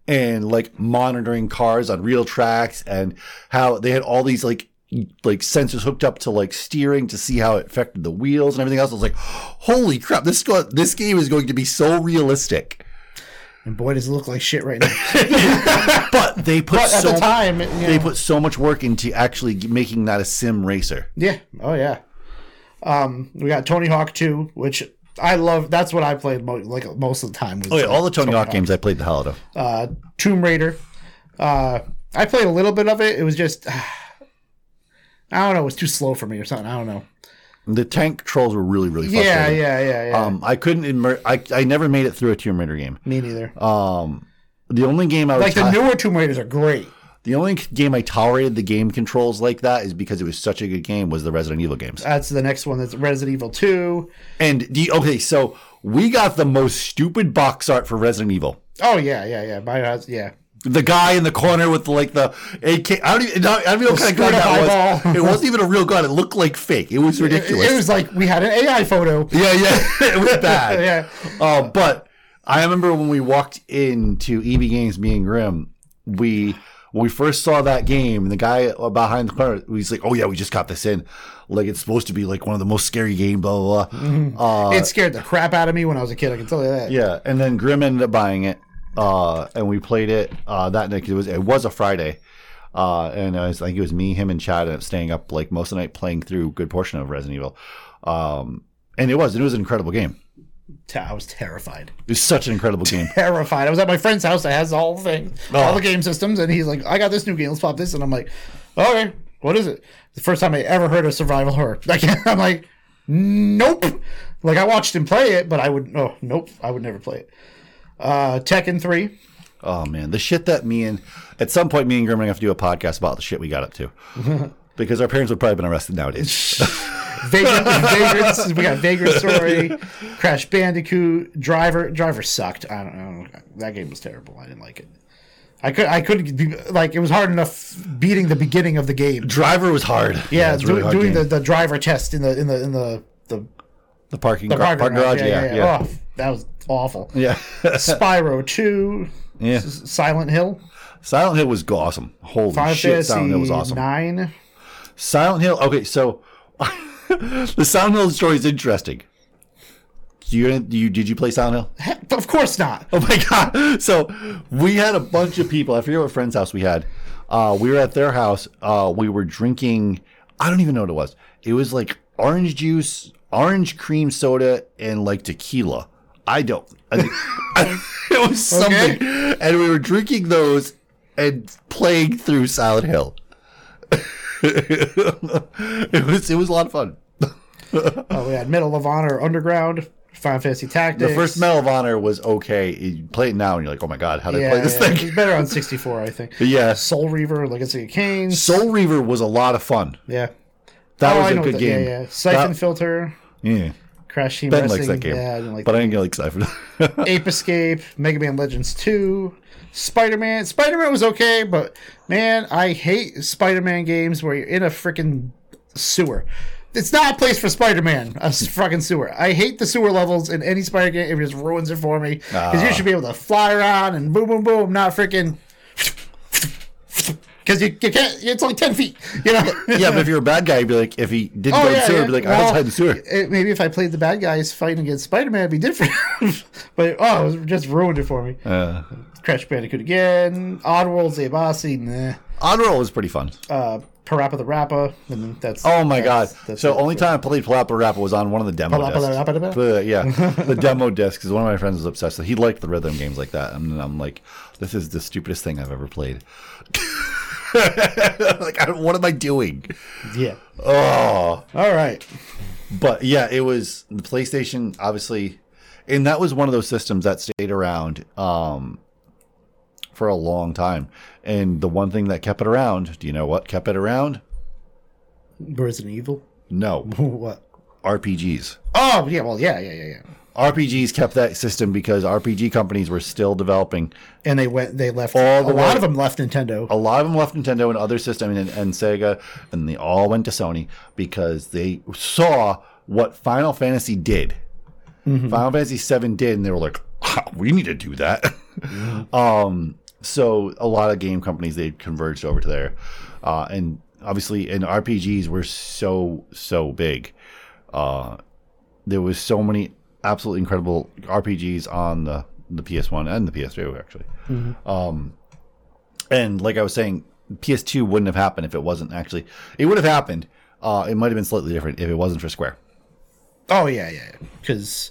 and like monitoring cars on real tracks and how they had all these like like sensors hooked up to like steering to see how it affected the wheels and everything else. I was like, holy crap, this go- this game is going to be so realistic.
And boy, does it look like shit right now.
But they put
But at
so
the time, it-
they
yeah.
put so much work into actually making that a sim racer.
yeah. Oh yeah. Um, we got Tony Hawk 2, which I love. That's what I played mo- like most of the time. Was
Oh yeah, all the Tony Hawk games I played the hell out of.
uh, Tomb Raider. Uh, I played a little bit of it. It was just, I don't know, it was too slow for me or something. I don't know.
The tank trolls were really really frustrating.
Yeah, yeah, yeah, yeah.
Um, I couldn't. Immer- I I never made it through a Tomb Raider game.
me neither.
Um, the only game I was
like the newer Tomb Raiders are great.
the only game I tolerated the game controls like that is because it was such a good game was the Resident Evil games.
That's the next one. That's Resident Evil Two.
And the okay, so we got the most stupid box art for Resident Evil.
Oh yeah, yeah, yeah. My hus- yeah.
The guy in the corner with like the AK. I don't even. I don't even know what kind of gun
screwed up
that was.
eyeball.
It wasn't even a real gun. It looked like fake. It was
It,
ridiculous.
it was like we had an AI photo.
Yeah, yeah, it was bad.
Yeah.
Uh, but I remember when we walked into EB Games, me and Grim, we when we first saw that game, and the guy behind the corner, he's like, "Oh yeah, we just got this in. Like it's supposed to be like one of the most scary game, blah blah blah." Uh,
it scared the crap out of me when I was a kid. I can tell you that.
yeah, and then Grim ended up buying it, uh, and we played it uh, that night. 'cause It was it was a Friday, uh, and I, was, I think it was me, him, and Chad ended up staying up like most of the night playing through a good portion of Resident Evil, um, and it was it was an incredible game.
Te- I was terrified.
It was such an incredible game.
Terrified. I was at my friend's house that has all the things,
Oh.
all the game systems, and he's like, "I got this new game. Let's pop this." And I'm like, "Okay, what is it?" The first time I ever heard of survival horror. Like I'm like, "Nope." Like I watched him play it, but I would. Oh, nope. I would never play it. Uh, Tekken Three.
Oh man, the shit that me and at some point me and Grim are gonna have to do a podcast about the shit we got up to. because our parents would probably have been arrested nowadays.
Vagrant, Vagrants, we got Vagrant Story, Crash Bandicoot, Driver. Driver sucked. I don't know. That game was terrible. I didn't like it. I could I couldn't be like it was hard enough beating the beginning of the game.
Driver was hard.
Yeah,
it's a
do,
hard
doing
game.
the, the driver test in the in the in the the,
the parking
the
gar- park, garage. Yeah, yeah. Yeah. Oh.
Oh, that was awful.
Yeah.
Spyro Two,
Yeah.
S- Silent Hill,
Silent Hill was awesome. Holy
Final
shit, Silent Hill was
Fantasy
awesome.
Nine.
Silent Hill. Okay, so the Silent Hill story is interesting. You, you did you play Silent Hill?
Heck, of course not.
Oh my god! So we had a bunch of people. I forget what friend's house we had. Uh, we were at their house. Uh, we were drinking I don't even know what it was. It was like orange juice, orange cream soda, and like tequila. I don't. I think, it was something. And we were drinking those and playing through Silent Hill. it was it was a lot of fun.
Oh, we had Medal of Honor Underground, Final Fantasy Tactics.
The first Medal of Honor was okay. You play it now and you're like, oh my god, how did I play this
It
thing?
was better on 64, I think.
Yeah.
Soul Reaver, Legacy of Kain.
Soul Reaver was a lot of fun.
yeah.
That
Oh,
was
I
a
know
good
that-
game.
Yeah, yeah. Siphon
That-
Filter,
yeah.
Crash Team
Ben
Wrestling.
likes that game.
Yeah, I didn't like
but
that.
I didn't get like Siphon.
Ape Escape, Mega Man Legends 2, Spider Man. Spider Man was okay, but man, I hate Spider Man games where you're in a freaking sewer. It's not a place for Spider Man, a s- fucking sewer. I hate the sewer levels in any Spider game. It just ruins it for me. Because
Ah.
you should be able to fly around and boom, boom, boom, not freaking. Because you, you can't, it's only 10 feet, you know?
yeah, but if you're a bad guy, you'd be like, if he didn't
Oh,
go to
yeah,
sewer,
yeah.
be like, I
Well,
was hiding sewer.
it- maybe if I played the bad guys fighting against Spider Man, it'd be different. but oh, it just ruined it for me.
Uh,
Crash Bandicoot again, Oddworld, Zabasi, nah.
Honor was pretty fun.
Uh, Parappa the Rappa, and that's
Oh my
that's-
god!
that's
so
it.
only time I played Palapa Rap was on one of the demo
Palapa
discs.
Rapa Rapa?
The- yeah, the demo disc because one of my friends was obsessed. with He liked the rhythm games like that, and I'm like, this is the stupidest thing I've ever played. like, I don't, what am I doing?
yeah.
Oh,
All right,
but yeah, it was the PlayStation, obviously, and that was one of those systems that stayed around um, for a long time. And the one thing that kept it around, do you know what kept it around?
Resident Evil.
No,
what?
RPGs.
Oh yeah, well yeah, yeah, yeah, yeah.
RPGs kept that system because RPG companies were still developing.
And they went, they left.
All
a
the way-
lot of them left Nintendo.
A lot of them left Nintendo and other systems and, and Sega, and they all went to Sony because they saw what Final Fantasy did. Final Fantasy VII did, and they were like, "Ah, "We need to do that." um, so a lot of game companies they converged over to there, uh, and obviously, and RPGs were so so big. Uh, there was so many absolutely incredible RPGs on the the PS1 and the PS2 actually. And like I was saying, PS2 wouldn't have happened if it wasn't actually. It would have happened. Uh, it might have been slightly different if it wasn't for Square.
Oh yeah, yeah, because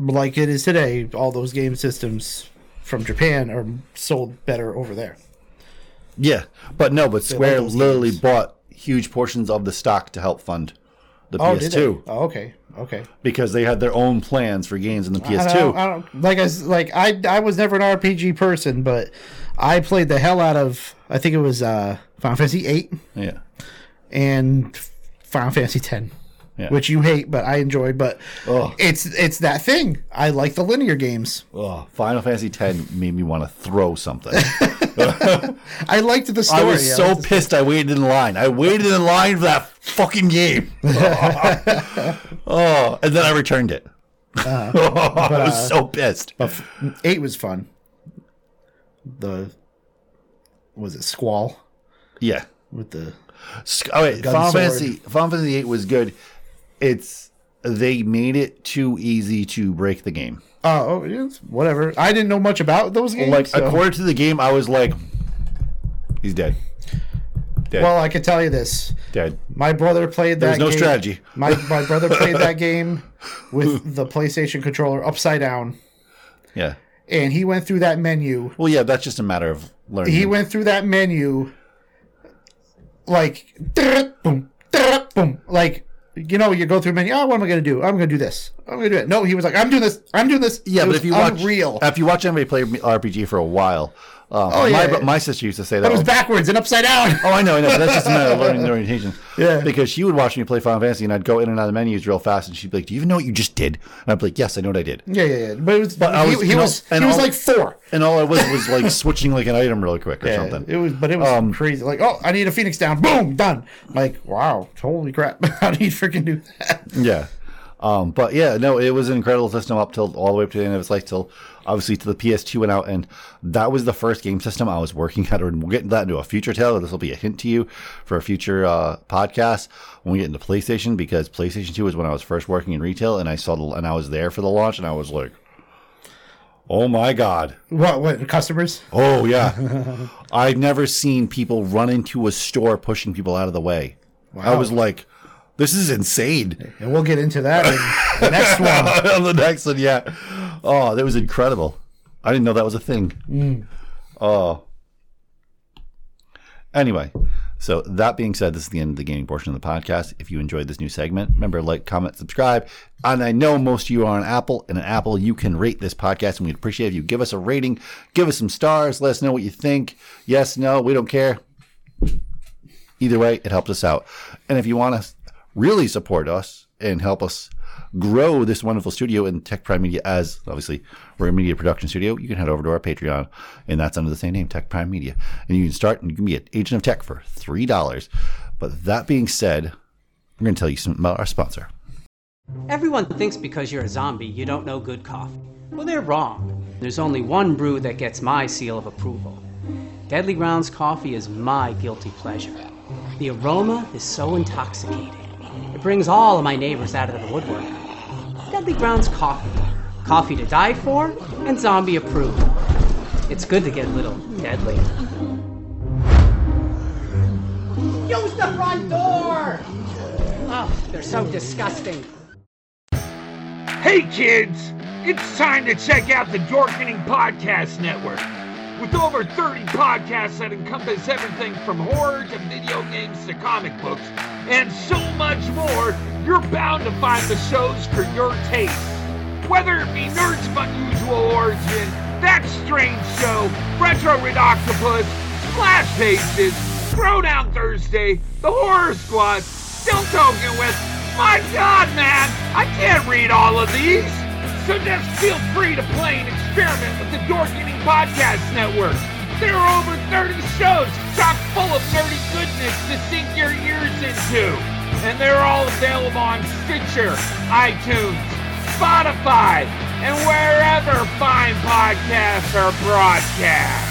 like it is today, all those game systems from Japan are sold better over there.
Yeah, but no, but Square
those
literally
games.
bought huge portions of the stock to help fund the
Oh,
PS2
did they? Oh, okay, okay.
because they had their own plans for games in the
I
PS2.
don't, I don't like I s- like I I was never an RPG person, but I played the hell out of I think it was uh Final Fantasy eight
yeah,
and Final Fantasy ten.
Yeah.
Which you hate, but I enjoy. But
Ugh.
it's it's that thing. I like the linear games.
Ugh, Final Fantasy X made me want to throw something.
I liked the story.
I was
I
so
liked the-
pissed. I waited in line. I waited in line for that fucking game. oh, and then I returned it.
Uh-huh.
I
uh,
was so pissed.
eight was fun. The was it Squall
Yeah.
with the
Sc- Oh, wait, Final
sword.
Fantasy, Final Fantasy VIII was good. It's they made it too easy to break the game.
oh oh, it's- whatever. I didn't know much about those games.
Like
so-
a quarter to the game, I was like, "He's dead, dead,
well, I can tell you this.
dead."
My brother played that.
was no
game-
strategy.
My my brother played that game with the PlayStation controller upside down,
Yeah.
and he went through that menu.
Well, yeah, that's just a matter of learning.
He went through that menu like boom, boom, like you know, you go through menu. Oh, what am I gonna do? I'm gonna do this. I'm gonna do it. No, he was like, I'm doing this. I'm doing this.
yeah,
It
but
was
if you watch uh,
unreal,
if you watch anybody play RPG for a while, um, oh,
yeah,
my,
yeah.
my sister used to say that.
it was
all-
backwards and upside down.
Oh, I know, I know. but That's just a matter of learning the orientation.
Yeah.
Because she would watch me play Final Fantasy, and I'd go in and out of the menus real fast, and she'd be like, "Do you even know what you just did?" And I'd be like, "Yes, I know what I did."
Yeah, yeah, yeah. But it was. But
I was-
he, he
and
was.
all- and
he was
all-
like four.
And all I was was like switching like an item really quick or
Yeah,
something.
It was, but it was crazy. Like, oh, I need a phoenix down. Boom, done. Like, wow, holy crap! How do you freaking do that?
yeah. Um, but yeah, no, it was an incredible system up till all the way up to the end of its life, till obviously to the PS2 went out, and that was the first game system I was working at. And we'll get into that into a future tale. This will be a hint to you for a future uh, podcast when we get into PlayStation, because PlayStation 2 was when I was first working in retail, and I saw the, and I was there for the launch, and I was like, oh my god.
What? What? Customers?
Oh yeah, I've never seen people run into a store pushing people out of the way. I was like, this is insane.
And we'll get into that in the next one.
on the next one, yeah. Oh, that was incredible. I didn't know that was a thing. Oh. Anyway, so that being said, this is the end of the gaming portion of the podcast. If you enjoyed this new segment, remember like, comment, subscribe. And I know most of you are on Apple, and on Apple you can rate this podcast, and we'd appreciate if you give us a rating, give us some stars, let us know what you think. Yes, no, we don't care. Either way, it helps us out. And if you want to really support us and help us grow this wonderful studio in Tech Prime Media as obviously we're a media production studio, you can head over to our Patreon and that's under the same name, Tech Prime Media. And you can start and you can be an agent of tech for three dollars. But that being said, I'm gonna tell you some about our sponsor.
Everyone thinks because you're a zombie, you don't know good coffee. Well, they're wrong. There's only one brew that gets my seal of approval. Deadly Grounds coffee is my guilty pleasure. The aroma is so intoxicating. It brings all of my neighbors out of the woodwork. Deadly Grounds coffee. Coffee to die for and zombie approved. It's good to get a little deadly. Use the front door! Oh, they're so disgusting.
Hey kids, it's time to check out the Dorkening Podcast Network. With over 30 podcasts that encompass everything from horror to video games to comic books and so much more, you're bound to find the shows for your taste. Whether it be Nerds of Unusual Origin, That Strange Show, Retro Red Octopus, Splash Pages, Throwdown Thursday, The Horror Squad, Still Talking With, my God, man! I can't read all of these! So just feel free to play and experiment with the Dorkening Podcast Network. There are over 30 shows chock full of dirty goodness to sink your ears into. And they're all available on Stitcher, iTunes, Spotify, and wherever fine podcasts are broadcast.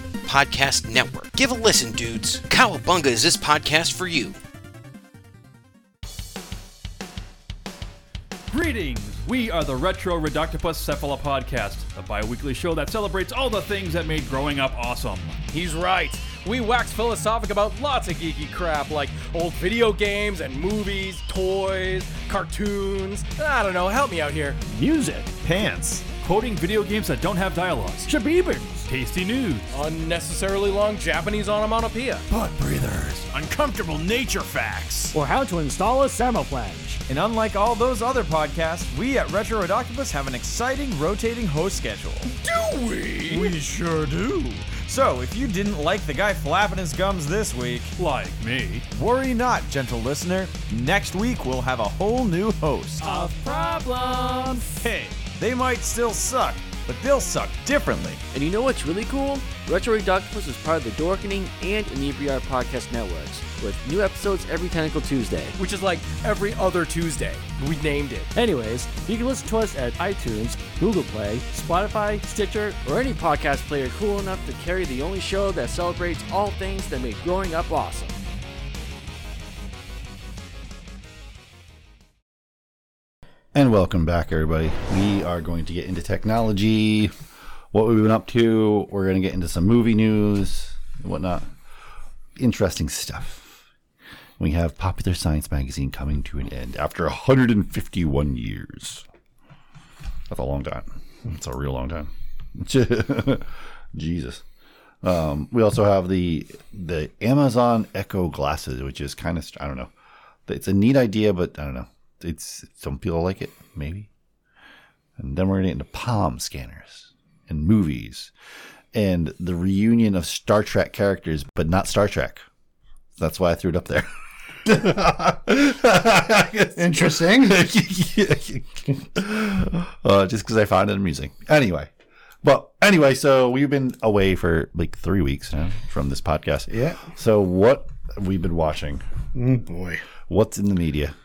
Podcast Network. Give a listen, dudes. Cowabunga is this podcast for you.
Greetings! We are the Retro Redoctopus Cephala Podcast, the bi weekly show that celebrates all the things that made growing up awesome.
He's right. We wax philosophic about lots of geeky crap like old video games and movies, toys, cartoons. I don't know, help me out here.
Music, pants, quoting video games that don't have dialogues, shabibans, tasty news,
Unnecessarily long Japanese onomatopoeia.
butt breathers, uncomfortable nature facts.
or how to install a Samoplange.
And unlike all those other podcasts, we at Retro Rodoctopus have an exciting rotating host schedule.
Do we?
We sure do. So, if you didn't like the guy flapping his gums this week,
Like me.
worry not, gentle listener. Next week, we'll have a whole new host.
Of problems.
Hey, they might still suck, but they'll suck differently.
And you know what's really cool? Retro Reductopus is part of the Dorkening and Inebriar podcast networks, with new episodes every Tentacle Tuesday.
Which is like every other Tuesday. We named it.
Anyways, you can listen to us at iTunes, Google Play, Spotify, Stitcher,
Or any podcast player cool enough to carry the only show that celebrates all things that make growing up awesome.
And welcome back, everybody. We are going to get into technology, what we've been up to. We're going to get into some movie news and whatnot. Interesting stuff. We have Popular Science Magazine coming to an end after 151 years. That's a long time. That's a real long time. Jesus. Um, we also have the the Amazon Echo glasses, which is kind of I don't know. It's a neat idea, but I don't know. It's some people like it maybe. And then we're gonna get into palm scanners and movies, and the reunion of Star Trek characters, but not Star Trek. That's why I threw it up there.
Interesting.
uh, just because I found it amusing. Anyway, But anyway, so we've been away for like three weeks now from this podcast.
Yeah.
So what we've been watching?
Mm, boy.
What's in the media?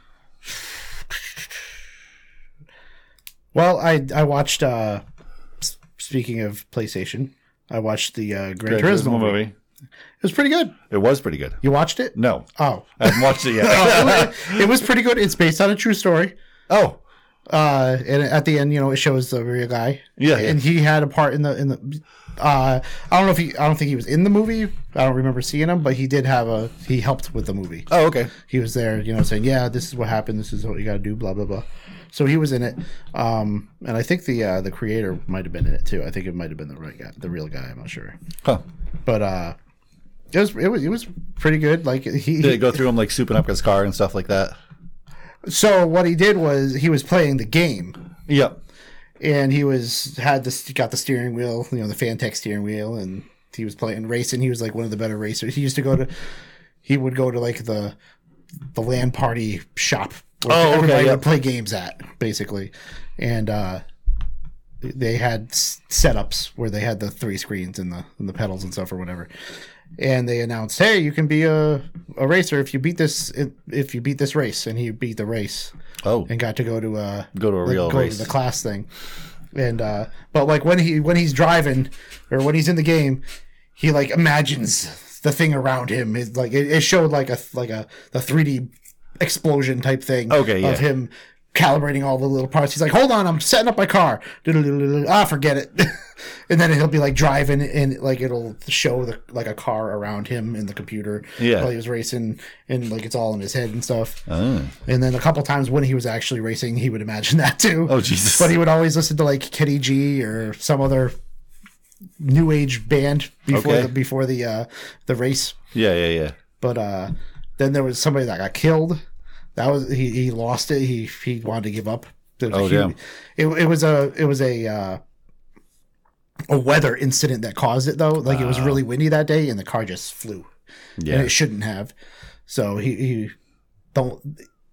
Well, I I watched. uh s- Speaking of PlayStation, I watched the uh, Gran
Gran
Turismo movie. It was pretty good.
It was pretty good.
You watched it?
No,
Oh,
I haven't watched it yet.
it was pretty good. It's based on a true story.
oh,
uh and at the end you know it shows the real guy
Yeah, yeah.
and he had a part in the in the uh i don't know if he i don't think he was in the movie i don't remember seeing him but he did have a he helped with the movie
oh, okay.
he was there you know saying yeah this is what happened this is what you gotta do blah blah blah so he was in it um and i think the uh the creator might have been in it too i think it might have been the right guy the real guy i'm not sure
Huh.
but uh it was it was it was pretty good like he
Did it go through him like souping up his car and stuff like that?
so what he did was he was playing the game
Yep.
and he was had this got the steering wheel, you know, the Fantech steering wheel, and he was playing racing. He was like one of the better racers. He used to go to, he would go to like the, the land party shop where
Oh, okay,
everybody
yeah.
would play games at basically, and uh, they had s- setups where they had the three screens and the and the pedals and stuff or whatever. And they announced, "Hey, you can be a, a racer if you beat this if you beat this race." And he beat the race
Oh,
and got to go to uh
Go to a
like,
real
go
race.
to the class thing and uh but like when he when he's driving or when he's in the game he like imagines the thing around him it, like it, it showed like a like a the 3d explosion type thing
Okay, yeah.
of him calibrating all the little parts he's like hold on i'm setting up my car ah forget it and then he'll be like driving and like it'll show the like a car around him in the computer
Yeah.
while he was racing and like it's all in his head and stuff
Oh.
and then a couple times when he was actually racing, he would imagine that too.
Oh, Jesus.
But he would always listen to like Kenny G or some other new age band before
Okay.
the before the uh, the race.
yeah, yeah, yeah.
But uh, then there was somebody that got killed. That was he, he lost it. He he wanted to give up. There was a
Oh,
huge-
damn.
It, it was a it was a uh, a weather incident that caused it though. Like it was really windy that day, and the car just flew
Ah. Yeah.
and it shouldn't have. So he, he don't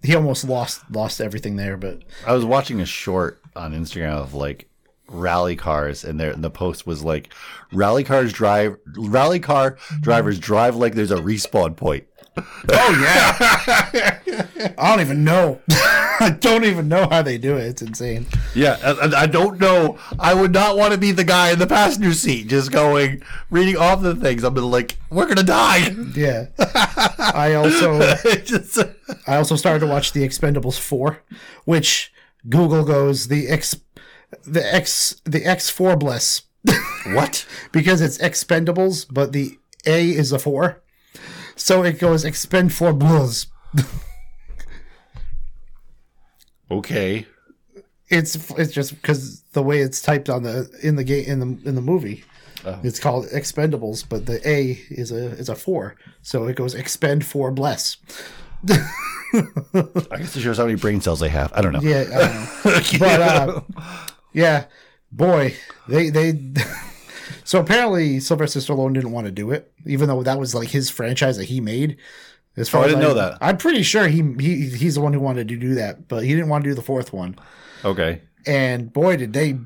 he almost lost lost everything there, but
I was watching a short on Instagram of like rally cars, and there and the post was like, "Rally cars drive, rally car drivers drive like there's a respawn point."
I don't even know. I don't even know how they do it. It's insane.
Yeah, and I don't know. I would not want to be the guy in the passenger seat just going reading off the things. I'm like, "We're gonna die."
Yeah. I also
It just,
I also started to watch The Expendables 4, which Google goes the X the X the X4 bless
what?
because it's expendables, but the A is a 4. So it goes expend 4 bless.
Okay.
it's it's just because the way it's typed on the in the game in the in the movie it's called expendables but the a is a is a four so it goes expend four bless
I guess it shows how many brain cells I have. I don't know.
yeah I don't know. but uh, yeah boy they they so apparently sylvester stallone didn't want to do it even though that was like his franchise that he made as far
Oh, I
as
didn't know that.
i'm pretty sure he, he he's the one who wanted to do that but he didn't want to do the fourth one
Okay.
and boy did they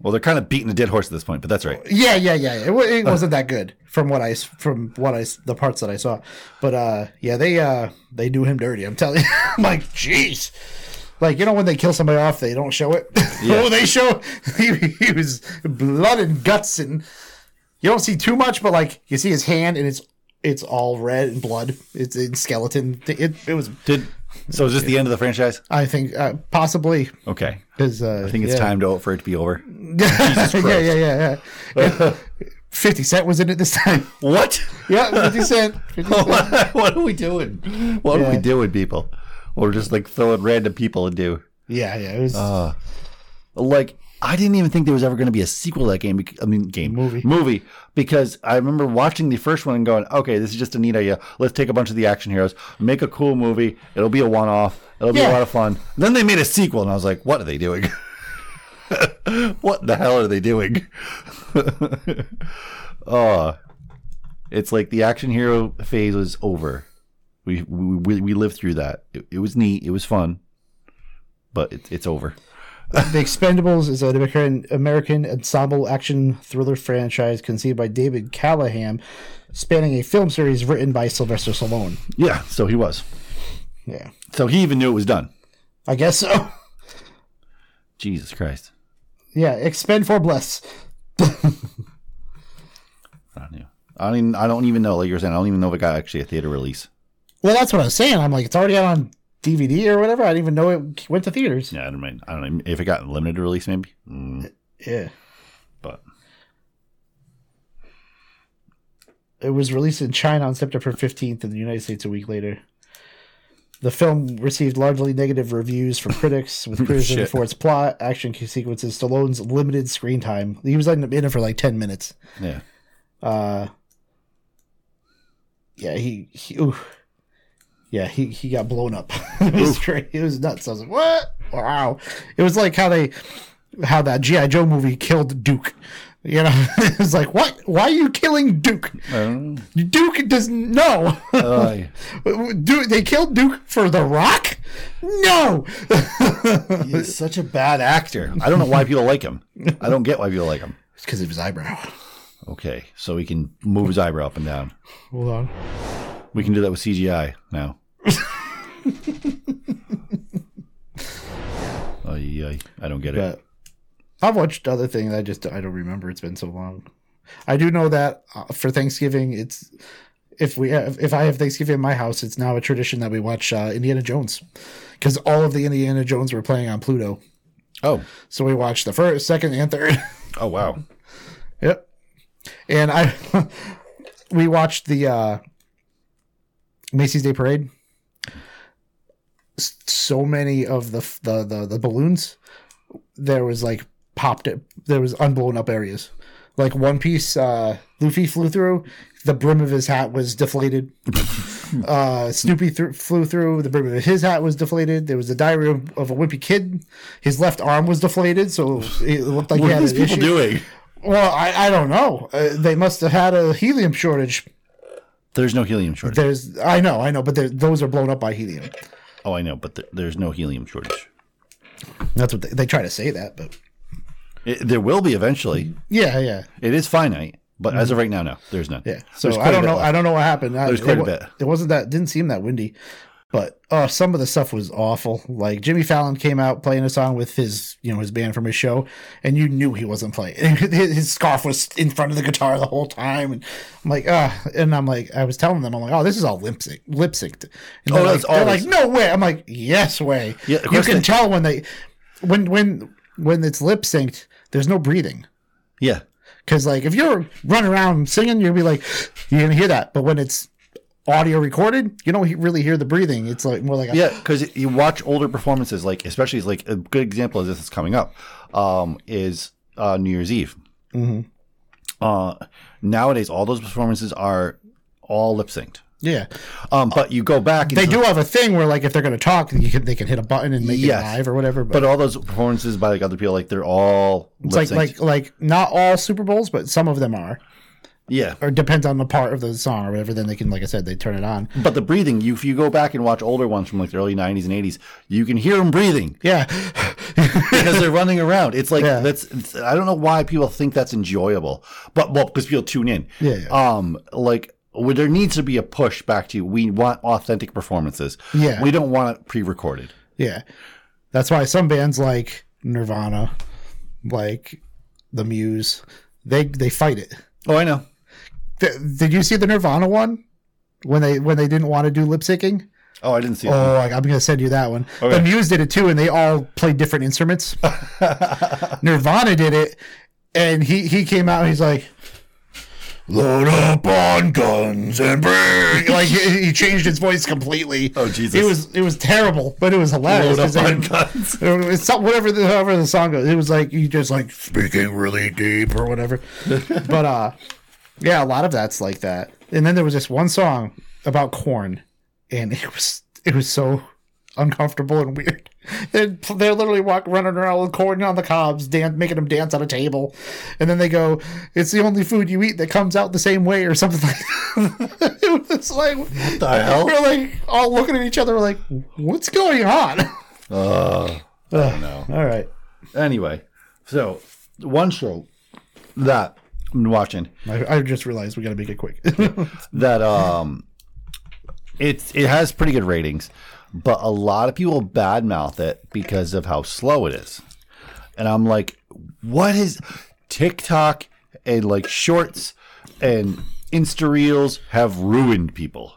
Well, they're kind of beating a dead horse at this point, but that's right.
Yeah, yeah, yeah. It, wa-
Uh.
it wasn't that good from what I s- from what I s- the parts that I saw, but uh, yeah, they uh they do him dirty. I'm telling you, I'm like jeez, like you know when they kill somebody off, they don't show it. oh, they show he, he was blood and guts, and you don't see too much, but like you see his hand, and it's it's all red and blood. It's in skeleton. It it was
Did so? Is this the end of the franchise?
I think uh, possibly
Okay.
because uh,
I think it's time to for it to be over.
yeah, yeah, yeah, yeah. Fifty Cent was in it this time.
What?
Yeah, 50 Cent. 50 Cent.
what are we doing? What are we
Yeah.
doing, people? Or just like throwing random people into
Yeah, yeah. It was,
like I didn't even think there was ever going to be a sequel to that game. bec- I mean, game
Movie.
movie because I remember watching the first one and going, "Okay, this is just a neat idea. Let's take a bunch of the action heroes, make a cool movie. It'll be a one-off. It'll be a
Yeah.
lot of fun." Then they made a sequel, and I was like, "What are they doing? what the hell are they doing?" uh, it's like the action hero phase was over. We we we, we lived through that. It, it was neat. It was fun, but it, it's over.
The Expendables is an American, American ensemble action thriller franchise conceived by David Callahan, spanning a film series written by Sylvester Stallone.
Yeah, so he was.
Yeah,
So he even knew it was done.
I guess so.
Jesus Christ.
Yeah, expend for bless.
I don't know. I don't even, I don't even know, like you were saying, I don't even know if it got actually a theater release.
Well, that's what I was saying. I'm like, it's already out on DVD or whatever. I didn't even know it went to theaters.
Yeah, I don't mind. I don't even, if it got limited release, maybe.
Yeah.
But
It was released in China on September 15th in the United States a week later. The film received largely negative reviews from critics, with criticism
Shit.
for its plot, action sequences, Stallone's limited screen time. He was in in it for like 10 minutes.
yeah,
Uh, yeah, he, he ooh. yeah, he, he got blown up. it was crazy. It was nuts. I was like, what? Wow! It was like how they, how that GI Joe movie killed Duke. You know, it was like, what? Why are you killing Duke? Duke doesn't know.
Uh, yeah.
Duke, they killed Duke for The Rock? No.
he's such a bad actor. I don't know why people like him. I don't get why people like him.
It's because of his eyebrow.
Okay, so he can move his eyebrow up and down.
Hold on.
We can do that with CGI now. Ay, ay, I don't get it.
But I've watched other things. I just I don't remember. It's been so long. I do know that uh, for Thanksgiving, it's if we have, if I have Thanksgiving in my house, it's now a tradition that we watch uh, Indiana Jones because all of the Indiana Jones were playing on Pluto.
Oh,
So we watched the first, second, and third.
oh wow.
Yep. And I we watched the uh Macy's Day Parade. S- So many of the f- the the, the balloons there was like popped it there was unblown up areas. Like one piece uh Luffy flew through, the brim of his hat was deflated. uh Snoopy thr flew through, the brim of his hat was deflated. There was the diary of, of a wimpy kid. His left arm was deflated, so it looked like
What
he
are
had
these
an
people
issue.
doing?
Well, I, I don't know. Uh, they must have had a helium shortage.
There's no helium shortage.
There's, I know, I know, but there- those are blown up by helium.
oh, I know, but th- there's no helium shortage.
That's what they, they try to say that, but
It, there will be eventually.
yeah, yeah,
It is finite, but as of right now, no, there's none.
yeah. So
There's quite
I
a
don't
bit
know.
left.
I don't know what happened. I-
There's quite
it,
a
wa-
bit.
It wasn't that. Didn't seem that windy, but uh, some of the stuff was awful. Like Jimmy Fallon came out playing a song with his, you know, his band from his show, and you knew he wasn't playing. His, his scarf was in front of the guitar the whole time, and I'm like, ah, and I'm like, I was telling them, I'm like, oh, this is all lip sync, lip synced. And
Oh,
they're
that's
like, they're
always-
like, no way. I'm like, yes way.
Yeah, of
you
course
can
they-
tell when they, when when when it's lip synced, there's no breathing.
Yeah.
Because like if you're running around singing, you'll be like, you're gonna hear that. But when it's audio recorded, you don't he- really hear the breathing. It's like more like a,
Yeah, because you watch older performances, like especially like a good example of this is coming up, um, is uh, New Year's Eve. Mm-hmm. Uh, nowadays, all those performances are all lip synced.
yeah.
Um, but you go back,
They
into-
do have a thing where like if they're gonna talk, you can, they can hit a button and make
Yes.
it live or whatever. But,
but all those performances by like other people, like they're all
it's like
lip-synced.
like like not all Super Bowls, but some of them are.
yeah.
Or depends on the part of the song or whatever. Then they can, like I said, they turn it on.
But the breathing, you if you go back and watch older ones from like the early '90s and '80s, you can hear them breathing
Yeah,
because they're running around. It's like
Yeah.
that's. It's, I don't know why people think that's enjoyable, but well, because people tune in.
Yeah, yeah.
Um, like well, there needs to be a push back to you. We want authentic performances.
Yeah.
we don't want it pre-recorded.
yeah. That's why some bands like Nirvana, like the Muse, they they fight it.
Oh, I know.
Th- did you see the Nirvana one when they when they didn't want to do lip syncing?
Oh, I didn't see
Oh, I, I'm gonna send you that one. The
Okay.
Muse did it too, and they all played different instruments. Nirvana did it, and he he came out. and He's like, "Load up on guns and bring." like he, he changed his voice completely.
Oh, Jesus.
It was it was terrible, but it was hilarious.
Load
'cause
up
they-
on guns.
It's some- whatever the however the song goes. It was like you just like speaking really deep or whatever. but uh, yeah, a lot of that's like that. And then there was this one song about corn, and it was it was so uncomfortable and weird. They're, they're literally walk running around with corn on the cobs, dan- making them dance on a table, and then they go, "It's the only food you eat that comes out the same way" or something like. That. it was like what
the hell?
We're like all looking at each other, like, "What's going on?"
Oh,
All right.
Anyway, so one show that I'm watching
I, I just realized we got to make it quick.
that um it's it has pretty good ratings, but a lot of people badmouth it because of how slow it is. And I'm like, what is TikTok and like shorts and Insta Reels have ruined people.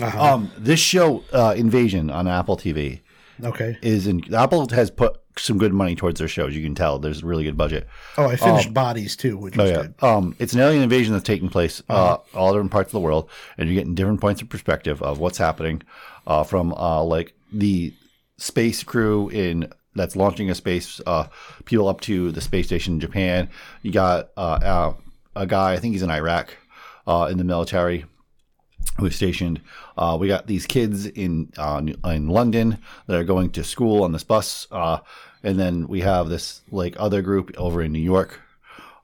Um this show uh Invasion on Apple TV
okay.
is in Apple has put some good money towards their shows. You can tell there's a really good budget.
Oh, I finished Bodies too, which
Oh
was
yeah,
good.
um, it's an alien invasion that's taking place uh, all different parts of the world, and you're getting different points of perspective of what's happening uh, from uh, like the space crew in that's launching a space uh, people up to the space station in Japan. You got uh, uh, a guy, I think he's in Iraq, uh, in the military who's stationed. Uh, we got these kids in uh, in London that are going to school on this bus, uh, and then we have this like other group over in New York,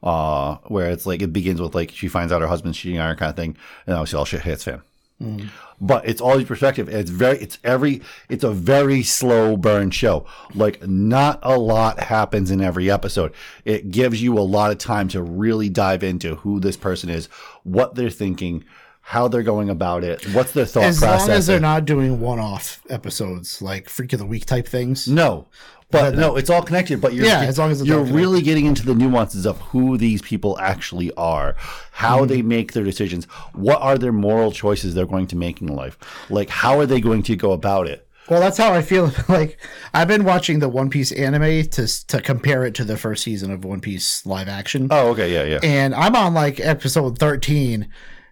uh, where it's like it begins with like she finds out her husband's cheating on her kind of thing, and obviously all shit hits him.
Mm.
But it's all these perspective. and It's very, it's every, it's a very slow burn show. Like not a lot happens in every episode. It gives you a lot of time to really dive into who this person is, what they're thinking, how they're going about it, what's their thought
As
process.
long as they're not doing one-off episodes like Freak of the Week type things.
No, but no, it's all connected. But you're,
Yeah, as long as it's
you're
all connected.
really getting into the nuances of who these people actually are, how
Mm-hmm.
they make their decisions, what are their moral choices they're going to make in life, like how are they going to go about it.
Well, that's how I feel. Like I've been watching the One Piece anime to to compare it to the first season of One Piece live action.
Oh, okay, yeah, yeah.
and I'm on like episode 13,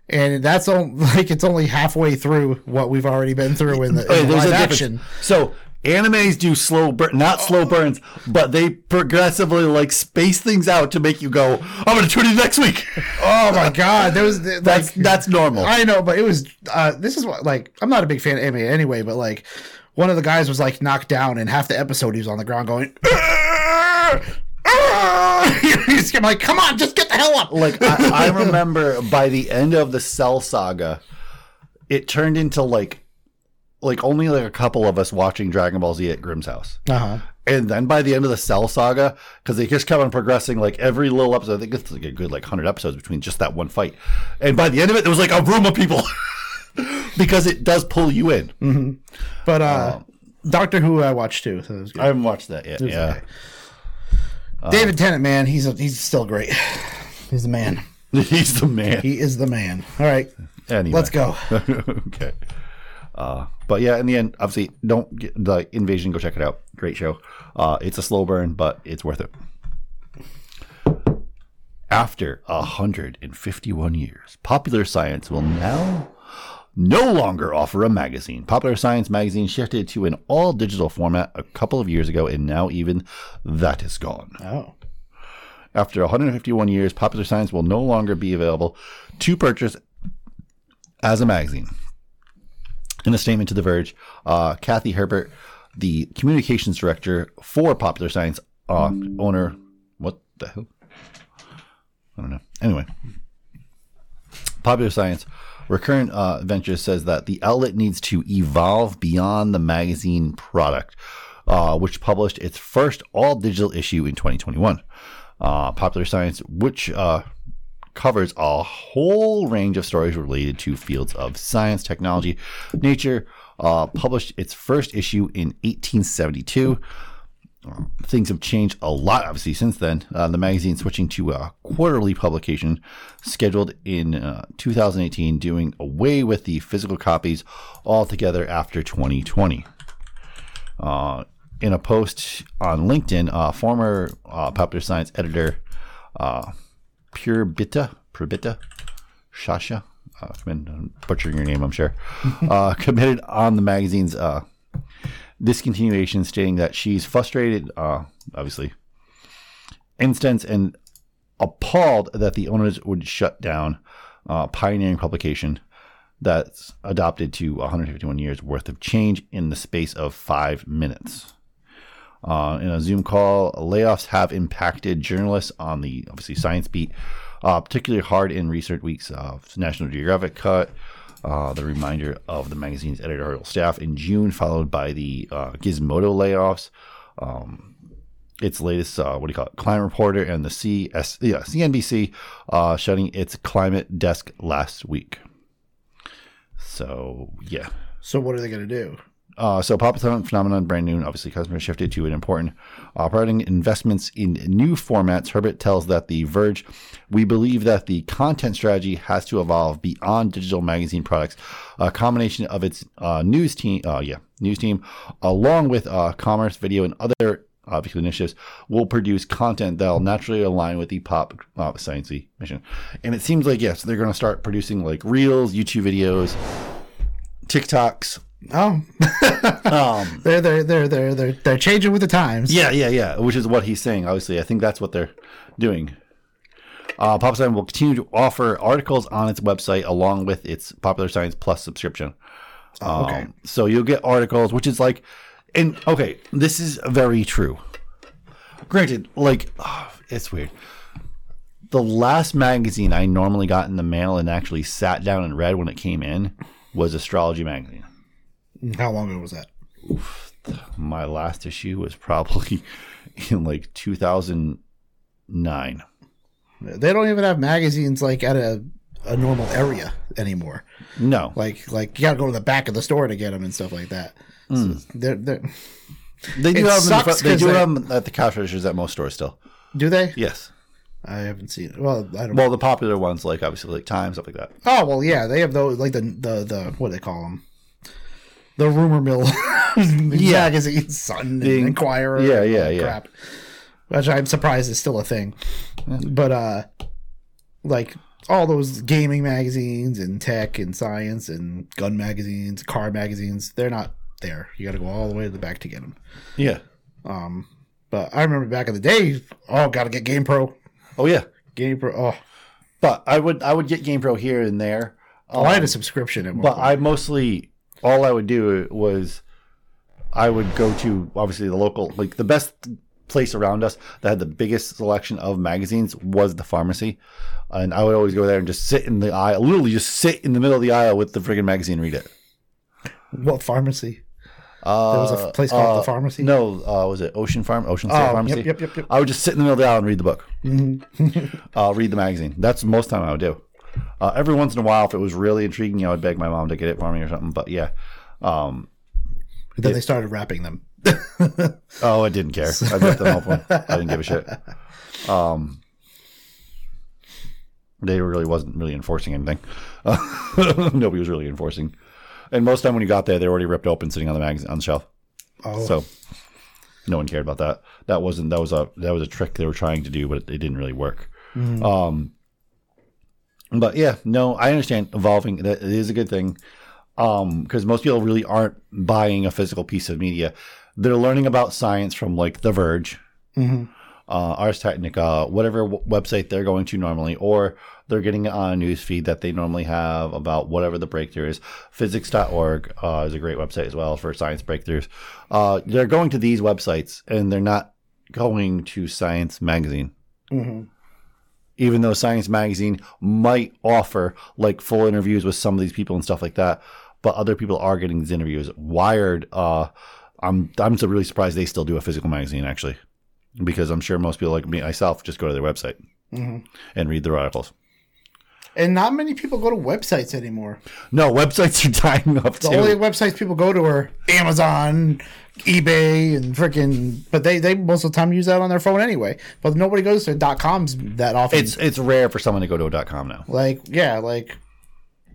and that's on like it's only halfway through what we've already been through in the
Hey,
in
there's a
live
difference.
action. Oh.
So animes do slow burn, not slow burns, but they progressively like space things out to make you go, "I'm going to tune in next week."
Oh my god, there was like,
That's that's normal.
I know, but it was uh, this is what like I'm not a big fan of anime anyway, but like one of the guys was like knocked down, and half the episode he was on the ground going. "Arr! Arr!" He's- I'm like, come on, just get the hell up!
like I, I remember by the end of the cell saga it turned into like like only like a couple of us watching dragon ball z at grimm's house
Uh-huh.
and then by the end of the cell saga because they just kept on progressing like every little episode i think it's like a good like 100 episodes between just that one fight and by the end of it there was like a room of people because it does pull you in
But uh,
Oh.
Doctor Who, I watched too. So it was good.
i haven't watched that yet yeah Uh,
David Tennant, man, he's a, he's still great. He's the man.
he's the man
He is the man. All right,
anyway
let's go.
okay. Uh, but yeah, in the end, obviously, don't get the invasion. Go check it out. Great show. Uh, it's a slow burn, but it's worth it. After 151 years, Popular Science will now no longer offer a magazine. Popular Science magazine shifted to an all digital format a couple of years ago, and now even that is gone.
Oh,
After 151 years, Popular Science will no longer be available to purchase as a magazine. In a statement to The Verge, uh, Kathy Herbert, the communications director for Popular Science, uh, owner, what the hell? I don't know. Anyway, Popular Science Recurrent uh, Ventures says that the outlet needs to evolve beyond the magazine product, uh, which published its first all digital issue in 2021. Uh, Popular Science, which uh, covers a whole range of stories related to fields of science, technology, nature, uh, published its first issue in 1872 things have changed a lot, obviously, since then. Uh, the magazine switching to a quarterly publication scheduled in uh, 2018, doing away with the physical copies altogether after 2020. Uh, in a post on LinkedIn, uh, former uh, Popular Science editor uh, Purbita, Purbita Shasha, uh, I'm butchering your name, I'm sure, uh, committed on the magazine's uh, discontinuation, stating that she's frustrated, uh, obviously, instance and appalled that the owners would shut down uh, pioneering publication that's adopted to 151 years worth of change in the space of five minutes. Uh, in a Zoom call, layoffs have impacted journalists on the obviously science beat, uh, particularly hard in recent weeks of National Geographic cut, uh, the reminder of the magazine's editorial staff in June, followed by the uh, Gizmodo layoffs its latest uh, what do you call it climate reporter and the CS yeah, CNBC uh, shutting its climate desk last week. So yeah,
So what are they going to do?
uh, so pop up phenomenon brand new and obviously customer shifted to an important uh, providing investments in new formats herbert tells that the verge we believe that the content strategy has to evolve beyond digital magazine products a combination of its uh, news team uh, yeah news team along with uh, commerce video and other obviously initiatives will produce content that'll naturally align with the pop uh, sciencey mission and it seems like yes they're going to start producing like reels youtube videos tiktoks
Oh, they're they're they're they're they're they're changing with the times.
Um. Yeah, yeah, yeah. Which is what he's saying. Obviously, I think that's what they're doing. Uh, Pop Science will continue to offer articles on its website along with its Popular Science Plus subscription.
Oh, okay.
Um, so you'll get articles, which is like, and okay, this is very true. Granted, like, it's weird. The last magazine I normally got in the mail and actually sat down and read when it came in was Astrology Magazine.
How long ago was that?
my last issue was probably in like 2009.
They don't even have magazines like at a a normal area anymore.
No,
Like like you got to go to the back of the store to get them and stuff like that.
Hmm.
So they're, they're,
they do
it
have them. in
sucks
front- They
'cause
do
they-
have them at the cash registers at most stores still.
do they?
Yes.
I haven't seen it. Well, I don't.
Well, the popular ones like obviously like Time stuff like that.
oh well, yeah, they have those like the the the what do they call them? The rumor mill magazines, Sun and
The-
Inquirer.
yeah,
and all
yeah,
that
yeah.
Crap, which I'm surprised is still a thing. But uh, like all those gaming magazines and tech and science and gun magazines, car magazines, they're not there. You got to go all the way to the back to get them.
Yeah.
But I remember back in the day, oh, got to get Game Pro,
Oh yeah.
Game Pro. Oh,
But I would I would get Game Pro here and there.
oh I had a subscription at one
Um, But
point.
I mostly all I would do was I would go to obviously the local like the best place around us that had the biggest selection of magazines was the pharmacy. And I would always go there and just sit in the aisle, literally just sit in the middle of the aisle with the friggin' magazine and read it.
What pharmacy?
Uh,
there was a place called the pharmacy.
No, uh, was it Ocean Farm? Ocean State
Oh,
Pharmacy?
yep, yep, yep, Mm-hmm. yep.
I would just sit in the middle of the aisle and read the book. uh, read the magazine. That's most time I would do. Uh, every once in a while, if it was really intriguing, I would beg my mom to get it for me or something. But yeah. Um,
Then they started wrapping them.
oh, I didn't care. I left them open. I didn't give a shit. Um, they really wasn't really enforcing anything. nobody was really enforcing. And most time when you got there, they were already ripped open, sitting on the magazine on the shelf.
Oh,
So no one cared about that. That wasn't that was a that was a trick they were trying to do, but it, it didn't really work. Um, but yeah, no, I understand evolving. That it is a good thing. Um, because most people really aren't buying a physical piece of media. They're learning about science from like The Verge, uh, Ars Technica, whatever w- website they're going to normally, or they're getting it on a news feed that they normally have about whatever the breakthrough is. Physics.org uh, is a great website as well for science breakthroughs. Uh, they're going to these websites and they're not going to Science Magazine. Even though Science Magazine might offer like full interviews with some of these people and stuff like that, but other people are getting these interviews. Wired, uh, I'm I'm so really surprised they still do a physical magazine actually because I'm sure most people like me, myself, just go to their website
Mm-hmm.
and read their articles.
and not many people go to websites anymore.
No, websites are dying up
The
too.
only websites people go to are Amazon, eBay, and freaking. But they they most of the time use that on their phone anyway. But nobody goes to dot coms that often.
it's it's rare for someone to go to a dot .com now.
like yeah, like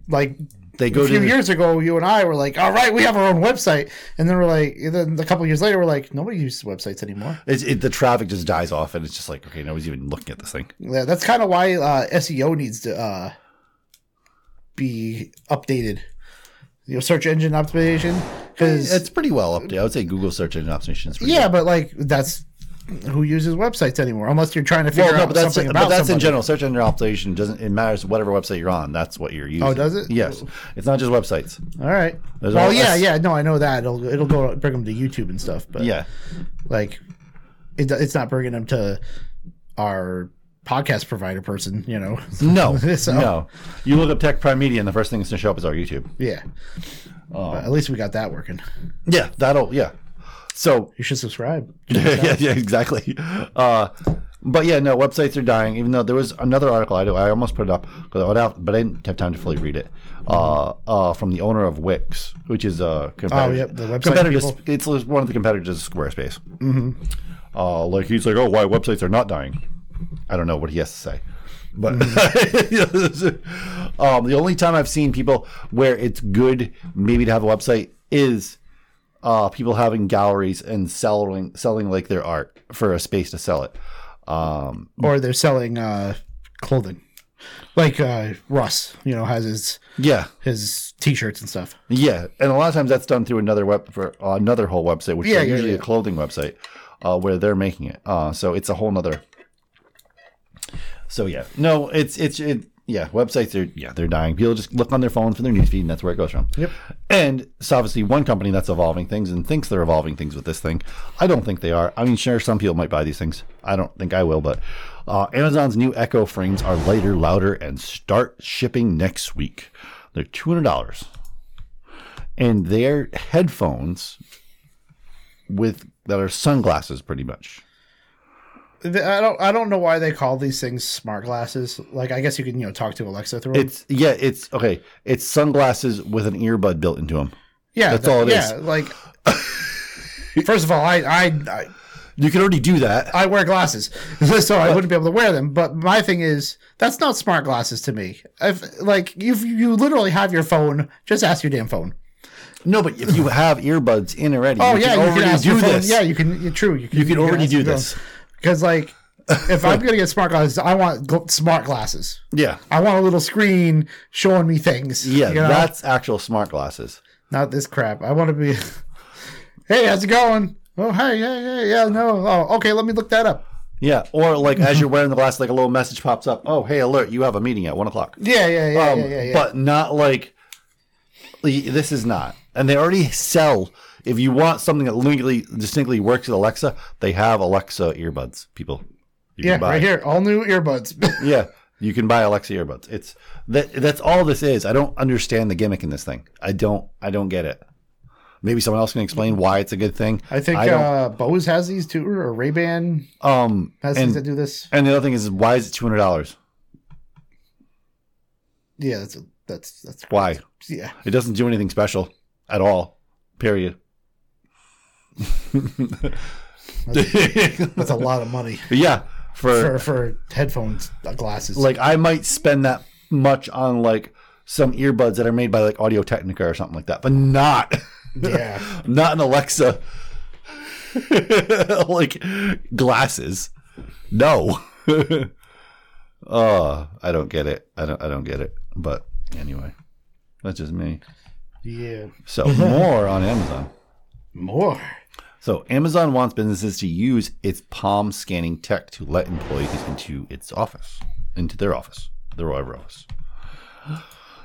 like
They go
a few
to the-
years ago, you and I were like, all right, we have our own website, and then we're like, and then a couple years later, we're like, nobody uses websites anymore.
It's, it, the traffic just dies off, and it's just like okay, nobody's even looking at this thing.
Yeah, that's kind of why uh, SEO needs to uh, be updated. You know, search engine optimization because
It's pretty well updated. I would say Google search engine optimization is pretty
yeah,
good.
but like that's who uses websites anymore, unless you're trying to figure
Well, no,
out
but that's
something
but
about
that's in
somebody.
general. Search engine optimization doesn't. It matters whatever website you're on. That's what you're using.
Oh, does it?
Yes, it's not just websites.
All right.
There's
well,
all-
yeah,
that's-
yeah. No, I know that it'll it'll go bring them to YouTube and stuff, but
Yeah,
like it, it's not bringing them to our podcast provider person, you know.
no,
So-
no. You look up Tech Prime Media, and the first thing that's going to show up is our YouTube.
Yeah. but at least we got that working.
Yeah, that'll yeah. So
You should subscribe.
yeah, yeah, exactly. Uh, but yeah, no, websites are dying. Even though there was another article I, I almost put it up, but I, would have- but I didn't have time to fully read it. Uh, uh, from the owner of Wix, which is a competitor.
Oh, yep, the website
competitor to
people.
Sp- It's one of the competitors of Squarespace. Mm-hmm. Uh, like he's like, oh, why websites are not dying? I don't know what he has to say. But
Mm-hmm.
um, the only time I've seen people where it's good maybe to have a website is uh, people having galleries and selling selling like their art for a space to sell it. Um,
Or they're selling uh, clothing. Like uh, Russ, you know, has his
yeah,
his t-shirts and stuff.
yeah, and a lot of times that's done through another web for uh, another whole website, which
Yeah,
is
yeah,
usually
yeah.
a clothing website uh, where they're making it. Uh, so it's a whole nother. So yeah, no, it's it's it. Yeah, websites are yeah they're dying. People just look on their phone for their newsfeed, and that's where it goes from. Yep. And it's obviously one company that's evolving things and thinks they're evolving things with this thing. I don't think they are. I mean, sure, some people might buy these things. I don't think I will, but uh, Amazon's new Echo frames are lighter, louder, and start shipping next week. They're two hundred dollars, and they're headphones with that are sunglasses, pretty much.
Th- I don't I don't know why they call these things smart glasses. Like I guess you can you know talk to Alexa through 'em.
It's yeah, it's okay. It's sunglasses with an earbud built into them.
yeah,
that's
th-
all it
yeah,
is.
Like first of all, I I I,
You can already do that.
I wear glasses, so I wouldn't be able to wear them. But my thing is that's not smart glasses to me. If like you you literally have your phone, just ask your damn phone.
No, but if you have earbuds in already,
Oh yeah, you can
already
ask
do
your phone.
this.
Yeah, you can. you true. You can,
You can already do this.
because like if I'm gonna get smart glasses, I want gl- smart glasses.
yeah,
I want a little screen showing me things.
yeah.
you know?
That's actual smart glasses.
not this crap. I want to be. hey, how's it going? Oh, hey, yeah, yeah, yeah. No, oh, okay. Let me look that up.
Yeah, or like as you're wearing the glasses, like a little message pops up. Oh, hey, alert! You have a meeting at one o'clock.
Yeah, yeah, yeah,
Um,
yeah, yeah, yeah.
But not like y- this is not, and they already sell. If you want something that legally distinctly works with Alexa, they have Alexa earbuds. People, you
yeah,
can buy.
right here, all new earbuds.
Yeah, you can buy Alexa earbuds. It's that that's all this is. I don't understand the gimmick in this thing. I don't. I don't get it. Maybe someone else can explain why it's a good thing.
I think
don't-
uh, Bose has these too, or Ray Ban
um,
has
and,
things that do this.
and the other thing is, why is it two hundred dollars?
Yeah, that's that's that's
Why?
yeah.
It doesn't do anything special at all. Period.
That's a lot of money
yeah,
for for headphones, uh, glasses.
like I might spend that much on like some earbuds that are made by like Audio Technica or something like that, but not
yeah,
not an Alexa like glasses. No. uh I don't get it. I don't I don't get it. But anyway. That's just me.
yeah.
So more on Amazon.
More.
So Amazon wants businesses to use its palm scanning tech to let employees into its office, into their office, their whatever office.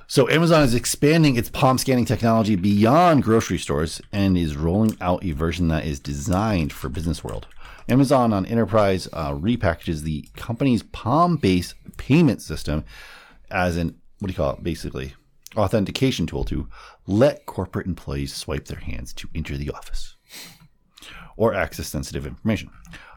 So Amazon is expanding its palm scanning technology beyond grocery stores and is rolling out a version that is designed for business world. Amazon on Enterprise uh, repackages the company's palm-based payment system as an what do you call it? Basically, authentication tool to let corporate employees swipe their hands to enter the office or access sensitive information,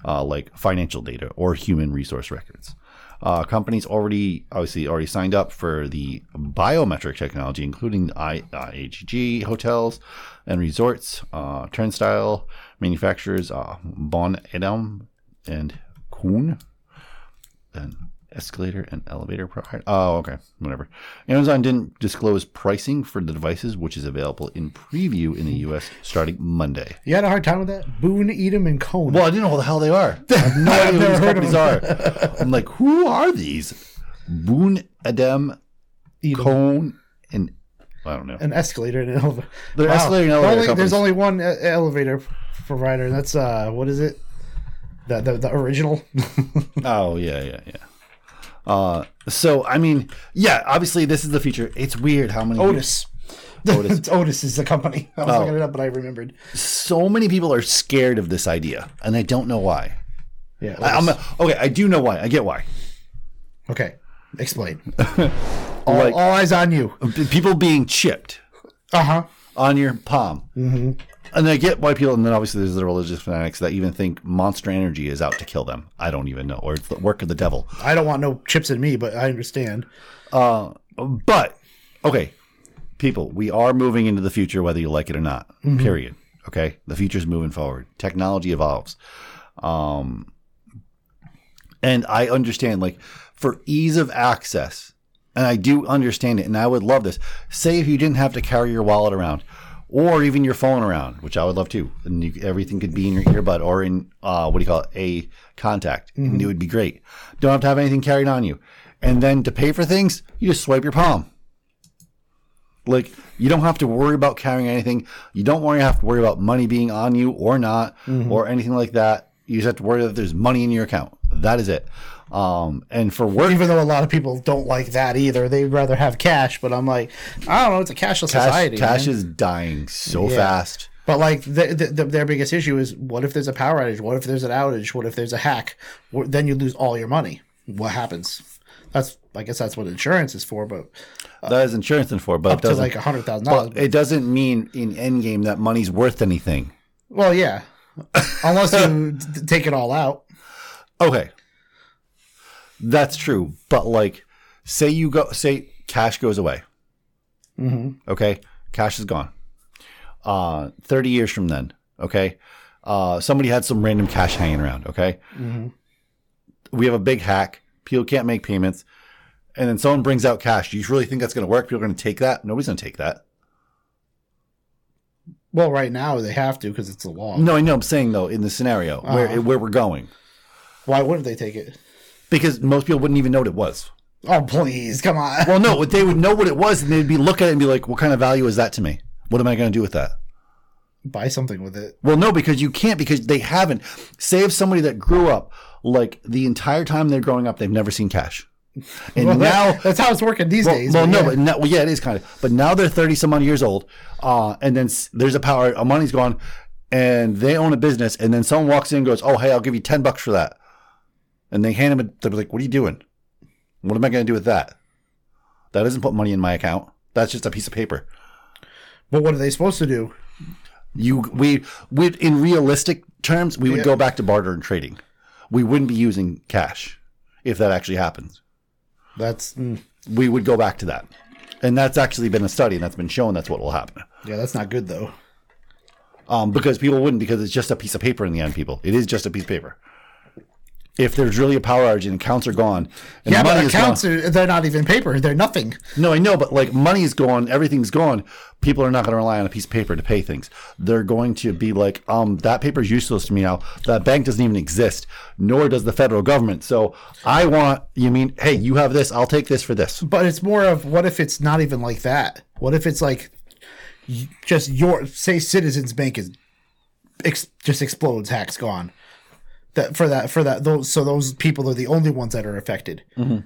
uh, like financial data or human resource records. Uh, companies already, obviously, already signed up for the biometric technology, including I, uh, IHG hotels and resorts, uh, turnstile manufacturers, uh, Bon Adam and Kuhn, and escalator and elevator. Pro- oh, okay, whatever. Amazon didn't disclose pricing for the devices, which is available in preview in the U.S. starting Monday.
You had a hard time with that. Boone, Edom, and Cone.
Well, I didn't know who the hell they are. I have no idea who these companies are. I'm like, who are these? Boone, Adem,
Edom.
Cone, and I don't know.
an escalator and an elevator.
They're escalator and elevator
Only,
companies.
there's only one uh, elevator provider, and that's uh, what is it? The the, the original.
Oh yeah, yeah, yeah. Uh, so I mean, yeah. Obviously, this is the feature. It's weird how many
Otis.
Otis.
It's Otis is the company. I was
Oh.
looking it up, but I remembered.
so many people are scared of this idea, and I don't know why.
Yeah.
I, I'm okay. I do know why. I get why.
okay. Explain. all,
Like-
all eyes on you.
People being chipped.
Uh huh.
on your palm. Mm-hmm. And I get why people, and then obviously there's the religious fanatics that even think monster energy is out to kill them. I don't even know, or it's the work of the devil.
I don't want no chips in me, but I understand.
But okay, people, we are moving into the future, whether you like it or not. Period. Okay, the future's moving forward. Technology evolves, um, and I understand. Like for ease of access, and I do understand it, and I would love this. Say if you didn't have to carry your wallet around. Or even your phone around, which I would love too, and you, everything could be in your earbud or in uh, what do you call it, a contact, and it would be great. Don't have to have anything carried on you, and then to pay for things, you just swipe your palm. Like you don't have to worry about carrying anything. You don't worry have to worry about money being on you or not or anything like that. You just have to worry that there's money in your account. That is it. Um, and for work,
Even though a lot of people don't like that either, they'd rather have cash. But I'm like, I don't know. It's a cashless
cash,
society.
cash
man.
is dying so
Yeah.
fast.
But like the, the, the, their biggest issue is what if there's a power outage? What if there's an outage? What if there's a hack? Wh- then you lose all your money. What happens? That's I guess that's what insurance is for. But
that is insurance in for, but
Uh, up
it
to
doesn't.
like a hundred thousand dollars.
but it doesn't mean in Endgame that money's worth anything.
Well, yeah, unless you d- d- take it all out.
Okay. That's true. But like say you go say cash goes away. Mm-hmm. Okay. Cash is gone. Uh 30 years from then, okay? Uh somebody had some random cash hanging around, okay? We have a big hack. People can't make payments. And then someone brings out cash. Do you really think that's going to work? People are going to take that? Nobody's going to take that.
Well, right now they have to because it's the law.
No, I know. I'm saying though, in the scenario where where we're going,
Why wouldn't they take it?
because most people wouldn't even know what it was.
Oh, please, come on.
Well, no, they would know what it was, and they'd be looking at it and be like, "What kind of value is that to me? What am I going to do with that?"
Buy something with it.
Well, no, because you can't, because they haven't. Say if somebody that grew up like the entire time they're growing up, they've never seen cash, and
Well,
now.
that- that's how it's working these
well,
days.
well, no,
yeah.
but now, well, yeah, it is kind of. But now they're thirty some odd years old, uh, and then s- there's a power, a money's gone, and they own a business, and then someone walks in and goes, "Oh, hey, I'll give you ten bucks for that," and they hand him. A, they're like, "What are you doing? What am I going to do with that? That doesn't put money in my account. That's just a piece of paper."
But what are they supposed to do?
You we we in realistic terms, we would
Yeah.
go back to barter and trading. We wouldn't be using cash if that actually happens.
That's mm,
We would go back to that. And that's actually been a study and that's been shown that's what will happen.
yeah, that's not good though.
Um, because people wouldn't because it's just a piece of paper in the end, people. It is just a piece of paper. If there's really a power outage and accounts are gone, and
Yeah,
money
but
is gone-
accounts are, they're not even paper. They're nothing.
No, I know, but like money's gone, everything's gone. People are not going to rely on a piece of paper to pay things. They're going to be like, um, that paper's useless to me now. That bank doesn't even exist, nor does the federal government. So I want, you mean, hey, you have this, I'll take this for this.
But it's more of what if it's not even like that? What if it's like y- just your say Citizens Bank is ex, just explodes, hacks gone. That for that for that those so those people are the only ones that are affected.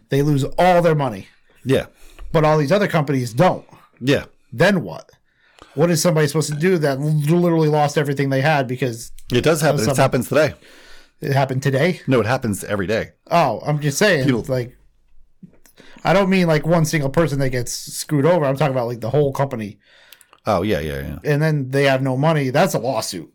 They lose all their money,
Yeah.
but all these other companies don't.
Yeah.
Then what? What is somebody supposed to do that literally lost everything they had because
It does happen. It
Some-
happens today.
it happened today?
No, it happens every day.
Oh, I'm just saying,
People-
like, I don't mean like one single person that gets screwed over. I'm talking about like the whole company,
Oh, yeah, yeah, yeah.
and then they have no money. That's a lawsuit.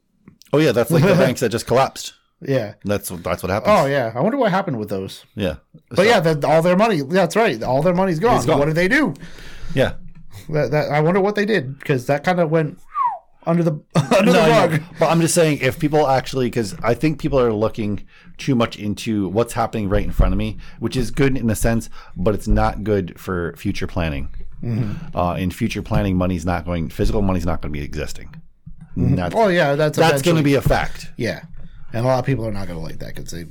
Oh, yeah, that's like the banks that just collapsed.
Yeah.
That's, that's what happens.
Oh yeah. I wonder what happened with those.
yeah.
But yeah, the, all their money. That's right. All their money's gone.
gone.
What did they do?
Yeah.
That, that I wonder what they did because that kind of went under the under
No,
the
I know.
rug.
But I'm just saying, if people actually, because I think people are looking too much into what's happening right in front of me, which is good in a sense, but it's not good for future planning.
Mm-hmm.
Uh, in future planning, money's not going, physical money's not going to be existing. And That's,
Oh yeah, that's
that's going to
eventually-
be a fact.
yeah. And a lot of people are not going to like that because they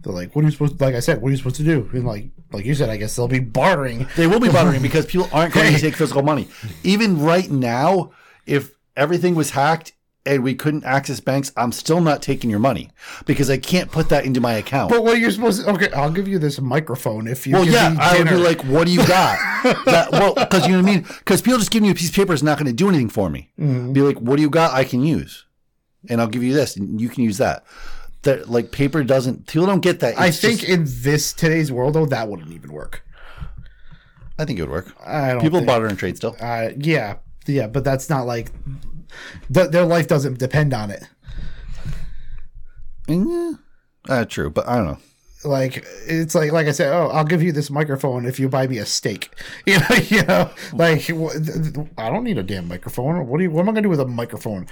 they're like, what are you supposed? Like I said, what are you supposed to do? And like like you said, I guess they'll be bartering.
They will be bartering because people aren't going to take physical money. Even right now, if everything was hacked and we couldn't access banks, I'm still not taking your money because I can't put that into my account.
But what you're supposed to, okay, I'll give you this microphone if you
Well,
give
yeah,
me
I would be
dinner.
like, "What do you got?" that, well, because you know what I mean. Because people just giving you a piece of paper is not going to do anything for me. Be like, "What do you got? I can use, and I'll give you this, and you can use that." That like paper doesn't. People don't get that.
I
It's
think
just-
in this today's world though, that wouldn't even work.
I think it would work.
I don't
People
think-
barter and trade still.
Uh, yeah, yeah, but that's not like th- their life doesn't depend on it.
Yeah, uh, true, but I don't know.
Like it's like like I said, oh, I'll give you this microphone if you buy me a steak. You know, you know, like wh- th- th- I don't need a damn microphone. What do you? What am I gonna do with a microphone?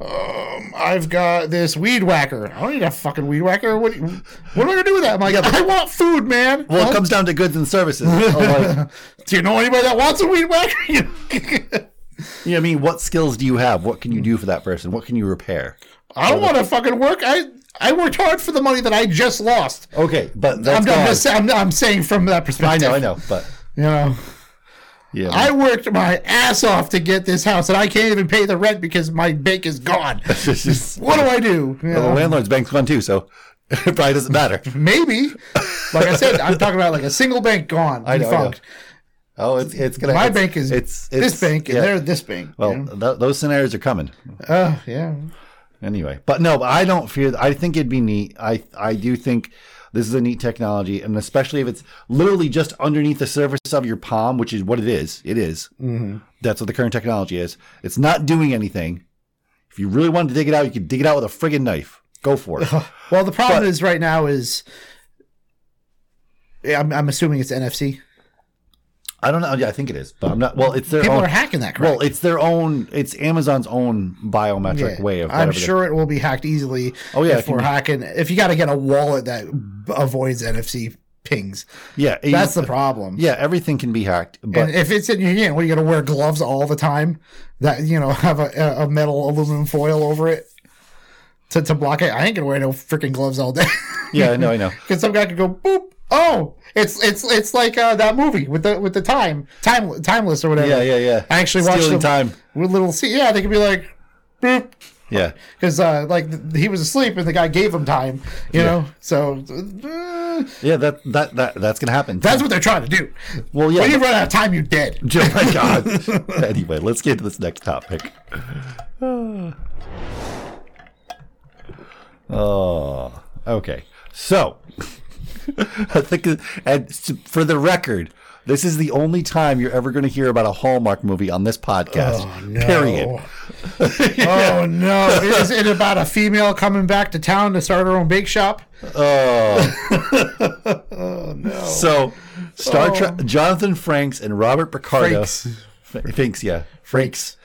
Um, I've got this weed whacker. I don't need a fucking weed whacker. What? do you- What am I gonna do with that? I'm like, I want food, man.
Well,
Huh?
it comes down to goods and services. Oh, like,
Do you know anybody that wants a weed whacker?
you know, what I mean, what skills do you have? What can you do for that person? What can you repair?
I don't want to fucking work. I I worked hard for the money that I just lost.
Okay, but that's
I'm, not- I'm,
gone.
just, I'm, I'm saying from that
I
perspective.
know, I know, but
You know,
yeah,
I worked my ass off to get this house, and I can't even pay the rent because my bank is gone.
It's just-
what do I do? You
Well,
know,
the landlord's bank's gone too, so it probably doesn't matter.
maybe, like I said, I'm talking about like a single bank gone,
I know, I know.
defunct.
Oh, it's it's gonna.
My
it's-
bank is
it's,
this
it's-
bank, and
yeah.
they're this bank.
Well,
you know?
th- those scenarios are coming
Uh, yeah.
anyway. But no, I don't fear. I think it'd be neat. I I do think this is a neat technology, and especially if it's literally just underneath the surface of your palm, which is what it is. It is.
Mm-hmm.
That's what the current technology is. It's not doing anything. If you really wanted to dig it out, you could dig it out with a friggin' knife. Go for it.
Well, the problem
But-
is right now is, yeah, I'm, I'm assuming it's NFC.
I don't know. Yeah, I think it is, but I'm not. Well, it's their
People
own.
are hacking that. Crap.
Oh. well, it's their own. It's Amazon's own biometric
Yeah,
way of.
I'm
whatever they-
sure it will be hacked easily.
Oh, yeah, it
if
can
we're
be-
hacking, if you got to get a wallet that b- avoids NFC pings,
Yeah, it-
that's the problem.
uh, Yeah, everything can be hacked, but
and if it's in your hand, what are you going to wear gloves all the time? That you know have a, a- a metal aluminum foil over it to, to block it. I ain't gonna wear no freaking gloves all day.
yeah, I know, I know.
because some guy could go boop. Oh, it's it's it's like uh, that movie with the with the time time timeless or whatever.
Yeah, yeah, yeah.
I actually watched
Stealing
them
time.
with little C. Yeah, they could be like boop.
Yeah,
because uh, like th- he was asleep and the guy gave him time, you know. So uh,
yeah. That that that that's gonna happen.
that's what they're trying to do.
well, yeah.
when you
but-
run out of time, you're dead.
Oh my god. anyway, let's get to this next topic. oh, okay. So, I think, and s- for the record, this is the only time you're ever going to hear about a Hallmark movie on this podcast. Period.
Oh no! Is it about a female coming back to town to start her own bake shop?
Oh. So, Star Trek, Jonathan Franks and Robert Picardo.
Frakes.
F- Finks, yeah. Franks.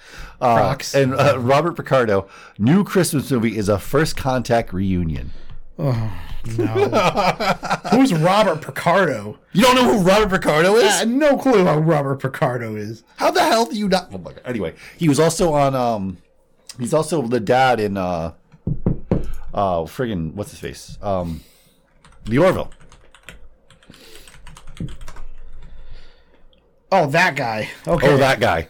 Uh,
Frakes.
and uh, Robert Picardo, new Christmas movie is a first contact reunion.
Who's Robert Picardo?
You don't know who Robert Picardo is?
I had no clue who Robert Picardo is.
How the hell do you not? Oh my God. Anyway, he was also on. Um, he's also the dad in. Uh, uh, friggin' what's his face? Um, the Orville.
Oh, that guy. Okay,
Oh, that guy.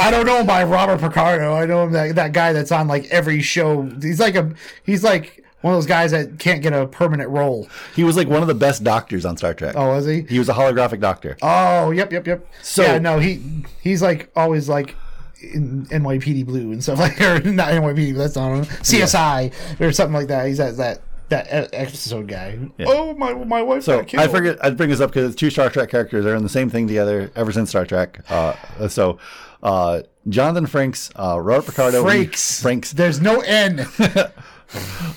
I don't know him by Robert Picardo. I know him that that guy that's on like every show. He's like a he's like one of those guys that can't get a permanent role.
He was like one of the best doctors on Star Trek.
Oh, is he?
He was a holographic doctor.
Oh, yep, yep, yep.
So-
yeah, no, he he's like always like in NYPD Blue and stuff like that. or not NYPD, but that's not him. CSI or something like that. He's that that that e, episode guy. Oh my my wife.
So
got
I
killed.
figured I'd bring this up because two Star Trek characters are in the same thing together ever since Star Trek. Uh, so uh, Jonathan Franks, uh, Robert Picardo, re-
Frakes.
Franks
There's no N.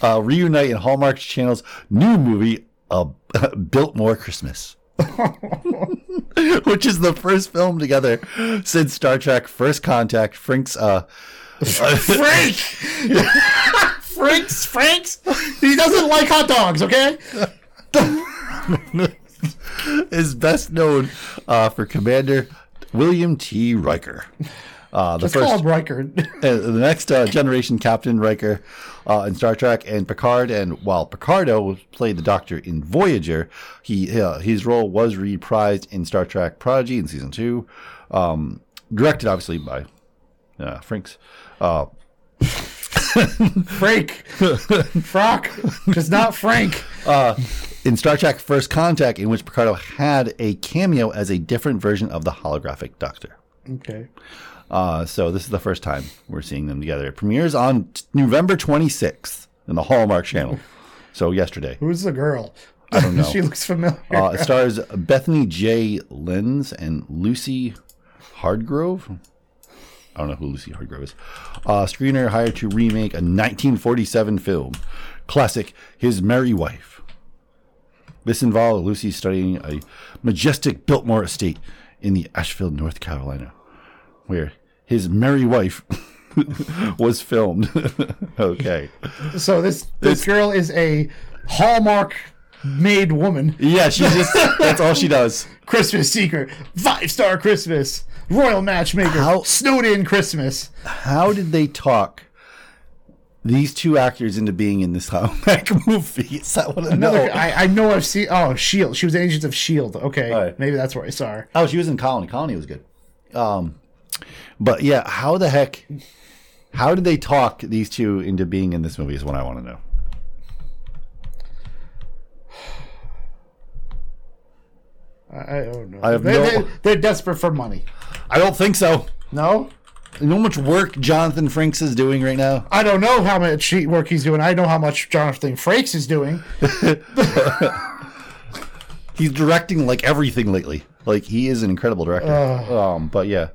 uh, reunite in Hallmark Channel's new movie, uh, Biltmore Christmas. Which is the first film together since Star Trek First Contact. Frank's uh,
Frank. Franks. Franks. He doesn't like hot dogs. Okay.
is best known uh, for Commander William T. Riker. Uh, the
Let's
first
call him Riker.
Uh, the next uh, generation Captain Riker uh, in Star Trek and Picard, and while Picardo played the Doctor in Voyager, he uh, his role was reprised in Star Trek Prodigy in season two, um, directed obviously by uh, Franks. Uh,
Frank. Frock. Just not Frank.
in Star Trek First Contact, in which Picardo had a cameo as a different version of the holographic Doctor.
Okay.
Uh, so this is the first time we're seeing them together. It premieres on t- November 26th in the Hallmark Channel. So yesterday.
Who's the girl?
I don't know.
she looks familiar.
Uh, it stars Bethany J. Lenz and Lucy Hardgrove. I don't know who Lucy Hardgrove is. Uh, screener hired to remake a 1947 film classic, His Merry Wife. This involved Lucy studying a majestic Biltmore estate in the Asheville, North Carolina, where his merry wife was filmed. okay.
So this this girl is a Hallmark made woman.
Yeah, she just, that's all she does.
Christmas Seeker, five star Christmas, Royal Matchmaker,
How-
snowed in Christmas.
How did they talk these two actors into being in this Hallmark movie? Is that what I
Another,
know?
I, I know I've seen. Oh, Shield. She was in Agents of Shield. E Okay,
Right.
maybe that's where I saw her.
Oh, she was in Colony. Colony was good. Um, but yeah, how the heck? How did they talk these two into being in this movie? Is what I want to know.
I, I don't know.
I have
they,
no-
they, they're desperate for money.
I don't think so.
No,
You know how much work Jonathan Frinks is doing right now?
I don't know how much sheet work he's doing. I know how much Jonathan Frakes is doing.
He's directing like everything lately. Like he is an incredible director. um, but yeah,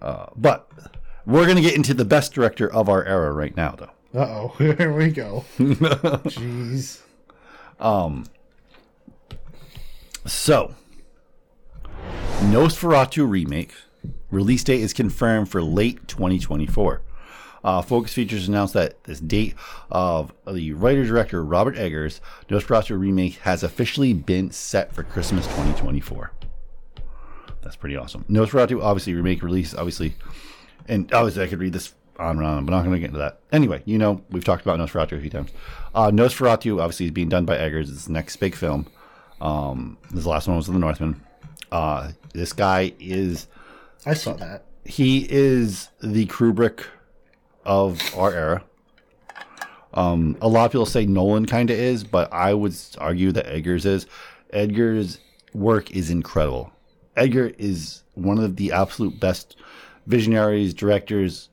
uh, but we're gonna get into the best director of our era right now, though.
Uh oh, here we go. Jeez.
So, Nosferatu remake release date is confirmed for late 2024. Uh, Focus Features announced that this date of the writer director Robert Eggers Nosferatu remake has officially been set for Christmas 2024. That's pretty awesome. Nosferatu obviously remake release obviously, and obviously I could read this on and on, but I'm not going to get into that. Anyway, you know we've talked about Nosferatu a few times. Uh, Nosferatu obviously is being done by Eggers. It's his next big film. Um, this last one was The Northman. Uh, this guy is
I saw that.
he is the Kubrick of our era. Um, a lot of people say Nolan kind of is, but I would argue that Edgar's is. Edgar's work is incredible. Edgar is one of the absolute best visionaries, directors,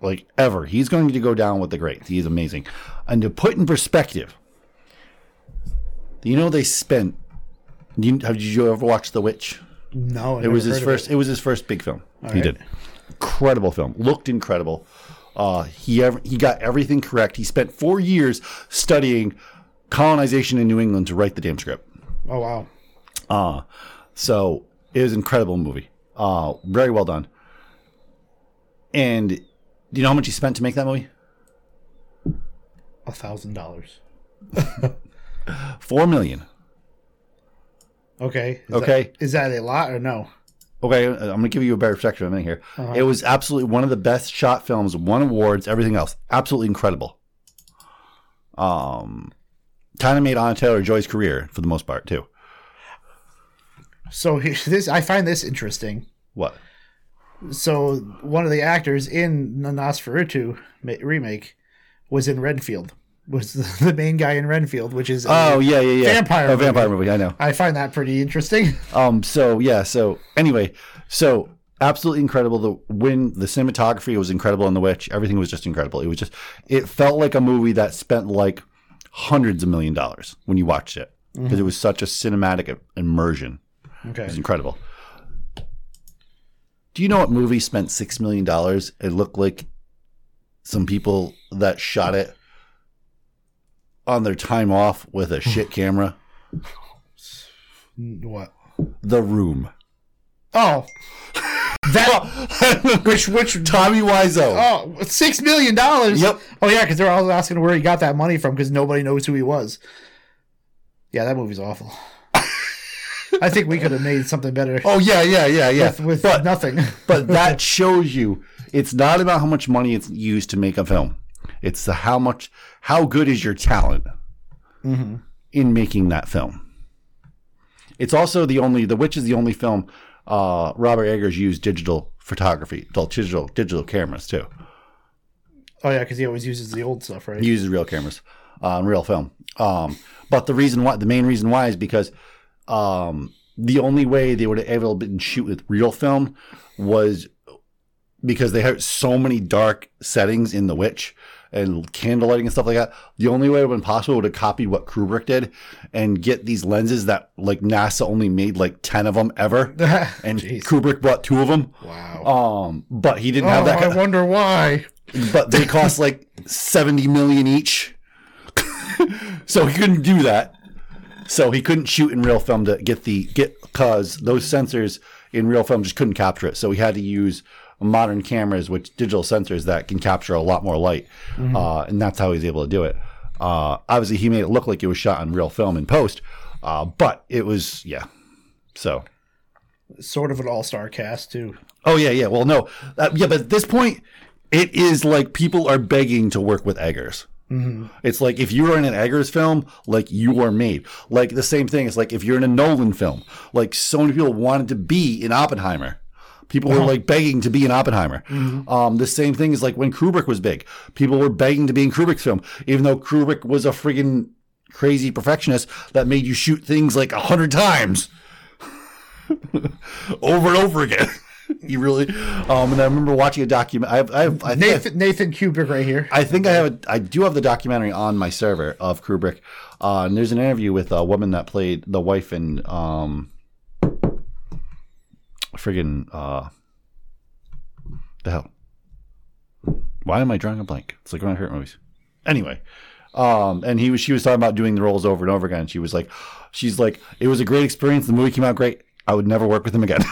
like ever. He's going to go down with the greats. He's amazing. And to put in perspective, you know they spent. You, have you ever watched The Witch?
No, I
It
never
was his
heard of
first.
it.
It. was his first big film. he did incredible film. Looked incredible. Uh, he ever, he got everything correct. He spent four years studying colonization in New England to write the damn script.
Oh wow.
Uh, so it was an incredible movie. Uh, very well done. And do you know how much he spent to make that movie?
A thousand dollars.
Four million.
Okay. Is
Okay.
That, is that a lot or no?
Okay, uh, I'm going to give you a better perspective in a minute here. It was absolutely one of the best shot films, won awards, everything else. Absolutely incredible. Um, kind of made Anna Taylor Joy's career for the most part too.
So here- this, I find this interesting.
What?
So one of the actors in the Nosferatu ma- remake was in Renfield. Was the main guy in Renfield, which is a-
Oh yeah, yeah, yeah.
Vampire
Oh, vampire movie. I know.
I find that pretty interesting.
Um. So yeah. So anyway. So absolutely incredible. The win. The cinematography was incredible in The Witch. Everything was just incredible. It was just. It felt like a movie that spent like hundreds of million dollars when you watched it because it was such a cinematic immersion.
Okay.
It was incredible. Do you know what movie spent six million dollars? It looked like some people that shot it on their time off with a shit camera.
What?
The Room.
Oh, that which which
Tommy Wiseau.
oh six million dollars.
Yep.
Oh yeah, because they're all asking where he got that money from because nobody knows who he was. Yeah, that movie's awful. I think we could have made something better
Oh yeah, yeah, yeah, yeah.
with, with
but
nothing.
but that shows you it's not about how much money it's used to make a film. It's the how much how good is your talent in making that film. It's also the only The Witch is the only film uh, Robert Eggers used digital photography, well, digital digital cameras too.
Oh yeah, because he always uses the old stuff, right?
He uses real cameras on real film. Um, but the reason why, the main reason why, is because um, the only way they would have ever been shoot with real film was because they had so many dark settings in The Witch, and candlelighting and stuff like that. The only way it would have been possible to copy what Kubrick did and get these lenses that like NASA only made like 10 of them ever. and Kubrick bought two of them. Wow. Um, but he didn't have
Oh,
that.
I wonder why.
but they cost like 70 million each. so he couldn't do that. So he couldn't shoot in real film to get the get cuz those sensors in real film just couldn't capture it. So he had to use modern cameras which digital sensors that can capture a lot more light. Uh, and that's how he's able to do it. Uh, obviously he made it look like it was shot on real film in post. Uh, but it was yeah. So
Sort of an all star cast too.
Oh yeah, yeah. Well, no, uh, yeah, but at this point, it is like people are begging to work with Eggers. It's like if you are in an Eggers film, like you are made. Like the same thing. It's like if you're in a Nolan film, like so many people wanted to be in Oppenheimer. People were like begging to be in Oppenheimer. Um, the same thing is like when Kubrick was big. People were begging to be in Kubrick's film, even though Kubrick was a friggin' crazy perfectionist that made you shoot things like a hundred times over and over again. you really, um, and I remember watching a document. I, I, I, think I-
Nathan Nathan Kubrick right here.
I think I have a, I do have the documentary on my server of Kubrick. Uh, and there's an interview with a woman that played the wife in um, friggin' uh, the hell. Why am I drawing a blank? It's like one of her movies. Anyway, um, and he was she was talking about doing the roles over and over again. She was like, she's like, it was a great experience. The movie came out great. I would never work with him again.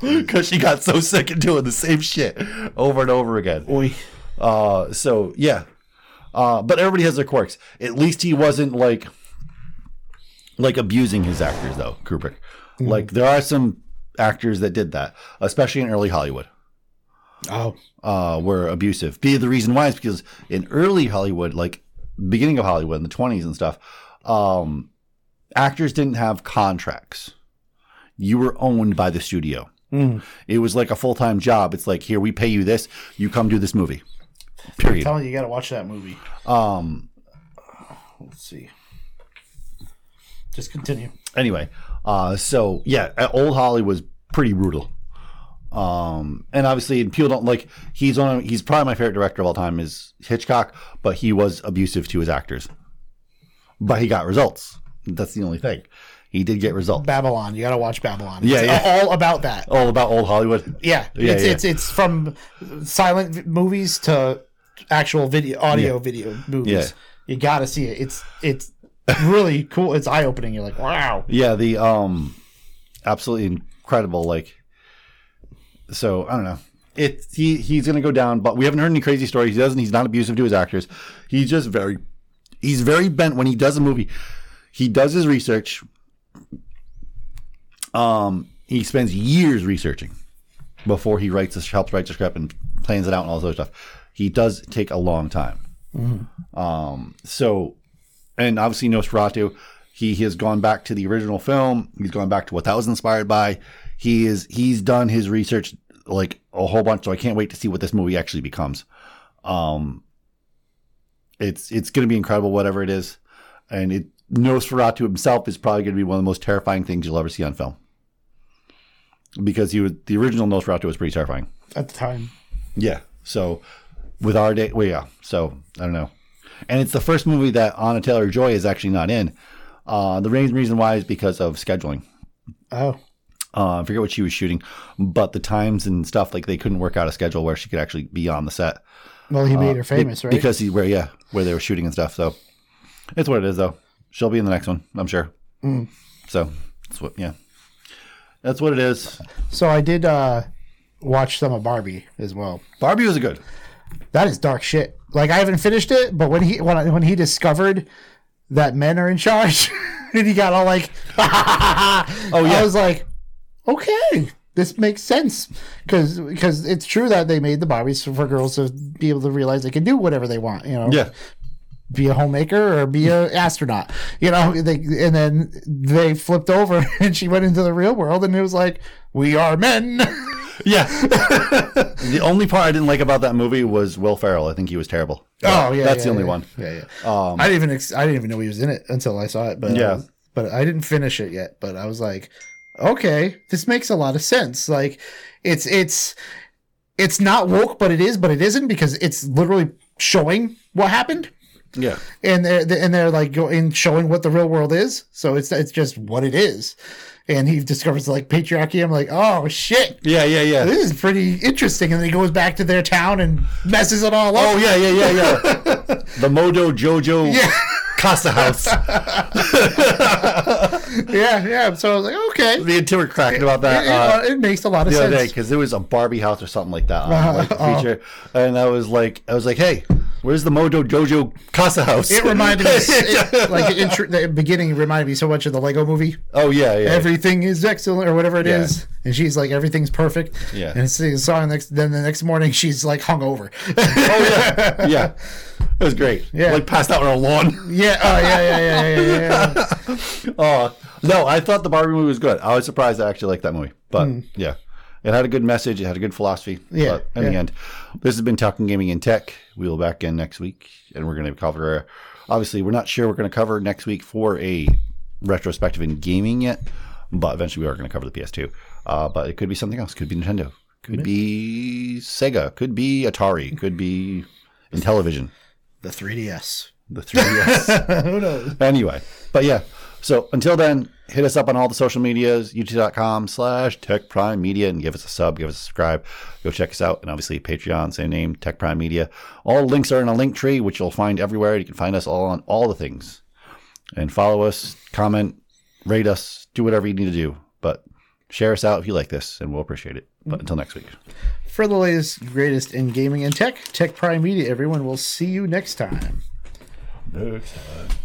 Because she got so sick of doing the same shit over and over again. Uh, so yeah, uh, but everybody has their quirks. At least he wasn't like like abusing his actors though, Kubrick. Like there are some actors that did that, especially in early Hollywood
Oh,
uh, were abusive. Be the reason why is because in early Hollywood, like beginning of Hollywood in the twenties and stuff, um, actors didn't have contracts. You were owned by the studio. It was like a full time job. It's like here we pay you this, you come do this movie. Period.
telling you, you got to watch that movie.
Um.
Let's see. Just continue.
Anyway, uh, so yeah, uh, old Holly was pretty brutal. Um, and obviously, and people don't like he's on. He's probably my favorite director of all time is Hitchcock, but he was abusive to his actors. But he got results. That's the only thing. He did get results.
Babylon. You got to watch Babylon.
Yeah,
it's
yeah.
all about that.
All about old Hollywood.
Yeah,
Yeah,
it's,
yeah.
it's it's from silent v- movies to actual video, audio, video movies. You got to see it. It's it's really cool. It's eye opening. You're like, wow.
Yeah, the um absolutely incredible like so I don't know. It he he's gonna go down, but we haven't heard any crazy stories. He doesn't he's not abusive to his actors. He's just very he's very bent when he does a movie. He does his research. Um he spends years researching before he writes this helps write the script and plans it out and all this other stuff. He does take a long time. Um so and obviously Nosferatu, he has gone back to the original film. He's gone back to what that was inspired by. He is he's done his research like a whole bunch. So I can't wait to see what this movie actually becomes. Um, it's it's going to be incredible, whatever it is, and it Nosferatu himself is probably going to be one of the most terrifying things you'll ever see on film. Because he was the original Nosferatu was pretty terrifying.
At the time,
Yeah. So with our day, well, yeah. So I don't know. And it's the first movie that Anna Taylor Joy is actually not in. Uh, the main reason why is because of scheduling.
oh,
Uh, I forget what she was shooting, but the times and stuff like they couldn't work out a schedule where she could actually be on the set.
well, he made her famous,
Uh, Be-
right?
Because he where yeah where they were shooting and stuff. So it's what it is though. She'll be in the next one, I'm sure.
Mm.
So that's what yeah. That's what it is.
so I did uh, watch some of Barbie as well.
Barbie was good.
That is dark shit. Like I haven't finished it, but when he when I, when he discovered that men are in charge, and he got all like, oh
yeah.
I was like, okay, this makes sense because because it's true that they made the Barbies for girls to be able to realize they can do whatever they want. You know,
Yeah.
be a homemaker or be a astronaut. You know, they and then they flipped over and she went into the real world and it was like, we are men.
Yeah. the only part I didn't like about that movie was Will Ferrell. I think he was terrible.
Oh yeah,
that's
yeah,
the only
yeah.
one. Um,
Yeah, yeah. I didn't even ex- I didn't even know he was in it until I saw it. But
Yeah.
yeah, but I didn't finish it yet. But I was like, okay, this makes a lot of sense. Like, it's it's it's not woke, but it is, but it isn't because it's literally showing what happened.
Yeah.
and they're they're- and they're like going showing what the real world is. So it's it's just what it is. And he discovers like patriarchy. I'm like, oh shit,
Yeah, yeah, yeah.
this is pretty interesting. And then he goes back to their town and messes it all up.
Oh, yeah, yeah, yeah, yeah. the Modo Jojo Casa House.
yeah, yeah. So I was like, okay,
Me and Tim were cracking about that.
It- it-
uh,
it, makes a lot of
the other day
sense. Uh-huh.
because there was a Barbie house or something like that on like, the feature, and I was like, I was like, hey, where's the Mojo Jojo Casa House?
It reminded me, it, like the, intro, the beginning reminded me so much of the Lego Movie.
oh yeah, yeah.
Everything is excellent, or whatever it is,
Yeah.
and she's like, everything's perfect.
Yeah.
And it's the song next. Then the next morning, she's like hungover.
oh yeah, yeah. It was great.
Yeah.
like passed out on a lawn.
yeah, oh yeah, yeah, yeah, yeah, yeah. yeah.
Oh no, I thought the Barbie movie was good. I was surprised I actually liked that movie, but yeah, it had a good message. It had a good philosophy.
Yeah,
but in the
yeah.
end, this has been talking gaming and tech. We will back in next week, and we're going to cover. Obviously, we're not sure we're going to cover next week for a retrospective in gaming yet, but eventually we are going to cover the PS2. Uh, but it could be something else. Could be Nintendo. Could be Sega. Could be Atari. Could be Intellivision.
the 3DS.
the 3DS. Who knows? Anyway, but yeah. So until then, hit us up on all the social medias, youtube.com slash tech prime media, and give us a sub, give us a subscribe. Go check us out. And obviously, Patreon, same name, tech prime media. All links are in a link tree, which you'll find everywhere. You can find us all on all the things. And follow us, comment, rate us, do whatever you need to do. But share us out if you like this, and we'll appreciate it. But until next week.
For the latest, greatest in gaming and tech, Tech Prime Media, everyone. We'll see you next time.
Next time.